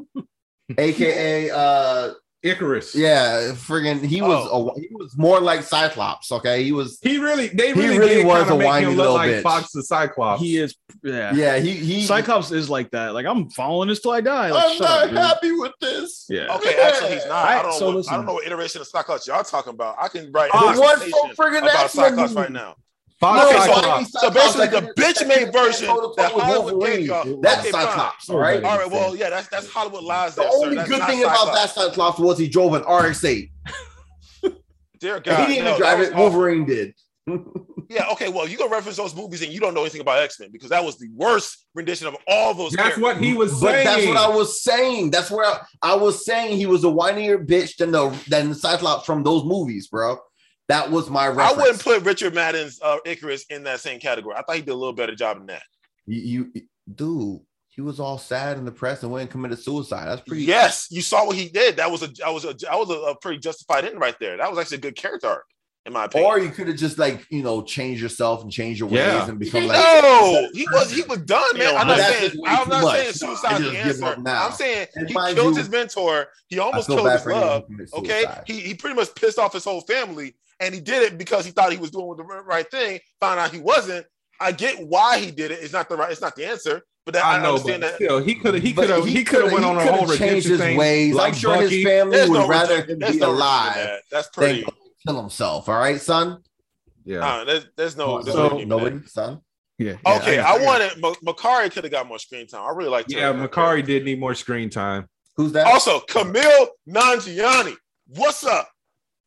Speaker 3: aka uh,
Speaker 1: Icarus.
Speaker 3: yeah, friggin' he was a, he was more like Cyclops. Okay, he was
Speaker 1: He really they
Speaker 3: He
Speaker 1: really,
Speaker 3: really
Speaker 1: did
Speaker 3: was
Speaker 1: kinda
Speaker 3: a
Speaker 1: make
Speaker 3: whiny
Speaker 1: him
Speaker 3: little
Speaker 1: look like
Speaker 3: bitch.
Speaker 1: Fox the Cyclops.
Speaker 4: He is. Yeah.
Speaker 3: yeah he he.
Speaker 4: Cyclops is like that. Like I'm following this till I die. Like,
Speaker 3: I'm
Speaker 4: shut up,
Speaker 3: not
Speaker 4: dude.
Speaker 3: happy with this.
Speaker 4: Yeah.
Speaker 2: Okay, actually, he's not. I,
Speaker 4: I-
Speaker 2: don't know.
Speaker 4: so
Speaker 2: what, I
Speaker 4: listen.
Speaker 2: don't know what iteration of Cyclops y'all talking about. I can write
Speaker 1: The
Speaker 2: a
Speaker 1: one
Speaker 3: The one
Speaker 2: dissertation
Speaker 3: from friggin'
Speaker 2: about
Speaker 3: X-Men
Speaker 2: Cyclops
Speaker 3: movie.
Speaker 2: right now.
Speaker 1: Fox
Speaker 2: Okay, so-
Speaker 1: Cyclops.
Speaker 2: so basically the bitch made version that Hollywood gave y'all.
Speaker 3: That's
Speaker 2: Okay, fine.
Speaker 3: Cyclops, all right?
Speaker 2: All right, well, yeah, that's that's Hollywood lies.
Speaker 3: The
Speaker 2: there, sir.
Speaker 3: only
Speaker 2: That's
Speaker 3: good
Speaker 2: not
Speaker 3: thing
Speaker 2: Cyclops.
Speaker 3: about that Cyclops was he drove an RX-8.
Speaker 2: dear
Speaker 3: And
Speaker 2: God,
Speaker 3: he didn't
Speaker 2: no,
Speaker 3: even drive
Speaker 2: that
Speaker 3: it.
Speaker 2: was awful.
Speaker 3: Wolverine did.
Speaker 2: Yeah, okay. Well, you gonna reference those movies and you don't know anything about X Men because that was the worst rendition of all those.
Speaker 1: That's
Speaker 2: characters.
Speaker 1: what he was
Speaker 3: But
Speaker 1: saying.
Speaker 3: that's what I was saying. That's where I, I was saying he was a whinier bitch than the than the Cyclops from those movies, bro. That was my
Speaker 2: I
Speaker 3: reference.
Speaker 2: wouldn't put Richard Madden's uh, Icarus in that same category. I thought he did a little better job than that.
Speaker 3: you, you, dude. He was all sad in the press and went and committed suicide. That's pretty.
Speaker 2: Yes, you saw what he did. That was a that was a that was a, a pretty justified end right there. That was actually a good character arc, in my opinion.
Speaker 3: Or you could have just like you know changed yourself and changed your ways
Speaker 1: Yeah.
Speaker 3: and become like
Speaker 2: no, he was he was done, man.
Speaker 5: know,
Speaker 2: I'm not
Speaker 3: that's
Speaker 2: saying
Speaker 3: just way
Speaker 2: I'm
Speaker 3: too
Speaker 2: not
Speaker 3: much.
Speaker 2: saying
Speaker 3: Nah,
Speaker 2: suicide's
Speaker 3: I just
Speaker 2: the
Speaker 3: give
Speaker 2: answer.
Speaker 3: up now.
Speaker 2: I'm saying
Speaker 3: And
Speaker 2: he
Speaker 3: mind
Speaker 2: killed
Speaker 3: you,
Speaker 2: his mentor. He
Speaker 3: I
Speaker 2: almost
Speaker 3: feel
Speaker 2: killed
Speaker 3: bad
Speaker 2: his
Speaker 3: for anyone
Speaker 2: love.
Speaker 3: who commits
Speaker 2: Okay,
Speaker 3: suicide.
Speaker 2: he, he pretty much pissed off his whole family, and he did it because he thought he was doing the r- right thing. Found out he wasn't. I get why he did it. It's not the right. It's not the answer. But that, I,
Speaker 1: I know,
Speaker 2: understand
Speaker 1: but
Speaker 2: that.
Speaker 1: still, he could have he
Speaker 3: But
Speaker 1: could have he could have
Speaker 3: coulda-
Speaker 1: went on
Speaker 3: he
Speaker 1: a whole
Speaker 3: coulda changed
Speaker 1: redemption
Speaker 3: his
Speaker 1: thing.
Speaker 3: ways.
Speaker 1: like
Speaker 3: I'm sure
Speaker 1: Bucky.
Speaker 3: his family
Speaker 2: There's
Speaker 3: would
Speaker 2: no
Speaker 3: rather
Speaker 2: reason-
Speaker 3: him
Speaker 2: there's
Speaker 3: be
Speaker 2: no reason for
Speaker 3: alive
Speaker 2: that. That's
Speaker 3: than
Speaker 2: pretty.
Speaker 3: go kill himself. All right, son.
Speaker 1: Yeah,
Speaker 2: Uh, there's, there's no. There's no
Speaker 4: So-
Speaker 2: argument there.
Speaker 3: nobody, son.
Speaker 4: Yeah. yeah,
Speaker 2: Okay,
Speaker 4: got
Speaker 2: I,
Speaker 4: it.
Speaker 2: wanted Ma- Makari could have got more screen time. I really liked
Speaker 1: yeah.
Speaker 2: her.
Speaker 1: Makari did need more screen time.
Speaker 3: Who's that?
Speaker 2: Also, Camille Nanjiani. What's up?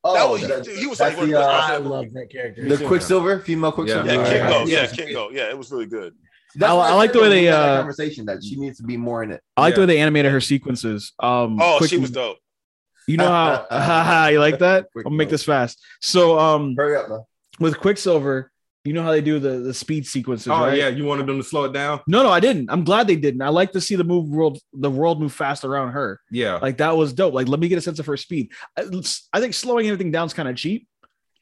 Speaker 3: Oh,
Speaker 2: that was-
Speaker 3: that's-
Speaker 2: he was
Speaker 3: that's
Speaker 2: like
Speaker 3: the,
Speaker 2: one of
Speaker 3: uh,
Speaker 5: I love that character.
Speaker 3: the Quicksilver, female Quicksilver.
Speaker 2: Yeah,
Speaker 1: Yeah.
Speaker 2: Kingo.
Speaker 1: Alright.
Speaker 2: Yeah,
Speaker 1: Yeah.
Speaker 2: Kingo. Yeah, it was really good.
Speaker 3: That's
Speaker 4: I-
Speaker 3: why
Speaker 4: I like
Speaker 3: said
Speaker 4: the way
Speaker 3: when we
Speaker 4: they,
Speaker 3: had that
Speaker 4: uh,
Speaker 3: conversation that she needs to be more in it.
Speaker 4: I like the
Speaker 1: Yeah.
Speaker 4: way they animated her sequences. Um,
Speaker 2: Oh,
Speaker 4: quick-
Speaker 2: she was dope.
Speaker 4: You know how? haha, you like that? I'm gonna make this fast. So, um,
Speaker 3: Hurry up, man.
Speaker 4: with Quicksilver, You know how they do the, the speed sequences,
Speaker 1: Oh
Speaker 4: right?
Speaker 1: yeah, you wanted them to slow it down?
Speaker 4: No, no, I didn't. I'm glad they didn't. I like to see the move world, the world move fast around her.
Speaker 1: Yeah.
Speaker 4: Like that was dope. Like let me get a sense of her speed. I, I think slowing anything down is kind of cheap.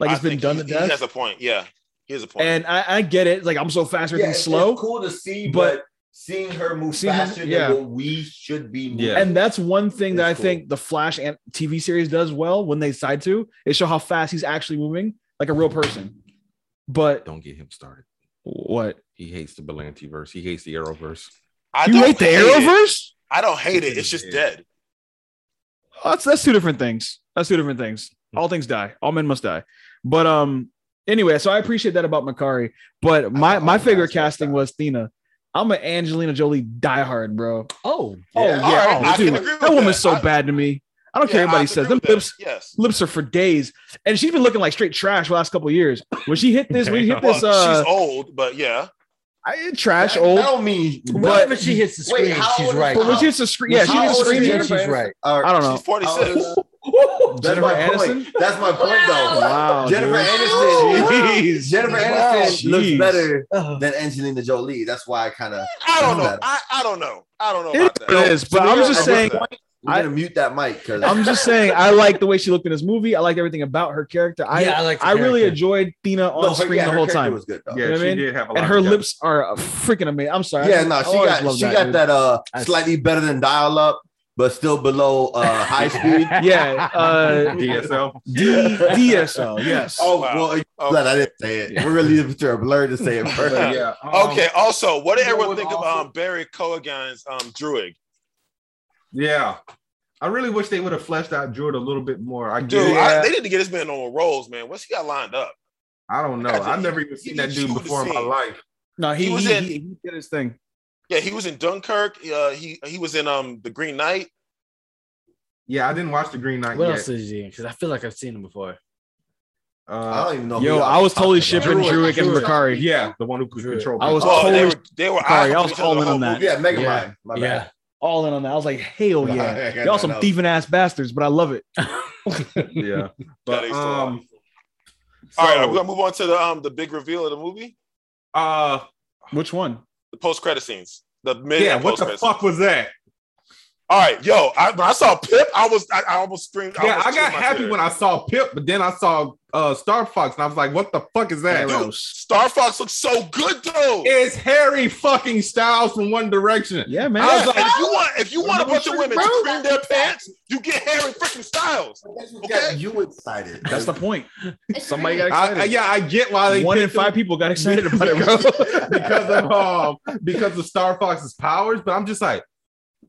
Speaker 4: Like
Speaker 2: I
Speaker 4: it's been
Speaker 2: think
Speaker 4: done
Speaker 2: he,
Speaker 4: to
Speaker 2: He
Speaker 4: death.
Speaker 2: has a point. Yeah, he has a point.
Speaker 4: and I, I get it. Like I'm so fast,
Speaker 3: Yeah,
Speaker 4: everything's
Speaker 3: it's,
Speaker 4: slow.
Speaker 3: it's cool to see,
Speaker 4: but-
Speaker 3: but, seeing her move
Speaker 4: Seeing her-
Speaker 3: faster
Speaker 4: yeah.
Speaker 3: than what we should be moving.
Speaker 1: Yeah.
Speaker 4: And that's one thing that I
Speaker 3: It's cool.
Speaker 4: think the Flash and TV series does well when they decide to is show how fast he's actually moving, like a real person. But
Speaker 1: Don't get him started.
Speaker 4: what
Speaker 1: He hates the Belanti verse. He hates the Arrowverse.
Speaker 2: I
Speaker 4: you
Speaker 2: don't
Speaker 4: rate the
Speaker 2: hate it.
Speaker 4: Arrowverse?
Speaker 2: I don't hate it. It's just
Speaker 1: Yeah.
Speaker 2: dead.
Speaker 4: Oh, that's that's two different things. That's two different things.
Speaker 2: Hmm.
Speaker 4: All things die. All men must die. But um, anyway, so I appreciate that about Makari. But my
Speaker 3: all
Speaker 4: my
Speaker 3: men
Speaker 4: favorite
Speaker 3: must die.
Speaker 4: casting was Thena. I'm an Angelina Jolie diehard, bro.
Speaker 5: Oh,
Speaker 4: Oh yeah,
Speaker 3: Yeah.
Speaker 2: All right,
Speaker 4: oh,
Speaker 2: I can
Speaker 4: dude,
Speaker 2: agree with
Speaker 4: that woman's
Speaker 2: that.
Speaker 4: so
Speaker 2: I-
Speaker 4: bad to me. I don't
Speaker 2: Yeah,
Speaker 4: care what
Speaker 2: I
Speaker 4: anybody says.
Speaker 2: agree
Speaker 4: Them
Speaker 2: with that.
Speaker 4: lips,
Speaker 2: Yes.
Speaker 4: lips are for days, and she's been looking like straight trash for the last couple of years. When she hit this, when she hit
Speaker 2: Well,
Speaker 4: this, uh,
Speaker 2: she's old, but yeah.
Speaker 4: I- trash
Speaker 3: That-
Speaker 4: old.
Speaker 3: That don't mean.
Speaker 5: whenever she hits the screen,
Speaker 3: Wait, how
Speaker 5: she's
Speaker 3: old is
Speaker 5: right.
Speaker 4: But when
Speaker 3: How-
Speaker 4: she hits a screen, yeah, she
Speaker 3: How
Speaker 4: hits a
Speaker 3: old is
Speaker 4: screen.
Speaker 5: Jennifer?
Speaker 4: and
Speaker 5: she's
Speaker 4: she-
Speaker 5: right.
Speaker 3: Or-
Speaker 4: I don't know.
Speaker 2: She's 46.
Speaker 4: Oh.
Speaker 3: That's
Speaker 4: Jennifer
Speaker 3: my point.
Speaker 4: Aniston.
Speaker 3: That's my point, though.
Speaker 4: Wow,
Speaker 3: Jennifer
Speaker 4: dude.
Speaker 3: Aniston.
Speaker 4: Jeez.
Speaker 3: Jennifer
Speaker 4: Wow.
Speaker 3: Aniston looks
Speaker 4: Jeez.
Speaker 3: better
Speaker 5: Ugh.
Speaker 3: than Angelina Jolie. That's why I kind of.
Speaker 2: I don't know.
Speaker 3: That-
Speaker 2: I, I don't know. I don't know
Speaker 4: It
Speaker 2: about that.
Speaker 4: is, but I'm just saying.
Speaker 3: We're gonna mute that mic because
Speaker 4: I'm just saying. I like the way she looked in this movie. I liked everything about her character. I
Speaker 5: yeah, I like. the
Speaker 4: I really
Speaker 5: character.
Speaker 4: enjoyed Thena on screen the whole time,
Speaker 3: Was good though.
Speaker 1: Yeah,
Speaker 4: know what
Speaker 1: she
Speaker 4: I mean?
Speaker 1: did have a lot.
Speaker 4: and her
Speaker 1: of depth.
Speaker 4: lips are freaking amazing. I'm sorry.
Speaker 3: Yeah,
Speaker 4: I- I
Speaker 3: no, she
Speaker 4: always
Speaker 3: got
Speaker 4: loved
Speaker 3: she got
Speaker 4: dude.
Speaker 3: that uh
Speaker 5: That's-
Speaker 3: slightly better than dial up, but still below uh high speed.
Speaker 4: Yeah, uh,
Speaker 1: DSL.
Speaker 4: D- DSL. Yes.
Speaker 3: Oh
Speaker 2: Wow.
Speaker 3: well,
Speaker 2: Okay.
Speaker 3: glad I didn't say it. We're gonna leave it to a blur to say it first.
Speaker 1: But yeah. um,
Speaker 2: Okay. Also, what did
Speaker 1: you know
Speaker 2: everyone
Speaker 1: what's
Speaker 2: think of
Speaker 1: awesome?
Speaker 2: um, Barry Cogan's um, Druid?
Speaker 1: Yeah. I really wish they would have fleshed out Druid a little bit more. I
Speaker 2: Dude,
Speaker 1: do.
Speaker 2: I,
Speaker 4: Yeah.
Speaker 2: they need to get this man on roles, man. What's he got lined up?
Speaker 1: I, don't know.
Speaker 2: That's a-
Speaker 1: I've never even seen that dude
Speaker 2: you
Speaker 1: before in my
Speaker 2: see.
Speaker 1: life.
Speaker 4: No, he
Speaker 2: He
Speaker 4: he,
Speaker 2: was
Speaker 4: he,
Speaker 2: in-
Speaker 4: he did his thing.
Speaker 2: Yeah, he was in Dunkirk. Uh, he he was in um the Green Knight.
Speaker 1: Yeah, I didn't watch the Green Knight
Speaker 5: What
Speaker 1: yet.
Speaker 5: else is he? Because I feel like I've seen him before.
Speaker 3: I
Speaker 1: Uh,
Speaker 3: don't even know.
Speaker 4: Yo,
Speaker 3: who
Speaker 4: I was totally
Speaker 3: talking about.
Speaker 4: shipping
Speaker 5: Druid,
Speaker 4: Druick and
Speaker 5: Druid.
Speaker 4: Makari.
Speaker 1: yeah, the one who could
Speaker 5: Druid.
Speaker 1: control.
Speaker 4: I was
Speaker 1: people.
Speaker 2: Well, they
Speaker 4: totally
Speaker 2: were they were
Speaker 4: sorry,
Speaker 2: eyeing
Speaker 4: I was
Speaker 2: each other
Speaker 4: all
Speaker 2: the
Speaker 4: in on
Speaker 2: whole
Speaker 4: that.
Speaker 2: movie.
Speaker 3: Yeah, Mega
Speaker 5: Yeah.
Speaker 3: Mind. My
Speaker 5: Yeah.
Speaker 3: bad.
Speaker 4: All in on that. I was like, hell Oh, yeah.
Speaker 3: I got
Speaker 4: Y'all some
Speaker 3: nothing
Speaker 4: thieving ass bastards, but I love it.
Speaker 1: yeah.
Speaker 2: Yeah,
Speaker 1: But
Speaker 2: they still are.
Speaker 1: um,
Speaker 2: All right,
Speaker 1: so,
Speaker 2: are we gonna move on to the um the big reveal of the movie?
Speaker 1: uh,
Speaker 4: Which one?
Speaker 2: The post credit scenes. The mid
Speaker 1: yeah.
Speaker 2: and
Speaker 1: What
Speaker 2: post
Speaker 1: the
Speaker 2: credit.
Speaker 1: fuck was that?
Speaker 2: All right, yo, I, when I saw Pip, I was I, I almost screamed.
Speaker 1: Yeah,
Speaker 2: almost
Speaker 1: I got
Speaker 2: chewed my
Speaker 1: happy
Speaker 2: chair.
Speaker 1: when I saw Pip, but then I saw uh Star Fox, and I was like, "What the fuck is that?"
Speaker 2: Dude, Star Fox looks so good though.
Speaker 1: It's Harry fucking Styles from One Direction.
Speaker 4: Yeah,
Speaker 1: I
Speaker 4: man.
Speaker 1: was
Speaker 2: Yeah,
Speaker 1: like,
Speaker 2: if you want, if you want a
Speaker 1: Remember
Speaker 2: bunch of
Speaker 1: Shooter
Speaker 2: women to
Speaker 1: Brown?
Speaker 2: cream their pants, you get Harry freaking Styles.
Speaker 3: That's what
Speaker 2: Okay.
Speaker 3: got you excited.
Speaker 4: That's the point. Somebody got
Speaker 1: I, I-
Speaker 4: excited.
Speaker 1: yeah, I get why they
Speaker 4: one in
Speaker 1: picked him
Speaker 4: five people got excited about it, bro.
Speaker 1: because of um because of Star Fox's powers, but I'm just like,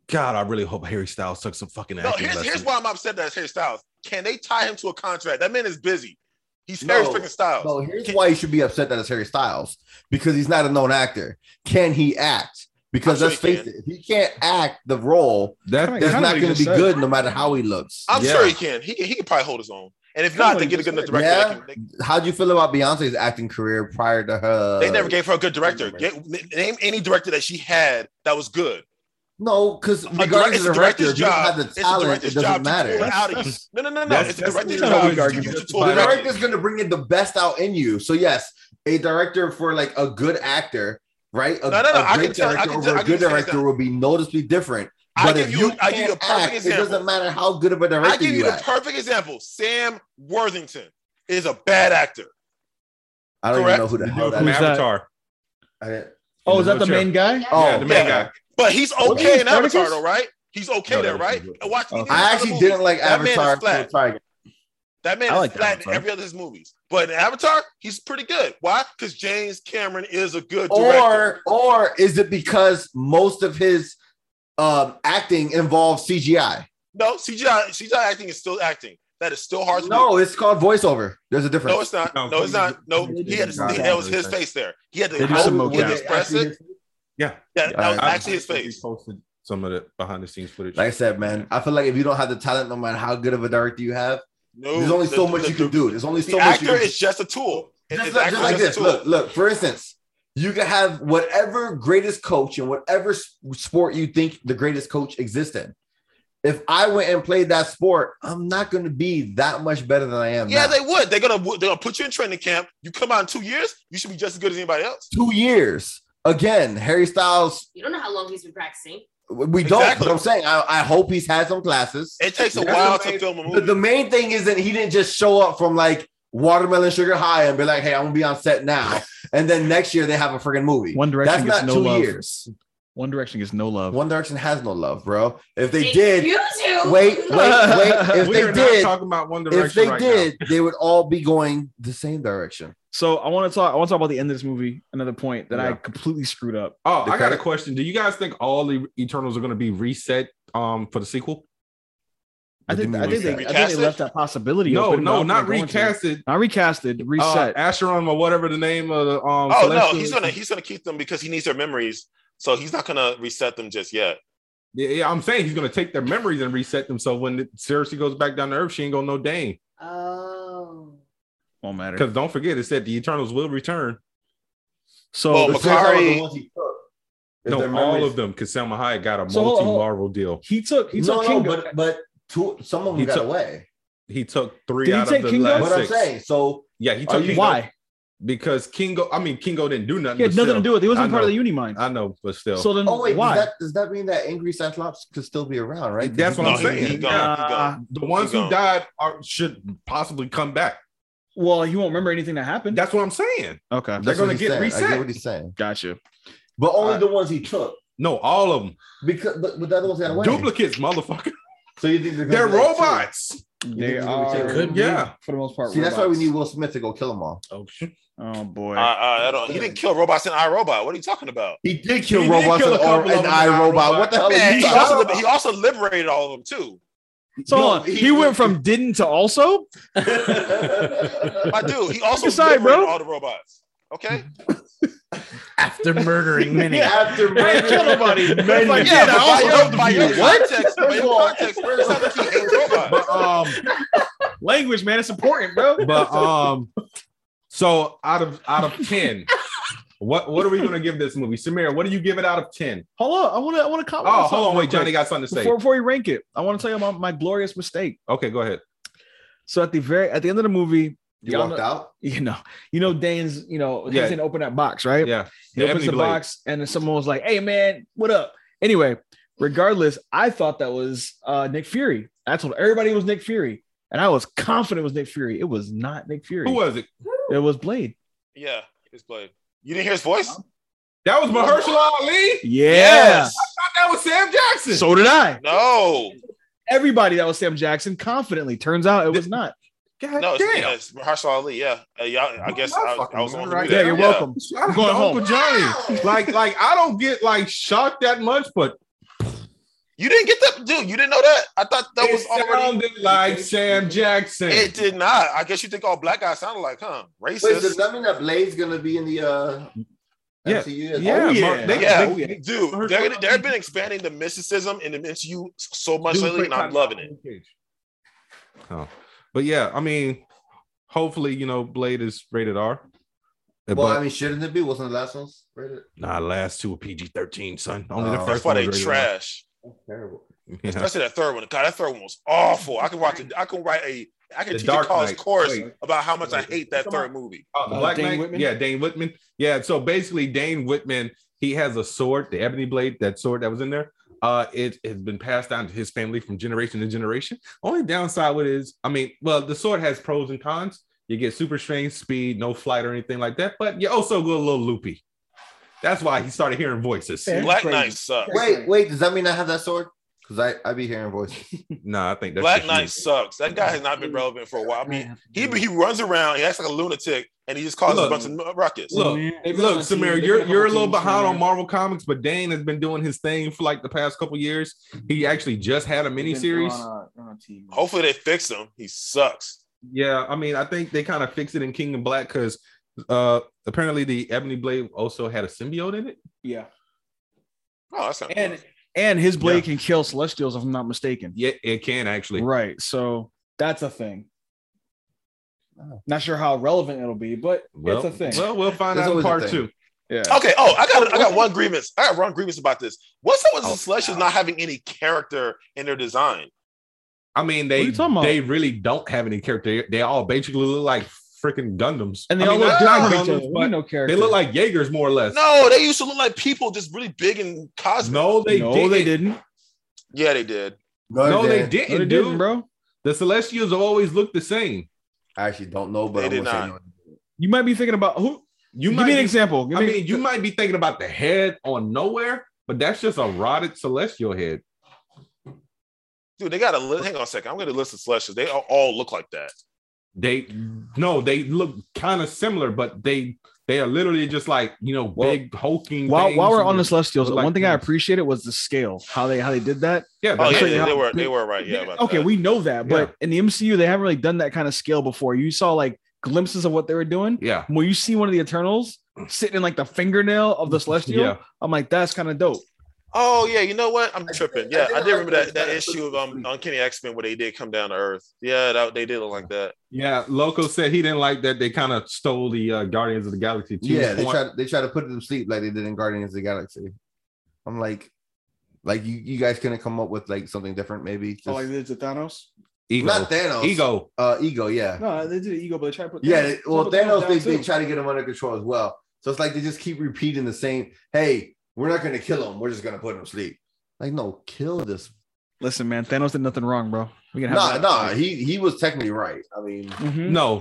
Speaker 1: God, I really hope Harry Styles took some fucking
Speaker 2: No,
Speaker 1: acting
Speaker 2: here's,
Speaker 1: lessons.
Speaker 2: here's why I'm upset that it's Harry Styles. Can they tie him to a contract? That man is busy. He's
Speaker 3: No.
Speaker 2: Harry freaking Styles.
Speaker 3: So here's why you should be upset that it's Harry Styles because he's not a known actor. Can he act? Because
Speaker 2: I'm sure
Speaker 3: let's
Speaker 2: he
Speaker 3: face it, if he can't act the role,
Speaker 1: That
Speaker 4: Kinda-
Speaker 3: it's
Speaker 4: kinda
Speaker 3: not
Speaker 4: what he
Speaker 3: going to
Speaker 4: just
Speaker 3: be
Speaker 4: said.
Speaker 3: good no matter how he looks.
Speaker 2: I'm
Speaker 1: Yeah.
Speaker 2: sure he can. He can. He can probably hold his own. And if
Speaker 4: Kinda
Speaker 2: not,
Speaker 4: what
Speaker 2: they
Speaker 4: he
Speaker 2: get a
Speaker 4: just
Speaker 2: good enough
Speaker 4: said.
Speaker 2: director. that
Speaker 3: Yeah.
Speaker 2: can- they,
Speaker 3: How do you feel about Beyonce's acting career prior to her?
Speaker 2: they never gave her a good director.
Speaker 3: Wait a
Speaker 2: Get, n- name any director that she had that was good.
Speaker 3: No, because
Speaker 2: direct-
Speaker 3: regardless
Speaker 2: it's
Speaker 3: of
Speaker 2: the
Speaker 3: the director,
Speaker 2: director's
Speaker 3: if you don't
Speaker 2: job.
Speaker 3: have the
Speaker 2: It's the
Speaker 3: talent,
Speaker 2: director's
Speaker 3: it doesn't
Speaker 2: job to
Speaker 3: matter.
Speaker 2: pull it
Speaker 3: The
Speaker 2: out of you. No, no, no, no.
Speaker 1: That's-
Speaker 2: It's the
Speaker 1: that's
Speaker 2: director's
Speaker 1: not a
Speaker 2: job.
Speaker 1: weak
Speaker 2: to
Speaker 1: argument.
Speaker 2: use your
Speaker 1: That's a
Speaker 2: tool.
Speaker 1: fine
Speaker 2: Director-
Speaker 3: director's going to bring in the best out in you. So yes, a director for like a good actor, right? A,
Speaker 2: No, no, no,
Speaker 3: a
Speaker 2: I
Speaker 3: great
Speaker 2: can tell- I
Speaker 3: director
Speaker 2: can
Speaker 3: over
Speaker 2: tell- I
Speaker 3: a
Speaker 2: can
Speaker 3: good
Speaker 2: tell you
Speaker 3: director
Speaker 2: that.
Speaker 3: will be noticeably different.
Speaker 2: I
Speaker 3: But
Speaker 2: give
Speaker 3: if
Speaker 2: you.
Speaker 3: you,
Speaker 2: I give you a
Speaker 3: can't act,
Speaker 2: perfect example.
Speaker 3: It doesn't matter how good of a director
Speaker 2: I give you
Speaker 3: you
Speaker 2: the
Speaker 3: act.
Speaker 2: perfect example. Sam Worthington is a bad actor.
Speaker 3: I don't
Speaker 2: correct?
Speaker 3: even know who
Speaker 1: The
Speaker 3: the
Speaker 1: dude
Speaker 3: hell that
Speaker 1: from
Speaker 3: is.
Speaker 4: Who's that?
Speaker 1: Avatar.
Speaker 3: I didn't-
Speaker 4: Oh, is that the
Speaker 1: Wheelchair.
Speaker 4: main guy?
Speaker 3: Oh,
Speaker 1: yeah, the main
Speaker 2: yeah.
Speaker 1: guy.
Speaker 2: But he's
Speaker 4: Wasn't
Speaker 2: okay
Speaker 4: he
Speaker 2: in Avatar,
Speaker 4: Spartacus?
Speaker 2: though, right? He's okay
Speaker 1: No, that
Speaker 2: there,
Speaker 1: was
Speaker 2: right?
Speaker 1: his
Speaker 2: And Watch,
Speaker 4: Okay.
Speaker 3: I actually didn't like
Speaker 2: That man is
Speaker 3: Avatar.
Speaker 2: flat.
Speaker 3: so sorry.
Speaker 2: That man
Speaker 4: I like
Speaker 2: is flat in
Speaker 4: Avatar.
Speaker 2: every other his movies, but in Avatar, he's pretty good. Why? Because James Cameron is a good
Speaker 3: Or
Speaker 2: director.
Speaker 3: or is it because most of his um, acting involves CGI?
Speaker 2: no, CGI, CGI acting is still acting. That is still hard to
Speaker 3: No, it's called voiceover. There's a
Speaker 2: do. No,
Speaker 3: difference.
Speaker 2: it's not.
Speaker 1: No,
Speaker 2: No, it's not. No, he had to,
Speaker 1: Not
Speaker 2: that was his
Speaker 1: everything.
Speaker 2: face there. He had to
Speaker 4: They do
Speaker 2: how he
Speaker 4: some mocap.
Speaker 2: would express it. Yeah, that was
Speaker 3: Yeah, I-
Speaker 2: actually his face.
Speaker 1: posted some of the behind the scenes footage.
Speaker 3: Like I said, man, I feel like if you don't have the talent, no matter how good of a director you have,
Speaker 2: No,
Speaker 3: there's only
Speaker 2: the-
Speaker 3: so much
Speaker 2: the-
Speaker 3: you can
Speaker 2: the-
Speaker 3: do. There's only
Speaker 2: The
Speaker 3: so much you
Speaker 2: actor
Speaker 3: can do.
Speaker 2: is just a tool. It
Speaker 3: just,
Speaker 2: is
Speaker 3: look-
Speaker 2: actually
Speaker 3: just like
Speaker 2: just a
Speaker 3: this.
Speaker 2: tool.
Speaker 3: Look, look. For instance, you can have whatever greatest coach in whatever s- sport you think the greatest coach exists in. if I went and played that sport, I'm not going to be that much better than I am.
Speaker 2: Yeah,
Speaker 3: now.
Speaker 2: they would. They're gonna they're gonna put you in training camp. You come out in two years, you should be just as good as anybody else.
Speaker 3: two years again. Harry Styles,
Speaker 6: You don't know how long he's been practicing.
Speaker 3: we don't.
Speaker 2: Exactly.
Speaker 3: But I'm saying I, I hope he's had some classes.
Speaker 2: It takes a
Speaker 1: That's
Speaker 2: while
Speaker 1: amazing.
Speaker 2: to film a movie.
Speaker 3: But the main thing is that he didn't just show up from like watermelon sugar high and be like, "Hey, I'm gonna be on set now," and then next year they have a freaking movie.
Speaker 4: One Direction
Speaker 3: That's not
Speaker 4: gets no
Speaker 3: two
Speaker 4: love.
Speaker 3: years.
Speaker 4: One Direction gets no love.
Speaker 3: One Direction has no love, bro. If they did,
Speaker 6: You two.
Speaker 3: wait, wait, wait. If
Speaker 1: we
Speaker 3: they
Speaker 1: are
Speaker 3: did,
Speaker 1: not talking about One Direction
Speaker 3: if they
Speaker 1: right
Speaker 3: did, they would all be going the same direction.
Speaker 4: So I want to talk. I want to talk about the end of this movie. Another point that I
Speaker 3: Yeah.
Speaker 4: completely screwed up.
Speaker 1: now. Oh, I got
Speaker 3: Okay.
Speaker 1: a question. Do you guys think all the Eternals are going to be reset um for the sequel?
Speaker 4: I
Speaker 3: What do you mean
Speaker 4: think, I think, they, I
Speaker 3: reset?
Speaker 4: think they
Speaker 2: Recasted?
Speaker 4: left that possibility.
Speaker 1: No,
Speaker 4: open, but
Speaker 1: no,
Speaker 4: I'm
Speaker 1: not
Speaker 4: going to.
Speaker 1: recasted.
Speaker 4: Not recasted.
Speaker 1: Uh,
Speaker 4: Reset.
Speaker 1: Asheron or whatever the name of the um.
Speaker 2: oh no,
Speaker 1: celestial-
Speaker 2: he's gonna he's gonna keep them because he needs their memories. So he's not gonna reset them just yet.
Speaker 1: Yeah, yeah, I'm saying he's gonna take their memories and reset them. So when Cersei goes back down to Earth, she ain't gonna know Dane.
Speaker 6: Oh.
Speaker 4: Won't matter.
Speaker 1: Because don't forget, it said the Eternals will return.
Speaker 4: So
Speaker 2: Well,
Speaker 3: The
Speaker 2: Makari-
Speaker 3: Celestials are the ones he took. If their
Speaker 1: no, all
Speaker 3: memories-
Speaker 1: of them. Because Selma Hayek got a
Speaker 4: So, hold on, hold on.
Speaker 1: multi-Marvel deal.
Speaker 4: he took. He
Speaker 3: no,
Speaker 4: took
Speaker 3: no,
Speaker 4: Kingo.
Speaker 3: but but two, some of them
Speaker 1: He
Speaker 3: got
Speaker 1: took-
Speaker 3: away.
Speaker 1: He took three
Speaker 4: Did he
Speaker 1: out
Speaker 4: take
Speaker 1: of the
Speaker 4: Kingo?
Speaker 1: last
Speaker 3: What I'm
Speaker 1: six.
Speaker 3: saying, so
Speaker 1: Yeah, he
Speaker 3: Are
Speaker 1: took
Speaker 3: you-
Speaker 1: Kingo
Speaker 4: Why?
Speaker 1: because Kingo. I mean, Kingo didn't do nothing.
Speaker 4: He had
Speaker 1: but
Speaker 4: nothing to
Speaker 1: still.
Speaker 4: do with it. He
Speaker 1: I
Speaker 4: wasn't part of
Speaker 1: know.
Speaker 4: the Unimind.
Speaker 1: I know, but still.
Speaker 4: So then,
Speaker 3: oh wait,
Speaker 4: why?
Speaker 3: Does, that, does that mean that angry Cyclops could still be around, right? 'Cause
Speaker 1: That's
Speaker 3: he
Speaker 1: what I'm
Speaker 3: died.
Speaker 2: No, he, he
Speaker 1: saying.
Speaker 2: gone. he
Speaker 4: Nah.
Speaker 2: gone.
Speaker 1: the ones
Speaker 2: He
Speaker 1: who
Speaker 2: gone.
Speaker 1: died are should possibly come back.
Speaker 4: well, he won't remember anything that happened.
Speaker 1: That's what I'm saying.
Speaker 4: okay.
Speaker 1: They're
Speaker 3: That's
Speaker 1: gonna
Speaker 3: what he's
Speaker 1: get
Speaker 3: saying. I
Speaker 1: reset. Uh,
Speaker 3: get what he's saying,
Speaker 4: Gotcha.
Speaker 3: but only
Speaker 1: Alright.
Speaker 3: the ones he took
Speaker 1: No, all of them
Speaker 3: because but, but the other ones got away.
Speaker 1: duplicates, motherfucker.
Speaker 3: So you think
Speaker 1: They're
Speaker 3: gonna do that too?
Speaker 1: robots.
Speaker 4: They
Speaker 3: think they're
Speaker 4: are.
Speaker 3: gonna take
Speaker 5: Could be.
Speaker 1: Yeah.
Speaker 4: for the most part.
Speaker 3: See, that's why we
Speaker 4: robots.
Speaker 3: need Will Smith to go kill them all.
Speaker 1: Oh shit.
Speaker 4: Oh boy.
Speaker 2: Uh, uh, I don't, he didn't kill robots in iRobot. What are you talking about?
Speaker 3: He did kill
Speaker 1: He did
Speaker 3: robots
Speaker 1: kill a
Speaker 3: and,
Speaker 1: couple
Speaker 3: or,
Speaker 1: of
Speaker 3: and
Speaker 1: them in
Speaker 3: iRobot. What the hell?
Speaker 2: Man,
Speaker 3: is
Speaker 2: he
Speaker 3: Oh, he talking
Speaker 2: also
Speaker 3: about?
Speaker 2: he also liberated all of them too.
Speaker 4: so
Speaker 3: No,
Speaker 4: on. He,
Speaker 3: he-
Speaker 4: went from didn't to also.
Speaker 2: My dude, he also
Speaker 4: Aside,
Speaker 2: liberated
Speaker 4: bro.
Speaker 2: all the robots. Okay.
Speaker 5: After murdering many.
Speaker 3: After
Speaker 4: Hey, kill nobody.
Speaker 3: Many.
Speaker 4: Like,
Speaker 2: Yeah,
Speaker 4: yeah,
Speaker 2: but
Speaker 4: I
Speaker 2: by
Speaker 4: also
Speaker 2: your,
Speaker 4: don't
Speaker 2: by your
Speaker 4: believe it.
Speaker 2: context, by
Speaker 3: First of
Speaker 2: your
Speaker 3: all-
Speaker 2: context, it's not that you hate robots.
Speaker 1: But um,
Speaker 4: Language, man, it's important, bro.
Speaker 1: but um, so out of out of ten, what what are we gonna give this movie, Samir? What do you give it out of ten?
Speaker 4: hold on. I want to. I want to.
Speaker 1: Oh, hold on, wait, Johnny got something to say.
Speaker 4: Before, before you rank it, I want to tell you about my glorious mistake.
Speaker 1: Okay, go ahead.
Speaker 4: So at the very at the end of the movie,
Speaker 3: You walked out.
Speaker 4: you know, you know, Dane's, you know,
Speaker 1: Yeah.
Speaker 4: he didn't open that box, right?
Speaker 1: Yeah,
Speaker 4: He
Speaker 1: The
Speaker 4: opens
Speaker 1: ebony
Speaker 4: the
Speaker 1: blade.
Speaker 4: box, and then someone was like, "Hey, man, what up?" Anyway, regardless, I thought that was uh, Nick Fury. I told everybody it was Nick Fury, and I was confident it was Nick Fury. It was not Nick Fury.
Speaker 1: Who was it?
Speaker 4: It was Blade.
Speaker 2: Yeah, it's Blade. You didn't hear his voice?
Speaker 1: That was Mahershala Ali.
Speaker 4: Yeah.
Speaker 1: That was Sam Jackson.
Speaker 4: So did I.
Speaker 2: No.
Speaker 4: Everybody that was Sam Jackson confidently. Turns out it was not.
Speaker 1: God
Speaker 2: No, it's,
Speaker 1: damn.
Speaker 2: yeah, it's Mahershala Ali. Yeah, uh, yeah I guess I, I was on.
Speaker 1: Right
Speaker 4: Yeah, you're welcome.
Speaker 1: Shout out
Speaker 4: going
Speaker 1: to
Speaker 4: home.
Speaker 1: Uncle Johnny. like, like I don't get like shocked that much, but
Speaker 2: You didn't get that, dude. You didn't know that. I thought that
Speaker 1: it
Speaker 2: was already.
Speaker 1: sounded like Sam Jackson.
Speaker 2: It did not. I guess you think all black guys sounded like, huh? Racist.
Speaker 3: Wait, does that mean that Blade's gonna be in the uh,
Speaker 1: Yeah.
Speaker 3: MCU? as
Speaker 1: yeah,
Speaker 3: well?
Speaker 1: yeah.
Speaker 4: yeah.
Speaker 1: they,
Speaker 2: Oh, yeah,
Speaker 1: they-
Speaker 2: dude. They're, gonna- they've been expanding the mysticism in the MCU so much
Speaker 1: Dude,
Speaker 2: lately,
Speaker 1: play
Speaker 2: and I'm
Speaker 1: Cotton
Speaker 2: loving
Speaker 1: Eye
Speaker 2: it.
Speaker 1: Luke Cage. Oh. But yeah, I mean, hopefully, you know, Blade is rated R.
Speaker 3: Well,
Speaker 1: but
Speaker 3: I mean, shouldn't it be? Wasn't the last one's rated?
Speaker 1: nah, last two were PG thirteen, son. Only the
Speaker 3: Oh.
Speaker 1: first
Speaker 2: That's
Speaker 1: one
Speaker 2: why they
Speaker 1: was rated
Speaker 2: trash.
Speaker 3: That's terrible.
Speaker 1: R. Yeah.
Speaker 2: Especially that third one. God, that third one was awful. I can watch it. I can write a. I can
Speaker 1: The
Speaker 2: teach a
Speaker 1: Dark
Speaker 2: college
Speaker 1: Knight.
Speaker 2: course
Speaker 1: Wait.
Speaker 2: about how much I hate that
Speaker 1: Come
Speaker 2: third movie.
Speaker 1: Oh, the
Speaker 4: Uh,
Speaker 1: Black
Speaker 4: Dane
Speaker 1: Knight?
Speaker 4: Whitman?
Speaker 1: Yeah, Dane Whitman. Yeah, so basically, Dane Whitman, he has a sword, the ebony blade, that sword that was in there. Uh, it has been passed down to his family from generation to generation. Only downside with it is, I mean, well, the sword has pros and cons. You get super strength, speed, no flight or anything like that, but you also go a little loopy. That's why he started hearing voices.
Speaker 4: Fair. That's
Speaker 2: Black
Speaker 4: crazy.
Speaker 2: Knight sucks.
Speaker 3: Wait, wait. Does that mean I have that sword? Because I I be hearing voices.
Speaker 1: Nah, I think that's
Speaker 2: Black
Speaker 1: just
Speaker 2: Knight
Speaker 1: you.
Speaker 2: sucks. That guy has not been relevant for a while. I mean, he he runs around, he acts like a lunatic, and he just causes
Speaker 1: Look.
Speaker 2: a bunch of ruckus.
Speaker 1: Look,
Speaker 5: Samir,
Speaker 1: hey,
Speaker 5: they've
Speaker 1: look,
Speaker 5: been on
Speaker 1: Samir,
Speaker 5: team-
Speaker 1: you're
Speaker 5: they've been
Speaker 1: you're a
Speaker 5: on
Speaker 1: little
Speaker 5: team,
Speaker 1: behind
Speaker 5: Samir.
Speaker 1: on Marvel comics, but Dane has been doing his thing for like the past couple years. He actually just had a mini series. Oh.
Speaker 2: Hopefully they fix him. He sucks.
Speaker 1: Yeah, I mean, I think they kind of fixed it in Kingdom Black because uh apparently the Ebony Blade also had a symbiote in it.
Speaker 4: Yeah.
Speaker 2: Oh, that's not
Speaker 4: And and his blade can kill celestials, if I'm not mistaken.
Speaker 1: Yeah, it can actually.
Speaker 4: Right. So that's a thing.
Speaker 3: Oh.
Speaker 4: Not sure how relevant it'll be, but
Speaker 1: Well,
Speaker 4: it's a thing.
Speaker 1: Well, we'll find
Speaker 3: It's
Speaker 1: out
Speaker 3: always
Speaker 1: in
Speaker 3: a
Speaker 1: part
Speaker 3: thing.
Speaker 1: two.
Speaker 4: Yeah.
Speaker 2: Okay. Oh, I got I got one grievance. I got one grievance about this. What's up with
Speaker 1: Oh,
Speaker 2: the slashes not having any character in their design?
Speaker 1: I mean, they
Speaker 4: What are you talking about?
Speaker 1: they really don't have any character. They all basically look like freaking Gundams,
Speaker 4: And they
Speaker 1: I
Speaker 4: all
Speaker 1: mean,
Speaker 4: look
Speaker 1: they're not
Speaker 4: different from each
Speaker 1: Gundams,
Speaker 4: other.
Speaker 1: but
Speaker 4: We know character.
Speaker 1: They look like Jaegers more or less.
Speaker 2: No, they used to look like people just really big and cosmic.
Speaker 1: no, they
Speaker 4: no,
Speaker 1: didn't.
Speaker 4: they didn't.
Speaker 2: Yeah, they did.
Speaker 1: No, they
Speaker 3: did.
Speaker 1: didn't,
Speaker 4: No, they
Speaker 1: dude.
Speaker 4: didn't, bro.
Speaker 1: The Celestials have always looked the same.
Speaker 3: I actually don't know, but
Speaker 2: They
Speaker 3: I'm
Speaker 2: did
Speaker 3: gonna say
Speaker 2: not.
Speaker 3: no.
Speaker 4: You might be thinking about who.
Speaker 1: You
Speaker 4: give
Speaker 1: might
Speaker 4: me an
Speaker 1: be-
Speaker 4: example. Give
Speaker 1: I
Speaker 4: me-
Speaker 1: mean, you might be thinking about the head on nowhere, but that's just a rotted celestial head.
Speaker 2: Dude, they got a list. Hang on a second. I'm gonna list the slashes. They all, all look like that.
Speaker 1: They no, they look kind of similar, but they they are literally just like you know
Speaker 4: Well,
Speaker 1: big hulking.
Speaker 4: while,
Speaker 1: things
Speaker 4: while we're
Speaker 1: and-
Speaker 4: on the Celestials,
Speaker 1: like
Speaker 4: one thing I
Speaker 1: things.
Speaker 4: appreciated was the scale, how they how they did that.
Speaker 1: yeah,
Speaker 2: Oh
Speaker 1: that's
Speaker 2: yeah,
Speaker 1: right.
Speaker 2: they, they were they were right. Yeah.
Speaker 4: Yeah,
Speaker 2: About
Speaker 4: okay,
Speaker 2: that.
Speaker 4: we know that, but in the MCU, they haven't really done that kind of scale before. You saw like glimpses of what they were doing.
Speaker 1: yeah,
Speaker 4: When you see one of the Eternals sitting in like the fingernail of the Celestial,
Speaker 1: Yeah.
Speaker 4: I'm like, that's kind of dope.
Speaker 2: Oh yeah, you know what? I'm tripping.
Speaker 3: I did
Speaker 2: Yeah, I,
Speaker 3: not
Speaker 2: did
Speaker 3: like
Speaker 2: remember that,
Speaker 3: that.
Speaker 2: that issue of um on Kenny X Men where they did come down to Earth. Yeah, that, they did look like that.
Speaker 1: yeah. Loco said he didn't like that they kind of stole the uh, Guardians of the Galaxy. to
Speaker 3: Yeah,
Speaker 1: his
Speaker 3: they
Speaker 1: point.
Speaker 3: try to, they try to put it to sleep like they did in Guardians of the Galaxy. I'm like, like you you guys couldn't come up with like something different, maybe. Just,
Speaker 4: did to Thanos?
Speaker 1: ego.
Speaker 3: not Thanos.
Speaker 1: ego.
Speaker 3: Uh, ego. Yeah.
Speaker 4: No, they did ego, but they tried to put
Speaker 3: Yeah, they- well, Thanos, they, they try to get him under control as well. So it's like they just keep repeating the same. Hey, we're not gonna kill him. We're just gonna put him to sleep. Like, no, kill this.
Speaker 4: Listen, man, Thanos did nothing wrong, bro. We can have
Speaker 3: Nah,
Speaker 4: that.
Speaker 3: nah. He he was technically right. I mean,
Speaker 4: Mhm.
Speaker 1: No,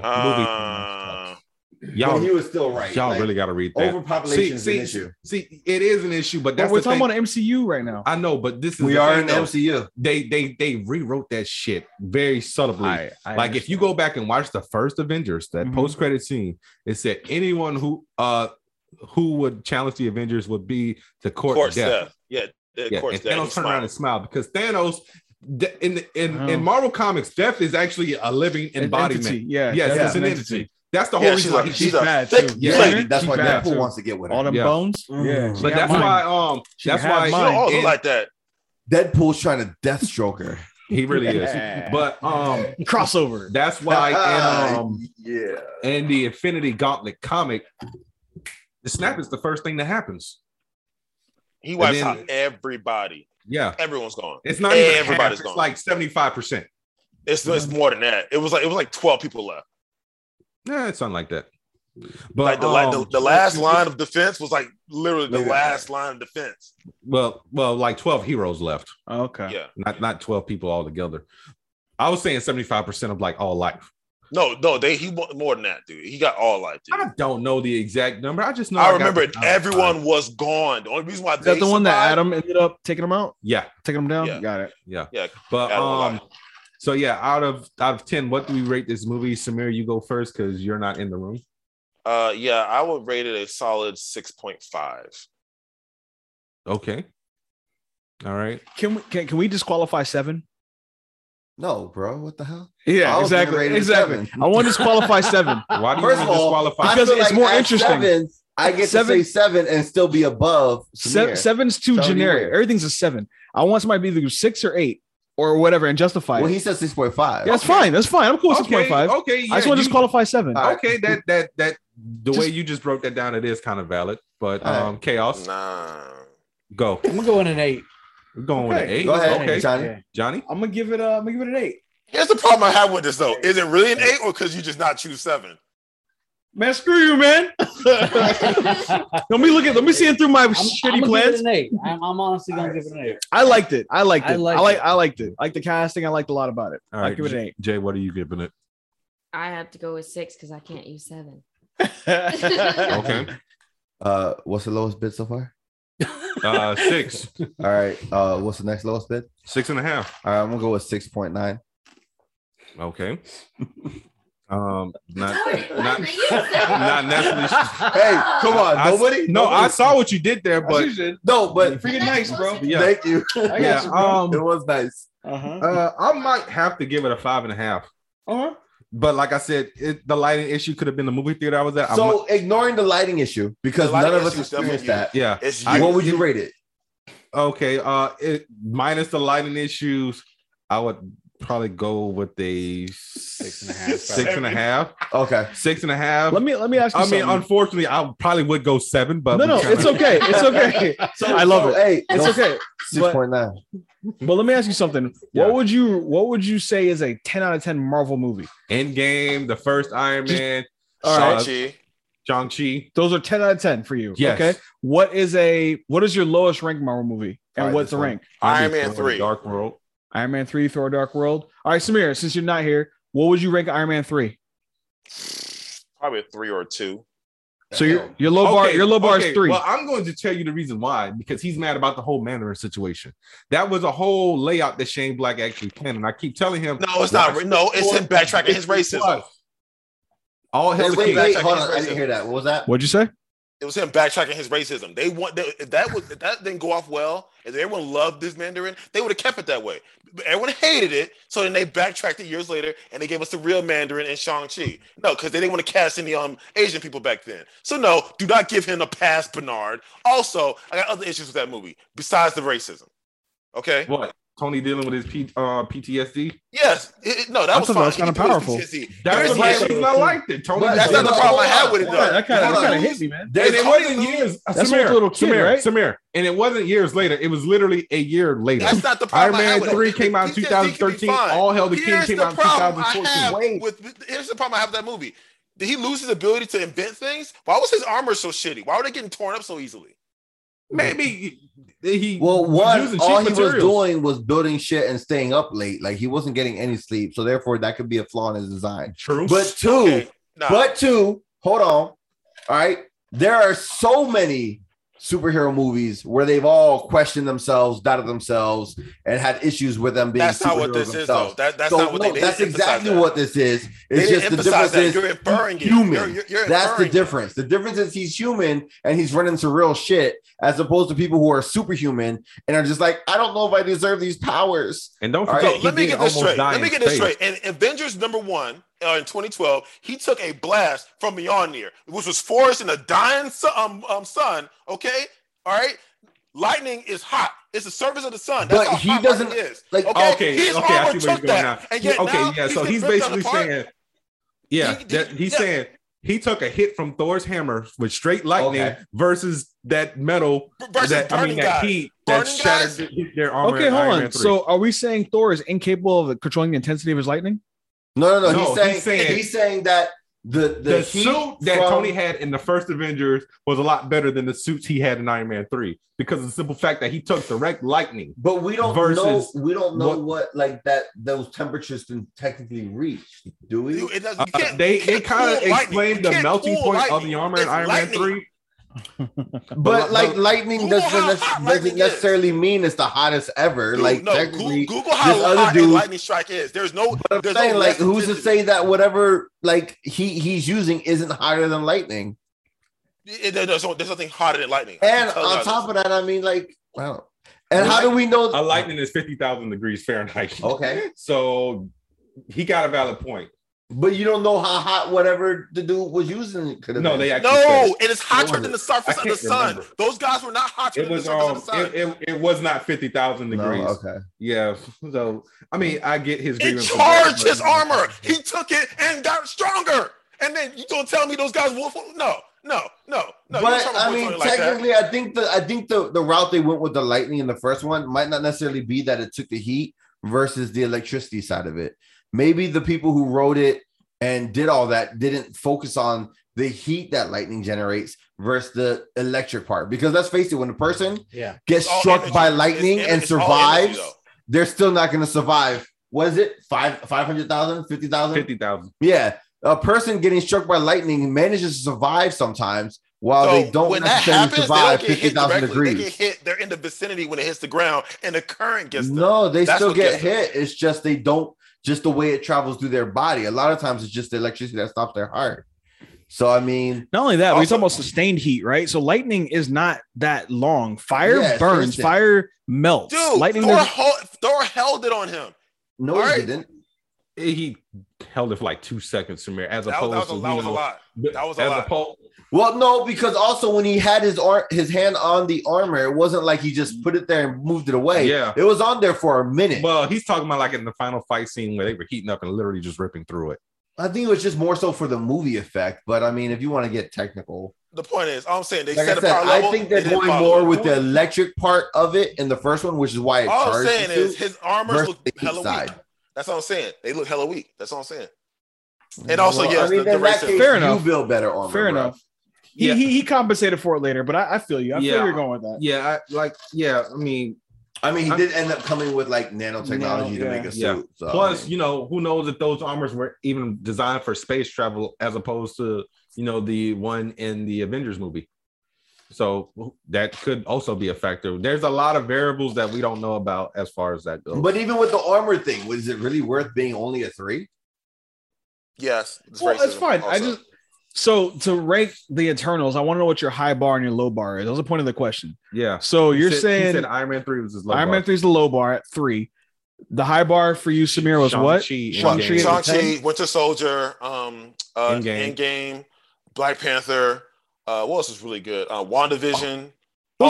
Speaker 2: Uh,
Speaker 1: movie.
Speaker 3: but
Speaker 1: Y'all,
Speaker 3: he was still right.
Speaker 1: y'all
Speaker 3: Like,
Speaker 1: really got to read that.
Speaker 3: overpopulation
Speaker 1: See,
Speaker 3: is
Speaker 1: see,
Speaker 3: an issue.
Speaker 1: See, it is an issue, but
Speaker 4: But
Speaker 1: that's
Speaker 4: we're
Speaker 1: the
Speaker 4: talking
Speaker 1: thing.
Speaker 4: about MCU right now.
Speaker 1: I know, but this is
Speaker 3: We
Speaker 1: the
Speaker 3: are
Speaker 1: thing,
Speaker 3: in the
Speaker 1: though.
Speaker 3: MCU.
Speaker 1: They they they rewrote that shit very subtly.
Speaker 4: I- I
Speaker 1: like if you go back and watch the first Avengers, that
Speaker 4: Mhm.
Speaker 1: post credit scene, it said anyone who uh who would challenge the Avengers would be to court,
Speaker 2: course
Speaker 1: death.
Speaker 2: death. Yeah, yeah,
Speaker 1: Yeah,
Speaker 2: course
Speaker 1: and
Speaker 2: death.
Speaker 1: Thanos
Speaker 2: He
Speaker 1: turned around and smiled
Speaker 2: smiled.
Speaker 1: because Thanos de- in the, in,
Speaker 4: Oh.
Speaker 1: in Marvel comics, death is actually a living
Speaker 4: An
Speaker 1: embodiment.
Speaker 4: entity, Yeah,
Speaker 1: Yes,
Speaker 4: yeah,
Speaker 1: it's an entity. That's the whole
Speaker 2: Yeah, she's
Speaker 1: reason. why
Speaker 2: like-
Speaker 1: he-
Speaker 2: she's
Speaker 4: She's
Speaker 2: a
Speaker 4: bad
Speaker 2: thick
Speaker 4: too.
Speaker 1: Yeah.
Speaker 3: Like, that's why
Speaker 4: She's bad,
Speaker 3: Deadpool
Speaker 4: too.
Speaker 3: wants to get with
Speaker 4: All
Speaker 3: him.
Speaker 4: them
Speaker 1: Yeah.
Speaker 4: bones.
Speaker 5: Yeah.
Speaker 4: She
Speaker 1: but
Speaker 4: got
Speaker 1: that's
Speaker 4: mine.
Speaker 1: why um
Speaker 4: She
Speaker 1: that's
Speaker 4: had
Speaker 1: why
Speaker 2: You know, all look
Speaker 1: and-
Speaker 2: like that.
Speaker 3: Deadpool's trying to Deathstroke her.
Speaker 1: he really is. But um
Speaker 4: crossover.
Speaker 1: that's why and um
Speaker 3: Ah, yeah.
Speaker 1: and the Infinity Gauntlet comic, the snap is the first thing that happens.
Speaker 2: He wipes
Speaker 1: then-
Speaker 2: out everybody.
Speaker 1: Yeah,
Speaker 2: Everyone's gone.
Speaker 1: it's not even
Speaker 2: Everybody's
Speaker 1: half,
Speaker 2: gone.
Speaker 1: It's like seventy five percent.
Speaker 2: It's, it's more than that. It was like it was like twelve people left.
Speaker 1: Yeah, it's something like that. But
Speaker 2: Like the, la- the,
Speaker 1: um,
Speaker 2: the last line of defense was like literally the
Speaker 3: Look at
Speaker 2: last line of defense.
Speaker 1: well, well, like twelve heroes left,
Speaker 4: Okay.
Speaker 2: Yeah.
Speaker 1: not not twelve people all together. I was saying seventy five percent of like all life.
Speaker 2: No, no, they he wa- more than that, dude. He got all life, dude.
Speaker 1: I don't know the exact number. I just know
Speaker 2: I
Speaker 1: got-
Speaker 2: remember everyone was gone. The only reason why
Speaker 4: Is that
Speaker 2: they
Speaker 4: the one that
Speaker 2: survived-
Speaker 4: Adam ended up taking him out,
Speaker 1: Yeah,
Speaker 4: taking him down?
Speaker 2: Yeah.
Speaker 4: Got it.
Speaker 1: yeah,
Speaker 2: Yeah,
Speaker 1: But
Speaker 2: Adam
Speaker 1: um,
Speaker 4: Uh,
Speaker 2: alive.
Speaker 1: so yeah, out of out of ten, what do we rate this movie? Samir, you go first because you're not in the room.
Speaker 2: Uh, yeah, I would rate it a solid six point five.
Speaker 1: Okay. All right.
Speaker 4: Can we can, can we disqualify seven?
Speaker 3: No, bro. What the hell? I
Speaker 4: Yeah,
Speaker 3: was gonna
Speaker 4: exactly.
Speaker 3: rate it a
Speaker 4: Exactly.
Speaker 3: seven.
Speaker 4: I want to disqualify seven.
Speaker 1: Why do you
Speaker 3: First
Speaker 1: want to
Speaker 3: of all,
Speaker 1: disqualify?
Speaker 3: I
Speaker 4: Because
Speaker 3: feel
Speaker 4: it's more
Speaker 3: at
Speaker 4: interesting.
Speaker 3: Seven, I get
Speaker 4: Seven-
Speaker 3: to say seven and still be above.
Speaker 4: Se-
Speaker 3: Samir.
Speaker 4: seven's too
Speaker 3: Seven
Speaker 4: generic.
Speaker 3: anyway.
Speaker 4: Everything's a seven. I want somebody to be either six or eight or whatever and justify
Speaker 3: Well,
Speaker 4: it.
Speaker 3: he said six point five.
Speaker 4: Yeah, that's fine. That's fine. I'm cool with six point five.
Speaker 1: Okay.
Speaker 4: I just
Speaker 1: yeah,
Speaker 4: want to
Speaker 1: you-
Speaker 4: disqualify seven.
Speaker 3: All right.
Speaker 1: Okay, that that that the
Speaker 4: Just-
Speaker 1: way you just broke that down, it is kind of valid. But
Speaker 3: All right.
Speaker 1: um, chaos,
Speaker 2: Nah.
Speaker 1: go.
Speaker 5: I'm gonna go in an eight.
Speaker 1: We're going with an
Speaker 4: Okay,
Speaker 1: eight.
Speaker 3: Go ahead,
Speaker 1: Okay,
Speaker 3: Johnny.
Speaker 5: Yeah.
Speaker 1: Johnny.
Speaker 4: I'm gonna give it. Uh, I'm gonna give it an eight.
Speaker 2: Here's the problem I have with this though. Is it really an eight or could you just not choose seven?
Speaker 4: Man, screw you, man. let me look at. Let me see it through my
Speaker 5: I'm,
Speaker 4: shitty
Speaker 5: I'm gonna give
Speaker 4: plans.
Speaker 5: it an eight. I'm, I'm honestly gonna give it an eight.
Speaker 4: I liked it. I liked it.
Speaker 5: I
Speaker 4: I
Speaker 5: liked
Speaker 4: like.
Speaker 5: it.
Speaker 4: I liked it. I liked the casting. I liked a lot about it.
Speaker 1: All
Speaker 4: I
Speaker 1: right,
Speaker 4: give it an eight.
Speaker 1: Jay, what are you giving it?
Speaker 6: I have to go with six because I can't use seven.
Speaker 1: Okay,
Speaker 3: Uh, what's the lowest bid so far?
Speaker 1: uh, six,
Speaker 3: All right. Uh, what's the next lowest bid?
Speaker 1: six and a half.
Speaker 3: All right, I'm gonna go with six point nine.
Speaker 1: Okay. Um, not
Speaker 6: Not,
Speaker 1: not naturally.
Speaker 3: Hey, come on,
Speaker 1: I- I-
Speaker 3: nobody.
Speaker 1: No, I
Speaker 3: nobody-
Speaker 1: saw what you did there, but
Speaker 3: No, but
Speaker 4: freaking nice, bro.
Speaker 1: yeah,
Speaker 3: thank you.
Speaker 4: I
Speaker 1: yeah.
Speaker 4: got you, bro.
Speaker 1: Um,
Speaker 3: it was nice.
Speaker 4: Uh-huh.
Speaker 1: Uh, I might have to give it a five and a half.
Speaker 4: Uh-huh.
Speaker 1: But like I said, it, the lighting issue could have been the movie theater I was at. I mu-
Speaker 3: So ignoring the lighting issue because
Speaker 2: The lighting
Speaker 3: none of us
Speaker 2: issue is
Speaker 3: experienced that.
Speaker 2: definitely
Speaker 1: yeah,
Speaker 2: It's you.
Speaker 3: What would you rate it?
Speaker 1: okay. Uh, it, minus the lighting issues, I would probably go with a
Speaker 5: Six and a half.
Speaker 1: Six and a half.
Speaker 3: Okay.
Speaker 1: Six and a half.
Speaker 4: Let me let me ask you.
Speaker 1: I mean,
Speaker 4: something.
Speaker 1: unfortunately, I probably would go seven, but
Speaker 4: no, no,
Speaker 1: we kinda-
Speaker 4: it's okay. It's okay. I love it.
Speaker 3: Hey,
Speaker 4: It's okay.
Speaker 3: Six point nine.
Speaker 4: But let me ask you something.
Speaker 1: Yeah.
Speaker 4: What would you What would you say is a ten out of ten Marvel movie?
Speaker 1: Endgame, the first Iron
Speaker 4: Just-
Speaker 1: Man,
Speaker 4: All right.
Speaker 2: Shang-Chi.
Speaker 1: Shang Chi.
Speaker 4: Those are ten out of ten for you.
Speaker 1: Yes.
Speaker 4: Okay. What is a What is your lowest ranked Marvel movie? And
Speaker 1: All right,
Speaker 4: what's
Speaker 1: this
Speaker 4: the
Speaker 1: one.
Speaker 4: rank?
Speaker 2: Iron Man three.
Speaker 1: Dark World.
Speaker 4: Iron Man three, Thor: Dark World. All right, Samir, since you're not here, what would you rank Iron Man three?
Speaker 2: Probably a three or a two.
Speaker 4: So your your low bar
Speaker 1: Okay,
Speaker 4: your low bar
Speaker 1: okay,
Speaker 4: is three.
Speaker 1: Well, I'm going to tell you the reason why because he's mad about the whole Mandarin situation. That was a whole layout that Shane Black actually planned, and I keep telling him
Speaker 2: No, it's not.
Speaker 1: Watch.
Speaker 2: No, it's him backtracking his racism.
Speaker 1: Plus. All hell
Speaker 3: Wait,
Speaker 1: to
Speaker 3: wait,
Speaker 1: King.
Speaker 3: wait, hold on. I didn't hear that. What was that?
Speaker 4: What'd you say?
Speaker 2: It was him backtracking his racism. They want they, if that was if that didn't go off well, and everyone loved this Mandarin, they would have kept it that way. But everyone hated it, so then they backtracked it years later, and they gave us the real Mandarin and Shang Chi. No, because they didn't want to cast any um Asian people back then. So no, do not give him a pass, Bernard. Also, I got other issues with that movie besides the racism. Okay.
Speaker 1: What? Tony dealing with his P, uh, PTSD.
Speaker 2: Yes. It- it- no, that
Speaker 4: I
Speaker 2: was
Speaker 4: thought that
Speaker 2: fine.
Speaker 4: was kinda
Speaker 2: He was
Speaker 4: powerful.
Speaker 2: PTSD.
Speaker 1: That's
Speaker 2: There's
Speaker 1: the
Speaker 2: issues-
Speaker 1: reason I liked it. Tony.
Speaker 3: But
Speaker 2: That's not the
Speaker 3: Hold
Speaker 2: problem I
Speaker 3: on,
Speaker 2: had with it
Speaker 3: hold
Speaker 2: though.
Speaker 3: on.
Speaker 4: that kind
Speaker 3: Hold
Speaker 4: of
Speaker 3: on.
Speaker 4: kind of hit me, man.
Speaker 1: and it wasn't years.
Speaker 4: That's when it's a little kid,
Speaker 1: Samir,
Speaker 4: right?
Speaker 1: Samir, and it wasn't years later. It was literally a year later.
Speaker 2: That's not the
Speaker 1: Iron
Speaker 2: problem. I
Speaker 1: Man
Speaker 2: had with it.
Speaker 1: Three came out in
Speaker 2: He says he can be
Speaker 1: 2013.
Speaker 2: fine.
Speaker 1: All Hell the King
Speaker 2: Here's
Speaker 1: came
Speaker 2: the
Speaker 1: out in
Speaker 2: problem I
Speaker 1: 2014.
Speaker 2: have
Speaker 3: Wait.
Speaker 2: with here's the problem I have with that movie. Did he lose his ability to invent things? Why was his armor so shitty? Why were they getting torn up so easily?
Speaker 1: Maybe he
Speaker 3: Well,
Speaker 1: was
Speaker 3: one,
Speaker 1: using
Speaker 3: all
Speaker 1: cheap
Speaker 3: he was
Speaker 1: materials.
Speaker 3: doing was building shit and staying up late. Like he wasn't getting any sleep, so therefore that could be a flaw in his design.
Speaker 1: True,
Speaker 3: But two,
Speaker 2: Okay, nah.
Speaker 3: but two, hold on. All right, there are so many superhero movies where they've all questioned themselves, doubted themselves, and had issues with them being.
Speaker 2: that's not what
Speaker 3: superheroes
Speaker 2: this is,
Speaker 3: themselves.
Speaker 2: though. That, that's
Speaker 3: So,
Speaker 2: not what
Speaker 3: no,
Speaker 2: they did.
Speaker 3: that's exactly what this is.
Speaker 2: They
Speaker 3: It's
Speaker 2: didn't
Speaker 3: just the difference
Speaker 2: emphasize that.
Speaker 3: is
Speaker 2: You're inferring it.
Speaker 3: human.
Speaker 2: You're, you're, you're
Speaker 3: That's the
Speaker 2: inferring it.
Speaker 3: difference. The difference is he's human and he's running into real shit, as opposed to people who are superhuman and are just like, I don't know if I deserve these powers.
Speaker 1: and don't
Speaker 3: All right,
Speaker 1: forget,
Speaker 2: So
Speaker 1: he
Speaker 2: let me
Speaker 1: did
Speaker 2: get this
Speaker 1: almost
Speaker 2: straight.
Speaker 1: die
Speaker 2: Let
Speaker 1: in
Speaker 2: me get this
Speaker 1: space.
Speaker 2: straight. In Avengers number one uh, in 2012, he took a blast from Mjolnir, which was forged in a dying sun. Um, um, sun okay, all right. Lightning is hot. It's the surface of the sun. That's
Speaker 3: But
Speaker 2: how
Speaker 3: he
Speaker 2: hot
Speaker 3: doesn't-
Speaker 2: lightning Is.
Speaker 3: like,
Speaker 2: okay,
Speaker 1: okay,
Speaker 2: his
Speaker 1: okay, I
Speaker 2: armor
Speaker 1: see where
Speaker 2: took
Speaker 1: you're going
Speaker 2: that,
Speaker 1: now.
Speaker 2: and
Speaker 1: He-
Speaker 2: yet
Speaker 1: okay,
Speaker 2: now
Speaker 1: yeah.
Speaker 2: he's
Speaker 1: So
Speaker 2: been
Speaker 1: he's
Speaker 2: ripped out
Speaker 1: basically
Speaker 2: apart.
Speaker 1: saying, yeah,
Speaker 2: He-
Speaker 1: that, he's
Speaker 2: yeah.
Speaker 1: saying he took a hit from Thor's hammer with straight lightning
Speaker 3: Okay.
Speaker 1: versus that metal
Speaker 2: versus
Speaker 1: that I mean
Speaker 2: burning
Speaker 1: that
Speaker 2: guy.
Speaker 1: heat that
Speaker 2: Burning
Speaker 1: shattered their armor.
Speaker 4: okay,
Speaker 1: in
Speaker 4: hold
Speaker 1: Iron
Speaker 4: on.
Speaker 1: Man 3.
Speaker 4: So are we saying Thor is incapable of controlling the intensity of his lightning?
Speaker 3: No, no, no.
Speaker 1: No,
Speaker 3: he's, saying,
Speaker 1: he's
Speaker 3: he's
Speaker 1: saying-
Speaker 3: saying that the the,
Speaker 1: the,
Speaker 3: heat
Speaker 1: suit that
Speaker 3: from-
Speaker 1: Tony had in the first Avengers was a lot better than the suits he had in Iron Man Three because of the simple fact that he took direct lightning.
Speaker 3: But we don't
Speaker 1: versus
Speaker 3: know. We don't know
Speaker 1: what-
Speaker 3: what, like that those temperatures can technically reach, do we?
Speaker 2: You- it doesn't- you
Speaker 1: Uh,
Speaker 2: can't-
Speaker 1: they
Speaker 2: you
Speaker 1: they
Speaker 2: can't
Speaker 1: kind of
Speaker 2: cool lightning.
Speaker 1: explained
Speaker 2: You
Speaker 1: the
Speaker 2: can't
Speaker 1: melting
Speaker 2: cool
Speaker 1: point of
Speaker 2: lightning.
Speaker 1: the armor in
Speaker 2: It's
Speaker 1: Iron
Speaker 2: lightning.
Speaker 1: Man Three.
Speaker 3: But like lightning
Speaker 2: Google
Speaker 3: doesn't,
Speaker 2: how
Speaker 3: nec-
Speaker 2: hot lightning
Speaker 3: doesn't
Speaker 2: is.
Speaker 3: necessarily mean it's the hottest ever.
Speaker 2: Dude,
Speaker 3: like
Speaker 2: no, Goo-
Speaker 3: technically,
Speaker 2: Google how
Speaker 3: this other
Speaker 2: hot a
Speaker 3: dude-
Speaker 2: lightning strike is. There's no.
Speaker 3: But I'm
Speaker 2: there's
Speaker 3: saying,
Speaker 2: no
Speaker 3: like, who's to
Speaker 2: elasticity.
Speaker 3: say that whatever like he he's using isn't hotter than lightning?
Speaker 2: It- it- there's, no- there's nothing hotter than lightning.
Speaker 3: And on top of that, I mean, like, wow. And how do we know?
Speaker 1: A lightning is fifty thousand degrees Fahrenheit.
Speaker 2: Oh.
Speaker 3: Okay,
Speaker 1: So he got a valid point.
Speaker 3: but you don't know how hot whatever the dude was using could have.
Speaker 1: No,
Speaker 3: been.
Speaker 1: they actually
Speaker 2: no, it is hotter
Speaker 3: Lord,
Speaker 2: than the
Speaker 1: I
Speaker 2: surface of
Speaker 1: can't
Speaker 2: the sun.
Speaker 1: remember.
Speaker 2: Those guys were not hotter
Speaker 1: said it
Speaker 2: than the
Speaker 1: was
Speaker 2: surface
Speaker 1: um,
Speaker 2: of the sun.
Speaker 1: it, it, it was not fifty thousand
Speaker 3: No,
Speaker 1: degrees.
Speaker 3: okay.
Speaker 1: Yeah. So I mean, I get his.
Speaker 2: it
Speaker 1: grievance with
Speaker 2: charged
Speaker 1: that,
Speaker 2: his
Speaker 1: but-
Speaker 2: armor. He took it and got stronger. And then you gonna tell me those guys wolf? No, no, no, no. you
Speaker 3: but
Speaker 2: don't
Speaker 3: I
Speaker 2: try
Speaker 3: mean,
Speaker 2: to put something like that.
Speaker 3: technically, I think the I think the the route they went with the lightning in the first one might not necessarily be that it took the heat versus the electricity side of it. Maybe the people who wrote it and did all that didn't focus on the heat that lightning generates versus the electric part. Because let's face it, when a person
Speaker 5: Yeah.
Speaker 3: gets
Speaker 2: It's all
Speaker 3: struck
Speaker 2: energy.
Speaker 3: by
Speaker 2: It's-
Speaker 3: lightning
Speaker 2: it's-
Speaker 3: and
Speaker 2: it's all energy,
Speaker 3: survives,
Speaker 2: though.
Speaker 3: they're still not going to survive. Was it five five hundred thousand, fifty thousand?
Speaker 1: Fifty thousand.
Speaker 3: Yeah, a person getting struck by lightning manages to survive sometimes, while uh, they don't necessarily survive
Speaker 2: get
Speaker 3: fifty
Speaker 2: hit
Speaker 3: thousand
Speaker 2: directly. They
Speaker 3: degrees.
Speaker 2: get hit. They're in the vicinity when it hits the ground, and the current gets them.
Speaker 3: No, they
Speaker 2: That's
Speaker 3: still
Speaker 2: what
Speaker 3: get
Speaker 2: gets them.
Speaker 3: hit. It's just they don't. Just the way it travels through their body. A lot of times, it's just the electricity that stops their heart. So I mean,
Speaker 4: Not only that, but he's
Speaker 2: Also-
Speaker 4: talking about sustained heat, right? So lightning is not that long. Fire
Speaker 3: Yeah, it's
Speaker 4: burns,
Speaker 3: instant.
Speaker 4: fire melts.
Speaker 2: Dude,
Speaker 4: lightning
Speaker 2: Thor,
Speaker 4: doesn't-
Speaker 2: hel- Thor held it on him.
Speaker 3: no,
Speaker 2: All
Speaker 3: it
Speaker 2: right.
Speaker 3: didn't.
Speaker 1: he held it for like two seconds from there, as
Speaker 2: That was,
Speaker 1: opposed
Speaker 2: that was, a,
Speaker 1: to
Speaker 2: that
Speaker 1: you
Speaker 2: was a
Speaker 1: know,
Speaker 2: lot. That was a
Speaker 1: as
Speaker 2: lot.
Speaker 1: oppo-
Speaker 3: Well, no, because also when he had his ar- his hand on the armor, it wasn't like he
Speaker 2: Mm.
Speaker 3: just put it there and moved it away.
Speaker 1: Yeah.
Speaker 3: it was on there for a minute.
Speaker 1: well, he's talking about like in the final fight scene where they were heating up and literally just ripping through it.
Speaker 3: I think it was just more so for the movie effect. But I mean, if you want to get technical,
Speaker 2: The point is, I'm saying they
Speaker 3: like
Speaker 2: set
Speaker 3: I
Speaker 2: a
Speaker 3: said,
Speaker 2: power level.
Speaker 3: I think they're
Speaker 2: they didn't
Speaker 3: going
Speaker 2: follow
Speaker 3: more
Speaker 2: it.
Speaker 3: with the electric part of it in the first one, which is why it
Speaker 2: All I'm
Speaker 3: charged
Speaker 2: saying
Speaker 3: the
Speaker 2: is
Speaker 3: suit
Speaker 2: his armors
Speaker 3: versus
Speaker 2: look
Speaker 3: the
Speaker 2: hella
Speaker 3: heat side.
Speaker 2: weak. That's what I'm saying. They look hella weak. That's what I'm saying. And also,
Speaker 3: Well,
Speaker 2: yes,
Speaker 3: I mean,
Speaker 2: the- the
Speaker 3: in that
Speaker 2: racism.
Speaker 3: case,
Speaker 4: Fair
Speaker 3: you
Speaker 4: enough.
Speaker 3: build better armor.
Speaker 4: Fair
Speaker 3: bruh.
Speaker 4: enough. He,
Speaker 1: Yeah.
Speaker 4: he he compensated for it later, but I, I feel you. I
Speaker 1: Yeah.
Speaker 4: feel you're going with that.
Speaker 1: Yeah, I, like yeah, I mean,
Speaker 3: I mean, he
Speaker 1: I'm-
Speaker 3: did end up coming with like nanotechnology
Speaker 4: Nano,
Speaker 3: to
Speaker 4: yeah.
Speaker 3: make a suit.
Speaker 1: Yeah.
Speaker 3: so,
Speaker 1: Plus,
Speaker 3: I mean,
Speaker 1: you know, who knows if those armors were even designed for space travel as opposed to, you know, the one in the Avengers movie. So that could also be a factor. There's a lot of variables that we don't know about as far as that goes.
Speaker 3: but even with the armor thing, was it really worth being only a three?
Speaker 2: Yes, it's
Speaker 4: Well, that's
Speaker 2: racism
Speaker 4: fine. I
Speaker 2: also.
Speaker 4: just so to rank the Eternals, I want to know what your high bar and your low bar is. That was the point of the question.
Speaker 1: yeah.
Speaker 4: So
Speaker 1: He
Speaker 4: you're
Speaker 1: said- he
Speaker 4: saying
Speaker 1: said Iron Man 3 was his low
Speaker 4: Iron Man
Speaker 1: bar.
Speaker 4: three is the low bar at three. The high bar for you, Samir, was what?
Speaker 1: Shang-Chi
Speaker 4: Shang-Chi
Speaker 1: Endgame.
Speaker 4: and-
Speaker 2: Shang-Chi, Winter Soldier, um, uh,
Speaker 1: Endgame.
Speaker 2: Endgame. Black Panther. Uh, what else is really good? Uh, WandaVision.
Speaker 4: Those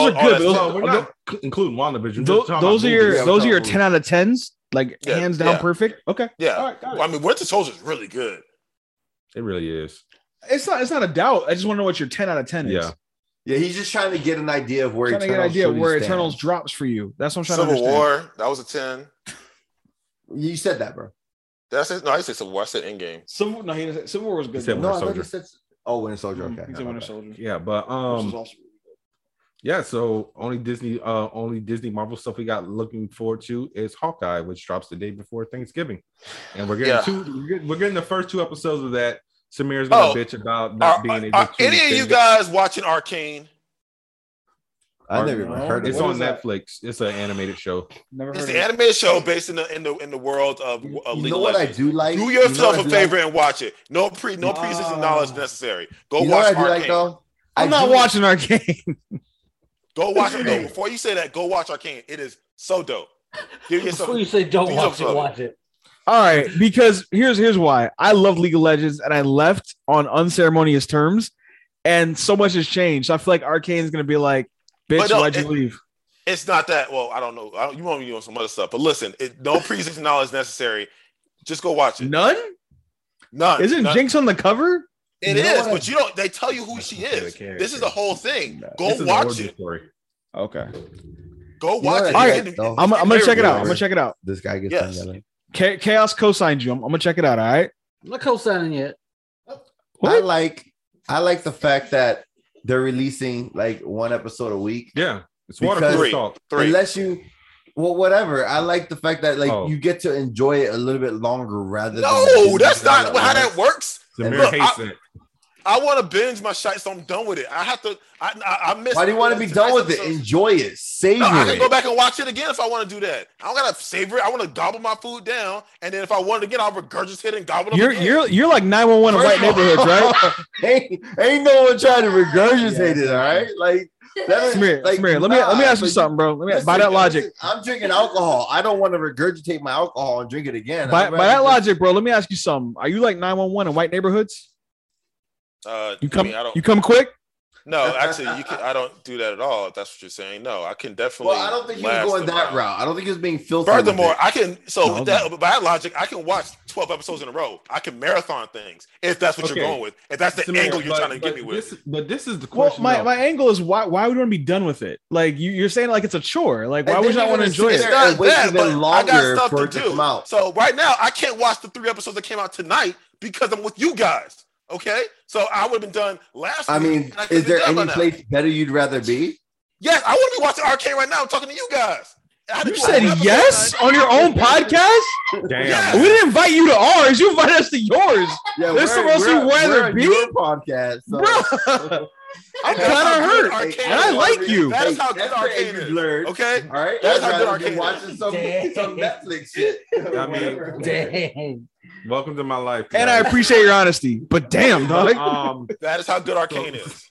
Speaker 2: All-
Speaker 1: Oh,
Speaker 2: all
Speaker 4: are good.
Speaker 2: that
Speaker 4: but
Speaker 2: stuff.
Speaker 1: No,
Speaker 4: those,
Speaker 1: we're not c- including WandaVision.
Speaker 4: tho- those are your
Speaker 3: Yeah, we're
Speaker 4: those are
Speaker 3: talking
Speaker 4: your
Speaker 3: about
Speaker 4: ten out of tens, like
Speaker 2: Yeah,
Speaker 4: hands down
Speaker 2: yeah.
Speaker 4: perfect. Okay,
Speaker 2: Yeah.
Speaker 4: all right, got
Speaker 2: Well, I
Speaker 4: it.
Speaker 2: mean, Winter Soldier is really good.
Speaker 1: It really is.
Speaker 4: It's not it's not a doubt. I just want to know what your ten out of ten is.
Speaker 1: Yeah.
Speaker 3: Yeah, he's just trying to get an idea of where
Speaker 4: trying to get an
Speaker 3: Eternals
Speaker 4: idea
Speaker 3: truly
Speaker 4: where
Speaker 3: stands.
Speaker 4: Eternals drops for you. That's what I'm trying to
Speaker 2: Civil
Speaker 4: understand.
Speaker 2: War, that was a 10.
Speaker 3: You said that, bro.
Speaker 2: That's it. No, I didn't say Civil War. I said Endgame.
Speaker 4: Civil, no, he didn't say, Civil War was good.
Speaker 1: He said
Speaker 4: though.
Speaker 1: Winter
Speaker 3: No, I thought you
Speaker 1: Soldier.
Speaker 3: said. Oh, Winter Soldier. Okay.
Speaker 4: He
Speaker 3: my
Speaker 4: said Mm-hmm. Winter
Speaker 3: bad.
Speaker 4: Soldier.
Speaker 1: Yeah, but
Speaker 4: which is
Speaker 1: um
Speaker 4: also-
Speaker 1: yeah, so only Disney uh only Disney Marvel stuff we got looking forward to is Hawkeye, which drops the day before Thanksgiving. And we're getting
Speaker 2: Yeah.
Speaker 1: two we're getting, we're getting the first two episodes of that. Samir's gonna
Speaker 2: Oh.
Speaker 1: bitch about not
Speaker 2: Are,
Speaker 1: being
Speaker 2: are-
Speaker 1: able
Speaker 2: are
Speaker 1: to
Speaker 2: any of you
Speaker 1: extend it.
Speaker 2: guys watching Arcane?
Speaker 3: I never even
Speaker 4: No.
Speaker 3: heard of
Speaker 1: it's
Speaker 3: it.
Speaker 4: What
Speaker 1: on
Speaker 4: is that?
Speaker 1: Netflix. It's an animated show.
Speaker 4: Never
Speaker 2: It's
Speaker 4: heard
Speaker 2: the
Speaker 4: of it.
Speaker 2: animated show based in the in the in the world of uh,
Speaker 3: You
Speaker 2: League
Speaker 3: know
Speaker 2: of
Speaker 3: what I
Speaker 2: Legends.
Speaker 3: do like?
Speaker 2: do
Speaker 3: You know what
Speaker 2: yourself
Speaker 3: I
Speaker 2: a
Speaker 3: do like?
Speaker 2: favor and watch it. No pre no
Speaker 4: Ah.
Speaker 2: preseason knowledge necessary. Go
Speaker 3: You know
Speaker 2: watch
Speaker 3: what I do like
Speaker 2: Arcane.
Speaker 3: though? I
Speaker 4: I'm not
Speaker 3: do-
Speaker 4: watching our game.
Speaker 2: Go watch it.
Speaker 3: Hey.
Speaker 2: No, before you say that, go watch Arcane. It is so dope. Give yourself.
Speaker 5: Before you say don't
Speaker 2: do
Speaker 5: watch it,
Speaker 2: yourself
Speaker 5: watch it.
Speaker 4: All right, because here's here's why. I love League of Legends, and I left on unceremonious terms, and so much has changed. I feel like Arcane is gonna be like, bitch,
Speaker 2: But no,
Speaker 4: why'd you
Speaker 2: it-
Speaker 4: leave?
Speaker 2: It's not that. Well, I don't know. I don't, you want me doing some other stuff, but listen, it, no preseason knowledge necessary. Just go watch it.
Speaker 4: None?
Speaker 2: None.
Speaker 4: Isn't
Speaker 2: None.
Speaker 4: Jinx on the cover?
Speaker 2: It
Speaker 3: You know
Speaker 2: is,
Speaker 3: what I-
Speaker 2: but you don't. They tell you who she
Speaker 1: That's a
Speaker 2: is.
Speaker 1: good
Speaker 2: This is the whole thing. Go
Speaker 1: This is an
Speaker 2: watch
Speaker 1: origin
Speaker 2: it.
Speaker 1: story.
Speaker 4: Okay,
Speaker 3: You
Speaker 2: Go
Speaker 3: know
Speaker 2: watch
Speaker 3: what
Speaker 2: it.
Speaker 3: I do
Speaker 4: Alright,
Speaker 3: like, though?
Speaker 4: I'm, I'm gonna check it out.
Speaker 3: Whatever.
Speaker 4: I'm gonna check it out.
Speaker 3: This guy gets
Speaker 2: Yes.
Speaker 3: done yelling.
Speaker 4: Cha- Chaos co-signed you. I'm, I'm gonna check it out. All right.
Speaker 5: I'm not co-signing yet.
Speaker 4: What?
Speaker 3: I like I like the fact that they're releasing like one episode a week.
Speaker 1: Yeah, it's
Speaker 3: Because-
Speaker 1: water cooler
Speaker 2: Three.
Speaker 1: talk.
Speaker 2: Three.
Speaker 3: Unless you well, whatever. I like the fact that like
Speaker 1: Oh.
Speaker 3: you get to enjoy it a little bit longer rather than
Speaker 2: No, that's not how that works.
Speaker 1: Samir
Speaker 2: Look,
Speaker 1: hates
Speaker 2: I-
Speaker 1: it.
Speaker 2: I want to binge my shot, so I'm done with it. I have to. I I, I miss.
Speaker 3: Why do you want to be done with it? Enjoy it. Savor
Speaker 2: No, I can
Speaker 3: it.
Speaker 2: go back and watch it again if I want to do that. I don't gotta savor it. I want to gobble my food down, and then if I want it again, I'll regurgitate and gobble it. up
Speaker 4: You're
Speaker 2: again.
Speaker 4: you're you're like 911 in
Speaker 3: First
Speaker 4: white
Speaker 3: of all-
Speaker 4: neighborhoods, right?
Speaker 3: ain't, ain't no one trying to regurgitate it, all right? Like that is-
Speaker 4: Samir,
Speaker 3: like,
Speaker 4: Samir, let me let me
Speaker 3: nah,
Speaker 4: ask you
Speaker 3: like,
Speaker 4: something, bro. Let me
Speaker 3: listen,
Speaker 4: Oh, by that
Speaker 3: listen,
Speaker 4: logic.
Speaker 3: I'm drinking alcohol. I don't want to regurgitate my alcohol and drink it again.
Speaker 4: By,
Speaker 3: I'd
Speaker 4: by
Speaker 3: rather
Speaker 4: that
Speaker 3: just-
Speaker 4: logic, bro, let me ask you something. Are you like 911 in white neighborhoods?
Speaker 2: Uh,
Speaker 4: You come
Speaker 2: I, mean, I don't.
Speaker 4: you come quick?
Speaker 2: no, actually, you can. I don't do that at all. If that's what you're saying. No, I can definitely.
Speaker 3: Well, I don't think he was
Speaker 2: last
Speaker 3: going that
Speaker 2: around.
Speaker 3: route. I don't think he was being filthy. with
Speaker 2: Furthermore,
Speaker 3: it.
Speaker 2: I can. So
Speaker 4: No,
Speaker 2: with that, by that logic, I can watch 12 episodes in a row. I can marathon things if that's what
Speaker 1: Okay.
Speaker 2: you're going with. If that's the
Speaker 1: Samir,
Speaker 2: angle you're
Speaker 1: but-
Speaker 2: trying to get
Speaker 1: but
Speaker 2: me with.
Speaker 1: This, but this is the
Speaker 4: Well,
Speaker 1: question.
Speaker 4: my,
Speaker 1: though.
Speaker 4: my angle is why why would you want to be done with it? Like you, you're saying like it's a chore. Like why
Speaker 3: And
Speaker 4: would you
Speaker 3: then
Speaker 4: not
Speaker 3: you're
Speaker 4: want to
Speaker 3: gonna
Speaker 4: enjoy
Speaker 3: sit
Speaker 2: It's
Speaker 4: it?
Speaker 3: there
Speaker 2: not
Speaker 3: and wait
Speaker 2: that,
Speaker 3: even
Speaker 2: but I
Speaker 3: longer
Speaker 2: got stuff
Speaker 3: for
Speaker 2: to
Speaker 3: it to
Speaker 2: do.
Speaker 3: come out.
Speaker 2: So right now, I can't watch the three episodes that came out tonight because I'm with you guys. Okay, so I would have been done last.
Speaker 3: I
Speaker 2: week,
Speaker 3: mean,
Speaker 2: and could've
Speaker 3: is
Speaker 2: been
Speaker 3: there
Speaker 2: done by
Speaker 3: any
Speaker 2: now.
Speaker 3: place better you'd rather be?
Speaker 2: Yes, I want to be watching Arcane right now. I'm talking to you guys. I had to
Speaker 4: You
Speaker 2: do a
Speaker 4: said
Speaker 2: whole episode
Speaker 4: yes
Speaker 2: tonight.
Speaker 4: on your own podcast?
Speaker 1: Damn.
Speaker 2: Yeah.
Speaker 4: We didn't invite you to ours. You invited us to yours.
Speaker 3: Yeah,
Speaker 4: They're supposed to rather
Speaker 3: on
Speaker 4: be?
Speaker 3: your podcast, so.
Speaker 4: Bro, I'm
Speaker 2: That's
Speaker 4: kinda
Speaker 2: how good
Speaker 4: hurt,
Speaker 2: Arcane
Speaker 4: and I
Speaker 2: is.
Speaker 4: like you.
Speaker 2: That is how
Speaker 3: That's
Speaker 2: good
Speaker 3: what
Speaker 2: Arcane
Speaker 3: Andrew
Speaker 2: is.
Speaker 3: learned.
Speaker 2: Okay,
Speaker 3: All right,
Speaker 2: That's
Speaker 3: that's
Speaker 2: how
Speaker 3: how
Speaker 2: good
Speaker 3: rather be
Speaker 2: Arcane
Speaker 3: watching some,
Speaker 5: Dang.
Speaker 3: some Netflix shit.
Speaker 1: I mean-
Speaker 5: Dang.
Speaker 1: Welcome to my life.
Speaker 4: and I appreciate your honesty. But damn, dog.
Speaker 1: um,
Speaker 2: that is how good Arcane is.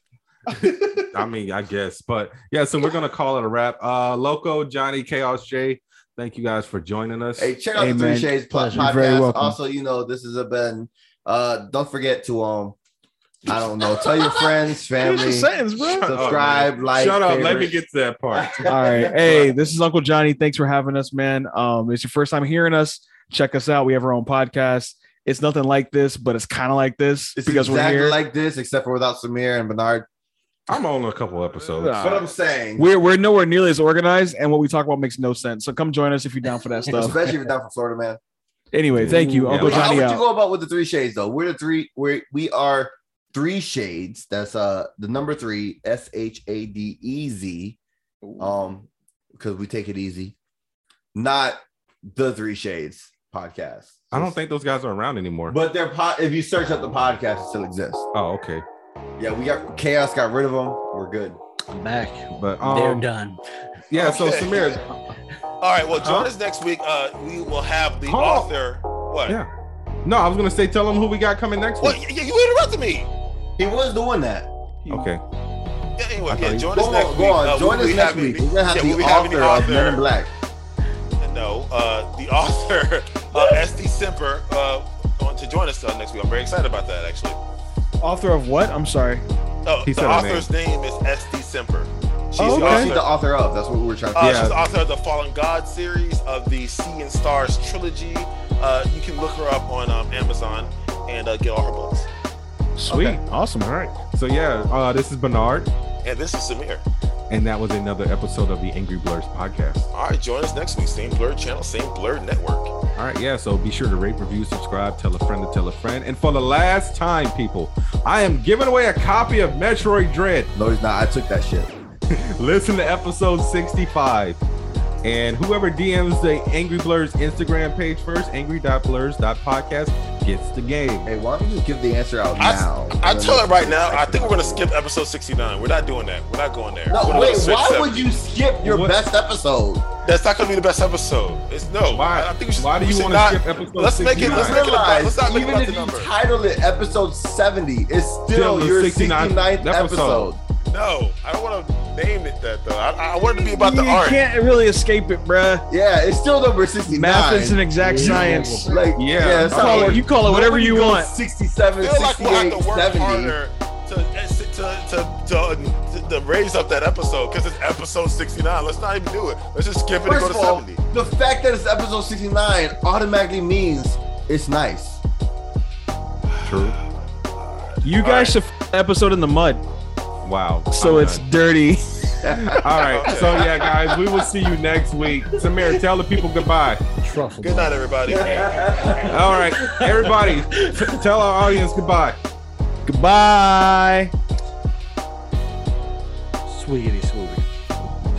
Speaker 1: I mean, I guess, but yeah, so we're gonna call it a wrap. Uh Loco, Johnny, Chaos J, Thank you guys for joining us.
Speaker 3: Hey, check out
Speaker 4: Hey,
Speaker 3: the Three
Speaker 4: man.
Speaker 3: Shades Plus
Speaker 4: Pleasure. You're very
Speaker 3: podcast.
Speaker 4: welcome.
Speaker 3: Also, you know, this has been uh don't forget to um I don't know, tell your friends,
Speaker 4: Finish your
Speaker 3: family,
Speaker 4: sentence, bro.
Speaker 1: Shut up, man.
Speaker 3: subscribe, like,
Speaker 1: Uh, Shut up. Let me
Speaker 3: favorite.
Speaker 1: get to that part.
Speaker 4: All right. Hey, this is Uncle Johnny. Thanks for having us, man. Um, it's your first time hearing us. Check us out. We have our own podcast. It's nothing like this, but it's kind of like this
Speaker 3: It's
Speaker 4: because
Speaker 3: exactly
Speaker 4: we're here.
Speaker 3: like this, except for without Samir and Bernard.
Speaker 1: I'm on a couple episodes.
Speaker 4: Nah.
Speaker 3: What I'm saying,
Speaker 4: we're we're nowhere nearly as organized, and what we talk about makes no sense. So come join us if you're down for that stuff.
Speaker 3: especially if you're down from Florida, man.
Speaker 4: Anyway, thank you,
Speaker 1: Yeah,
Speaker 4: Uncle
Speaker 1: we-
Speaker 3: How
Speaker 4: Johnny.
Speaker 3: would you
Speaker 4: Out.
Speaker 3: go about with the three shades though? We're the three. We're we are three shades. That's uh the number three. S H A D E Z. Um, because we take it easy. Not the three shades podcast.
Speaker 1: I don't think those guys are around anymore.
Speaker 3: But their pot. If you search up the podcast, it still exists.
Speaker 1: oh, okay.
Speaker 3: Yeah, we got chaos. Got rid of them. We're good.
Speaker 5: I'm back.
Speaker 1: But
Speaker 5: They're
Speaker 1: um,
Speaker 5: done.
Speaker 1: yeah.
Speaker 3: Oh,
Speaker 1: So
Speaker 2: Okay.
Speaker 1: Samir,
Speaker 2: All right. Well, join
Speaker 1: Huh?
Speaker 2: us next week. Uh, we will have the
Speaker 1: Hold on.
Speaker 2: author. What?
Speaker 1: Yeah. no, I was gonna say tell them who we got coming next
Speaker 2: Well,
Speaker 1: week.
Speaker 2: y- y- you interrupted me.
Speaker 3: He was doing that.
Speaker 1: Okay.
Speaker 2: Yeah,
Speaker 1: I
Speaker 2: anyway,
Speaker 1: thought
Speaker 2: yeah,
Speaker 1: you-
Speaker 2: join
Speaker 3: Go
Speaker 2: us next
Speaker 3: on,
Speaker 2: week.
Speaker 3: go on.
Speaker 2: Uh,
Speaker 3: Join
Speaker 2: we'll
Speaker 3: us
Speaker 2: be
Speaker 3: next
Speaker 2: having-
Speaker 3: week. We're gonna have
Speaker 2: yeah,
Speaker 3: the
Speaker 2: we'll be having
Speaker 3: author
Speaker 2: the
Speaker 3: of Men in
Speaker 2: author.
Speaker 3: Black.
Speaker 2: No, uh, the author, uh, SD Semper, uh, on to join us uh, next week. I'm very excited about that, actually.
Speaker 4: Author of what? I'm sorry.
Speaker 2: Oh,
Speaker 1: He
Speaker 2: the
Speaker 1: said her
Speaker 2: author's name. is SD Semper. She's
Speaker 4: Oh,
Speaker 2: the
Speaker 4: okay.
Speaker 3: She's
Speaker 2: author.
Speaker 3: the author of. That's what we were trying to.
Speaker 2: Uh,
Speaker 1: Yeah.
Speaker 2: She's the author of the Fallen God series of the Sea and Stars trilogy. Uh, you can look her up on um, Amazon and uh, get all her books.
Speaker 4: Sweet.
Speaker 1: Okay.
Speaker 4: Awesome.
Speaker 1: All right. So yeah, uh, this is Bernard,
Speaker 2: And this is Samir.
Speaker 1: and that was another episode of the Angry Blurs podcast.
Speaker 2: All right, join us next week. Same Blur channel, same Blur network.
Speaker 1: All right, yeah. So be sure to rate, review, subscribe, tell a friend to tell a friend. And for the last time, people, I am giving away a copy of Metroid Dread.
Speaker 3: No, he's not. I took that shit.
Speaker 1: Listen to episode 65. And whoever DMs the Angry Blurs Instagram page first, angry.blurs.podcast, gets the game.
Speaker 3: Hey, why don't you just give the answer out
Speaker 2: I-
Speaker 3: now?
Speaker 2: I tell it right now, I think we're gonna skip episode 69. We're not doing that. We're not going there. We're
Speaker 3: No,
Speaker 2: gonna
Speaker 3: wait.
Speaker 2: go to
Speaker 3: Why
Speaker 2: 670.
Speaker 3: would you skip your
Speaker 1: What?
Speaker 3: best episode?
Speaker 2: That's not gonna be the best episode. It's no.
Speaker 1: Why?
Speaker 2: I think we should.
Speaker 1: Why do
Speaker 2: we
Speaker 1: you
Speaker 2: should
Speaker 1: want to
Speaker 2: not-
Speaker 1: skip episode
Speaker 2: let's make it-
Speaker 1: 69?
Speaker 2: let's make it- about-
Speaker 3: Realize,
Speaker 2: not make
Speaker 3: even
Speaker 2: about
Speaker 3: if
Speaker 2: the
Speaker 3: you
Speaker 2: number.
Speaker 3: title it episode seventy, it's still
Speaker 1: Still the
Speaker 3: your
Speaker 1: 69th
Speaker 3: 69th,
Speaker 1: episode.
Speaker 3: episode.
Speaker 2: No, I don't want to name it that though. I, I want it to be about the
Speaker 4: you
Speaker 2: art.
Speaker 4: can't really escape it, bruh.
Speaker 3: Yeah, it's still number sixty-nine.
Speaker 4: Math is an exact
Speaker 5: Yeah.
Speaker 4: science.
Speaker 3: like
Speaker 1: Yeah.
Speaker 3: yeah, it's
Speaker 1: You
Speaker 3: not
Speaker 4: Call it-
Speaker 3: like-
Speaker 4: you call it whatever
Speaker 3: nobody
Speaker 4: you
Speaker 3: goes
Speaker 4: want.
Speaker 3: 67,
Speaker 2: I feel like we'll have to
Speaker 3: 68,
Speaker 2: work
Speaker 3: 70.
Speaker 2: harder to, to, to, to, to, to raise up that episode because it's episode 69. Let's not even do it. Let's just skip it and
Speaker 3: First
Speaker 2: go to
Speaker 3: of all,
Speaker 2: 70.
Speaker 3: the fact that it's episode sixty-nine automatically means it's nice.
Speaker 1: True.
Speaker 4: You
Speaker 2: All right.
Speaker 4: guys should f- episode in the mud,
Speaker 1: Wow.
Speaker 4: so
Speaker 1: I'm
Speaker 4: it's
Speaker 1: done.
Speaker 4: dirty.
Speaker 1: all right.
Speaker 2: Okay.
Speaker 1: So yeah, guys, we will see you next week. Samir, tell the people goodbye.
Speaker 5: Truffle.
Speaker 2: Good night, everybody.
Speaker 1: All right, everybody, t- tell our audience goodbye.
Speaker 4: Goodbye.
Speaker 5: Sweetie, sweetie.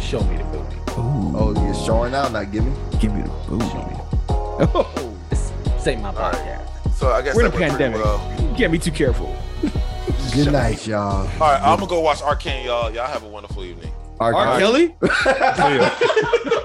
Speaker 5: Show me the booty.
Speaker 3: Oh, you're showing out, not giving.
Speaker 4: Give me the boot.
Speaker 5: Show me the
Speaker 4: Oh,
Speaker 5: This, this ain't my
Speaker 2: right.
Speaker 5: podcast.
Speaker 2: So I guess
Speaker 4: We're in
Speaker 2: that
Speaker 4: a
Speaker 2: went pretty
Speaker 4: pandemic.
Speaker 2: well.
Speaker 4: you can't be too careful.
Speaker 3: Good night, y'all.
Speaker 2: All right, I'm gonna go watch Arcane, y'all. Y'all have a wonderful evening.
Speaker 3: Our
Speaker 1: All right.
Speaker 4: Kelly?
Speaker 1: See ya.